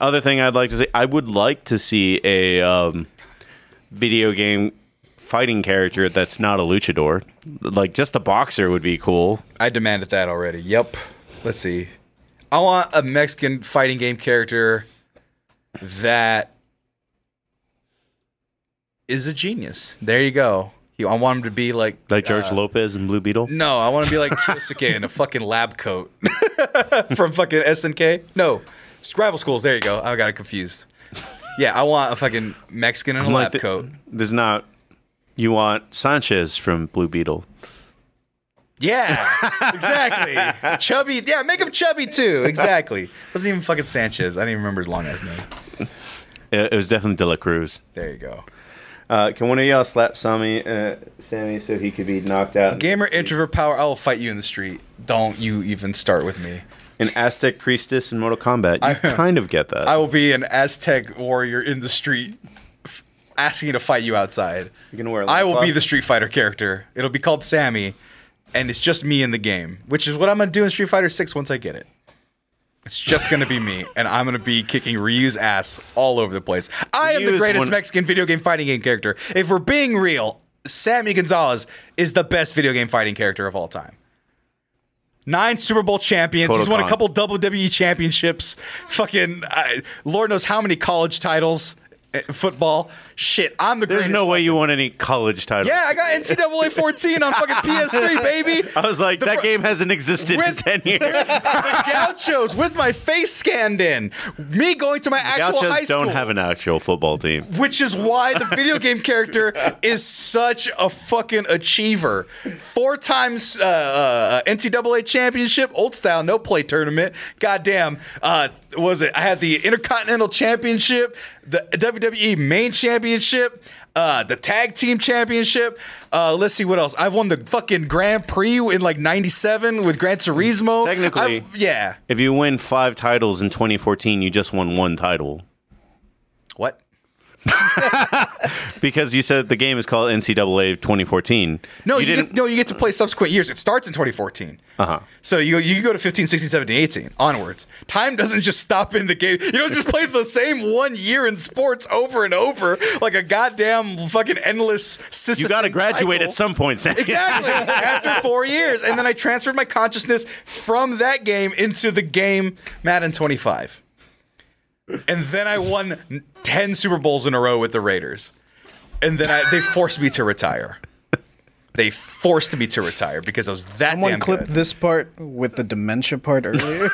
Speaker 2: Other thing I'd like to say I would like to see a um, video game fighting character that's not a luchador like just a boxer would be cool
Speaker 1: I demanded that already. Yep. Let's see. I want a Mexican fighting game character that is a genius. There you go. You- I want him to be like
Speaker 2: like George Lopez and Blue Beetle
Speaker 1: no, I want to be like Kyosuke in a fucking lab coat *laughs* from fucking SNK. No, Rival Schools. There you go. I got it confused. Yeah, I want a fucking Mexican in a
Speaker 2: Like
Speaker 1: lab
Speaker 2: the-
Speaker 1: coat.
Speaker 2: There's not. You want Sanchez from Blue Beetle.
Speaker 1: Yeah, exactly. chubby. Yeah, make him chubby too. Exactly. Wasn't even fucking Sanchez. I don't even remember his long ass name.
Speaker 2: It, it was definitely De La Cruz.
Speaker 1: There you go.
Speaker 2: Uh, can one of y'all slap Sammy, uh, Sammy so he could be knocked out?
Speaker 1: Gamer introvert power. I will fight you in the street. Don't you even start with me.
Speaker 2: An Aztec priestess in Mortal Kombat. You kind of get that.
Speaker 1: I will be an Aztec warrior in the street, f- asking you to fight you outside.
Speaker 2: You're gonna wear a
Speaker 1: I will be
Speaker 2: loincloth?
Speaker 1: the Street Fighter character. It'll be called Sammy, and it's just me in the game, which is what I'm gonna do in Street Fighter Six once I get it. It's just gonna be me, and I'm gonna be kicking Ryu's ass all over the place. I am
Speaker 2: Ryu
Speaker 1: the
Speaker 2: is
Speaker 1: greatest
Speaker 2: one-
Speaker 1: Mexican video game fighting game character. If we're being real, Sammy Gonzalez is the best video game fighting character of all time. Nine Super Bowl champions. He's won a
Speaker 2: Kodokan.
Speaker 1: couple WWE E championships. Fucking, I, Lord knows how many college titles. eh, Football. Shit, I'm the
Speaker 2: There's
Speaker 1: greatest.
Speaker 2: no way you want any college title.
Speaker 1: Yeah, I got NCAA 14 on fucking
Speaker 2: *laughs*
Speaker 1: PS3, baby.
Speaker 2: I was like,
Speaker 1: The
Speaker 2: that
Speaker 1: fir-
Speaker 2: game hasn't existed in
Speaker 1: With-
Speaker 2: 10 years.
Speaker 1: *laughs* The Gauchos with my face scanned in. Me going to my actual high
Speaker 2: Gauchos
Speaker 1: school.
Speaker 2: don't have an actual football team.
Speaker 1: which is why the video game character is such a fucking achiever. Four times uh, uh, NCAA championship, old style, no play tournament. Goddamn, uh, was it? I had the Intercontinental Championship, the WWE Main Championship. Uh, the tag team championship. Uh, let's see what else. I've won the fucking Grand Prix in like '97 with Gran Turismo.
Speaker 2: Technically-
Speaker 1: I've- yeah.
Speaker 2: If you win five titles in 2014, you just won one title.
Speaker 1: What?
Speaker 2: Because you said the game is called NCAA 2014.
Speaker 1: No, you,
Speaker 2: didn't.
Speaker 1: Get, no, you get to play subsequent years. It starts in 2014.
Speaker 2: Uh-huh.
Speaker 1: So you you go to 15, 16, 17, 18 onwards. Time doesn't just stop in the game. You don't just play the same one year in sports over and over like a goddamn fucking endless system.
Speaker 2: you got to graduate at some point, Sammy.
Speaker 1: Exactly. After four years, and then I transferred my consciousness from that game into the game Madden 25, and then I won 10 Super Bowls in a row with the Raiders, and then I, they forced me to retire. They forced me to retire because I was that
Speaker 3: Someone
Speaker 1: damn
Speaker 3: clipped
Speaker 1: good.
Speaker 3: this part with the
Speaker 1: *laughs*
Speaker 3: dementia part earlier.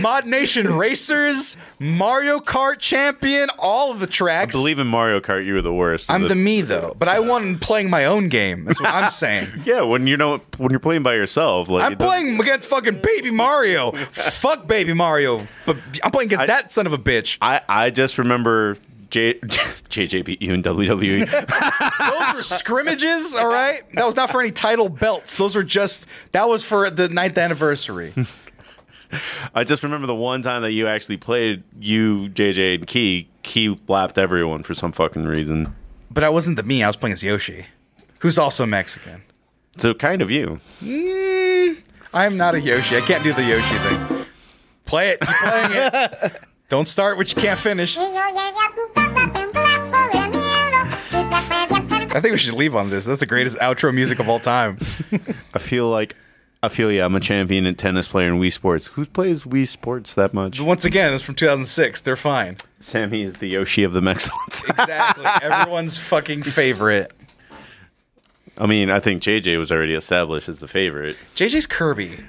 Speaker 1: Mod Nation Racers, Mario Kart Champion, all of the tracks.
Speaker 2: *laughs* Believe in Mario Kart, you were the worst.
Speaker 1: I'm the me though, but I won playing my own game. That's what I'm saying.
Speaker 2: yeah. When you know when you're playing by yourself, like
Speaker 1: I'm
Speaker 2: it doesn't-
Speaker 1: playing against fucking Baby Mario. Fuck Baby Mario. But I'm playing against
Speaker 2: I-
Speaker 1: that son of a bitch.
Speaker 2: I I just remember J, *laughs* JJBU and WWE.
Speaker 1: Those were scrimmages, all right? That was not for any title belts. Those were just, that was for the ninth anniversary.
Speaker 2: I just remember the one time that you actually played you JJ and Key. Key lapped everyone for some fucking reason.
Speaker 1: But I wasn't the me, I was playing as Yoshi, who's also Mexican.
Speaker 2: So kind of you.
Speaker 1: I'm not a Yoshi. I can't do the Yoshi thing. Play it. Keep playing it. Don't start what you can't finish. I think we should leave on this. That's the greatest outro music of all time.
Speaker 2: I feel like I feel yeah. I'm a champion and tennis player in Wii Sports. Who plays Wii Sports that much?
Speaker 1: Once again, it's from 2006. They're fine.
Speaker 2: Sammy is the Yoshi of the *laughs* Mexicans.
Speaker 1: Exactly. Everyone's fucking favorite.
Speaker 2: I mean, I think JJ was already established as the favorite.
Speaker 1: JJ's Kirby.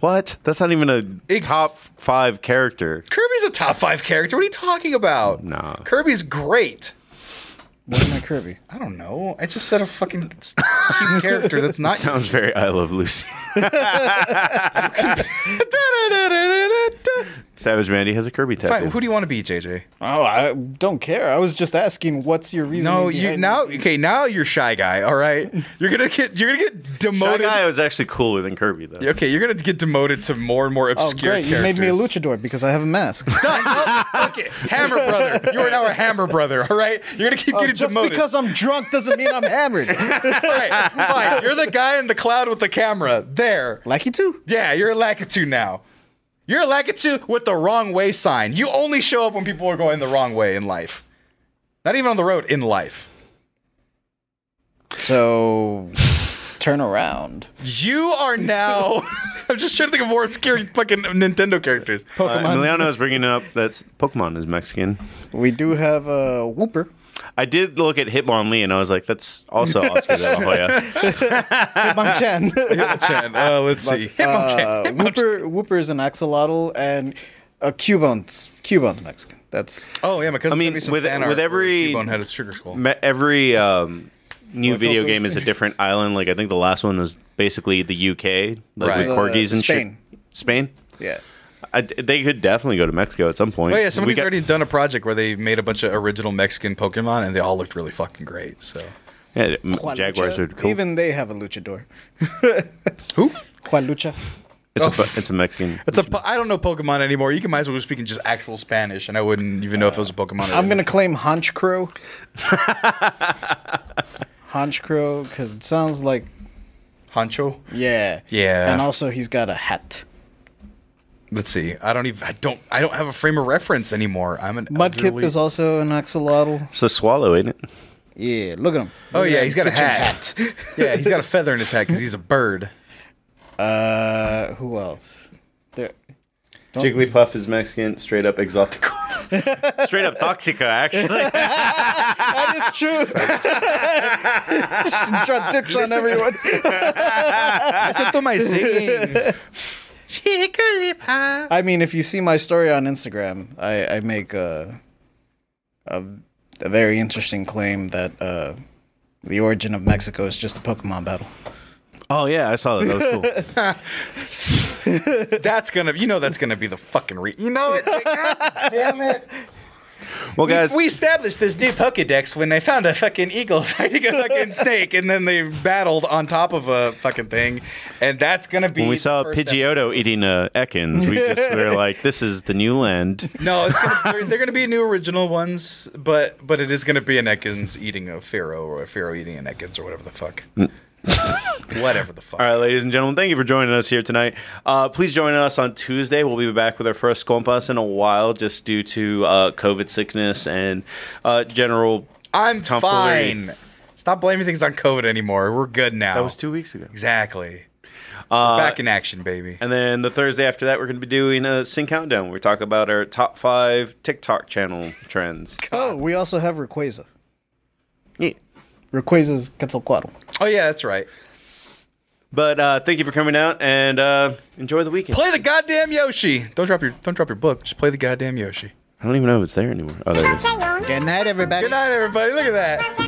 Speaker 2: What? That's not even a
Speaker 1: Ex-
Speaker 2: top five character.
Speaker 1: Kirby's a top five character. What are you talking about?
Speaker 2: Nah.
Speaker 1: Kirby's great.
Speaker 3: Where's my Kirby?
Speaker 1: I don't know. I just said a fucking cute character that's not.
Speaker 2: Sounds very I Love Lucy. *laughs*
Speaker 1: *laughs*
Speaker 2: Savage Mandy has a Kirby tattoo.
Speaker 1: Fine. Who do you want to be, JJ?
Speaker 3: Oh, I don't care. I was just asking, what's your reason?
Speaker 1: No, you now okay. Now you're shy guy. All right, you're gonna get you're gonna get
Speaker 2: Shy
Speaker 1: demoted.
Speaker 2: Guy was actually cooler than Kirby though.
Speaker 1: Okay, you're gonna get demoted to more and more
Speaker 3: Oh,
Speaker 1: obscure
Speaker 3: great! You
Speaker 1: characters.
Speaker 3: made me a luchador because I have a mask.
Speaker 1: Okay, Hammer brother, you are now a Hammer brother. All right, you're gonna keep
Speaker 3: Oh,
Speaker 1: getting
Speaker 3: just
Speaker 1: demoted.
Speaker 3: because I'm drunk doesn't mean I'm
Speaker 1: *laughs*
Speaker 3: hammered.
Speaker 1: All
Speaker 3: *laughs*
Speaker 1: right, fine. You're the guy in the cloud with the camera. There.
Speaker 3: Lucky too.
Speaker 1: Yeah, you're a Lakitu now. You're a Lakitu with the wrong way sign. You only show up when people are going the wrong way in life. Not even on the road in life.
Speaker 3: So, turn around.
Speaker 1: You are
Speaker 3: *laughs*
Speaker 1: now. I'm just trying to think of more obscure fucking Nintendo characters.
Speaker 2: Uh, Emiliano is bringing up that's Pokemon is Mexican.
Speaker 3: We do have a whooper.
Speaker 2: I did look at Hitmonlee and I was like, that's also Oscar de la Hoya.
Speaker 1: *laughs*
Speaker 3: Hitmonchan.
Speaker 1: Hitmonchan. Uh, let's *laughs* see.
Speaker 3: uh,
Speaker 1: Hitmonchan. Hitmonchan.
Speaker 3: whooper, whooper is an axolotl, and a Cuban's Cuban's Mexican. That's
Speaker 1: Oh yeah, my cousin
Speaker 2: I mean,
Speaker 1: sent me some
Speaker 2: with-
Speaker 1: fan
Speaker 2: with
Speaker 1: art where
Speaker 2: every- Mm,
Speaker 1: Cubone had a sugar skull.
Speaker 2: Me- Every um, new video
Speaker 3: those
Speaker 2: game is a different island. Like I think the last one was basically the UK, like
Speaker 1: Right.
Speaker 2: with corgis
Speaker 3: Uh,
Speaker 2: and
Speaker 3: Spain.
Speaker 2: shit. Spain.
Speaker 3: yeah.
Speaker 2: I, they could definitely go to Mexico at some point.
Speaker 1: Oh yeah,
Speaker 2: We
Speaker 1: somebody's
Speaker 2: got-
Speaker 1: already done a project where they made a bunch of original Mexican Pokemon, and they all looked really fucking great. So
Speaker 2: Yeah, m- Jaguars are cool.
Speaker 3: Even they have a luchador.
Speaker 1: *laughs* who?
Speaker 3: Juan Lucha.
Speaker 2: it's, a, fu- it's a Mexican.
Speaker 1: It's a po- I don't know Pokemon anymore. You can might as well be speaking just actual Spanish, and I wouldn't even know if it was a Pokemon. or
Speaker 3: I'm
Speaker 1: not.
Speaker 3: gonna claim
Speaker 1: *laughs*
Speaker 3: Honch Crow. Honch Crow, because it sounds like
Speaker 1: Honcho.
Speaker 3: yeah,
Speaker 1: Yeah.
Speaker 3: and also he's got a hat.
Speaker 1: Let's see. I don't even. I don't. I don't have a frame of reference anymore. I'm an
Speaker 3: Mudkip
Speaker 1: elderly-
Speaker 3: is also an axolotl.
Speaker 2: It's a swallow, ain't it?
Speaker 3: Yeah, look at him.
Speaker 1: Oh
Speaker 3: Look at
Speaker 1: yeah,
Speaker 3: that
Speaker 1: he's got a
Speaker 3: bitchin'
Speaker 1: hat. *laughs* yeah, he's got a feather in his hat because he's a bird.
Speaker 3: Uh, who else? There.
Speaker 2: Jigglypuff is Mexican, straight up exotic. *laughs* straight up toxica, actually.
Speaker 3: That is true. *laughs* Drop dicks on everyone.
Speaker 1: Listen to my singing. *laughs* Jigglypuff.
Speaker 3: I mean, if you see my story on Instagram, I, I make a, a a very interesting claim that uh, the origin of Mexico is just a Pokemon battle.
Speaker 2: Oh yeah, I saw that. That was cool.
Speaker 1: That's gonna, you know, that's gonna be the fucking re. You know it. God damn it.
Speaker 2: Well, *laughs* guys,
Speaker 1: We established this new Pokedex when I found a fucking eagle *laughs* fighting a fucking snake, and then they battled on top of a fucking thing, and that's gonna be.
Speaker 2: when we
Speaker 1: the
Speaker 2: saw
Speaker 1: first
Speaker 2: Pidgeotto
Speaker 1: episode.
Speaker 2: eating a Ekans, we just were like, "This is the new land."
Speaker 1: No, it's gonna, they're, they're gonna be new original ones, but but it is gonna be an Ekans eating a Pharaoh or a Pharaoh eating an Ekans or whatever the
Speaker 2: *laughs*
Speaker 1: fuck. whatever the fuck.
Speaker 2: *laughs* All right, ladies and gentlemen, thank you for joining us here tonight. Uh, please join us on Tuesday. We'll be back with our first Compas in a while, just due to uh, COVID sickness and uh, general.
Speaker 1: I'm
Speaker 2: Tomfoolery.
Speaker 1: fine. Stop blaming things on COVID anymore. We're good now.
Speaker 2: That was two weeks ago.
Speaker 1: Exactly. We're back in action, baby.
Speaker 2: And then the Thursday after that, we're going to be doing a Sin Countdown. where We talk about *laughs* our top five TikTok channel trends.
Speaker 3: Oh, we also have Rayquaza. Rayquaza's Quetzalcoatl.
Speaker 1: Oh yeah, that's right.
Speaker 2: But uh, thank you for coming out and uh, enjoy the weekend.
Speaker 1: Play the goddamn Yoshi. Don't drop your don't drop your book. Just play the goddamn Yoshi.
Speaker 2: I don't even know if it's there anymore. Oh, there it is.
Speaker 3: Good night, everybody.
Speaker 1: Good night, everybody. Look at that.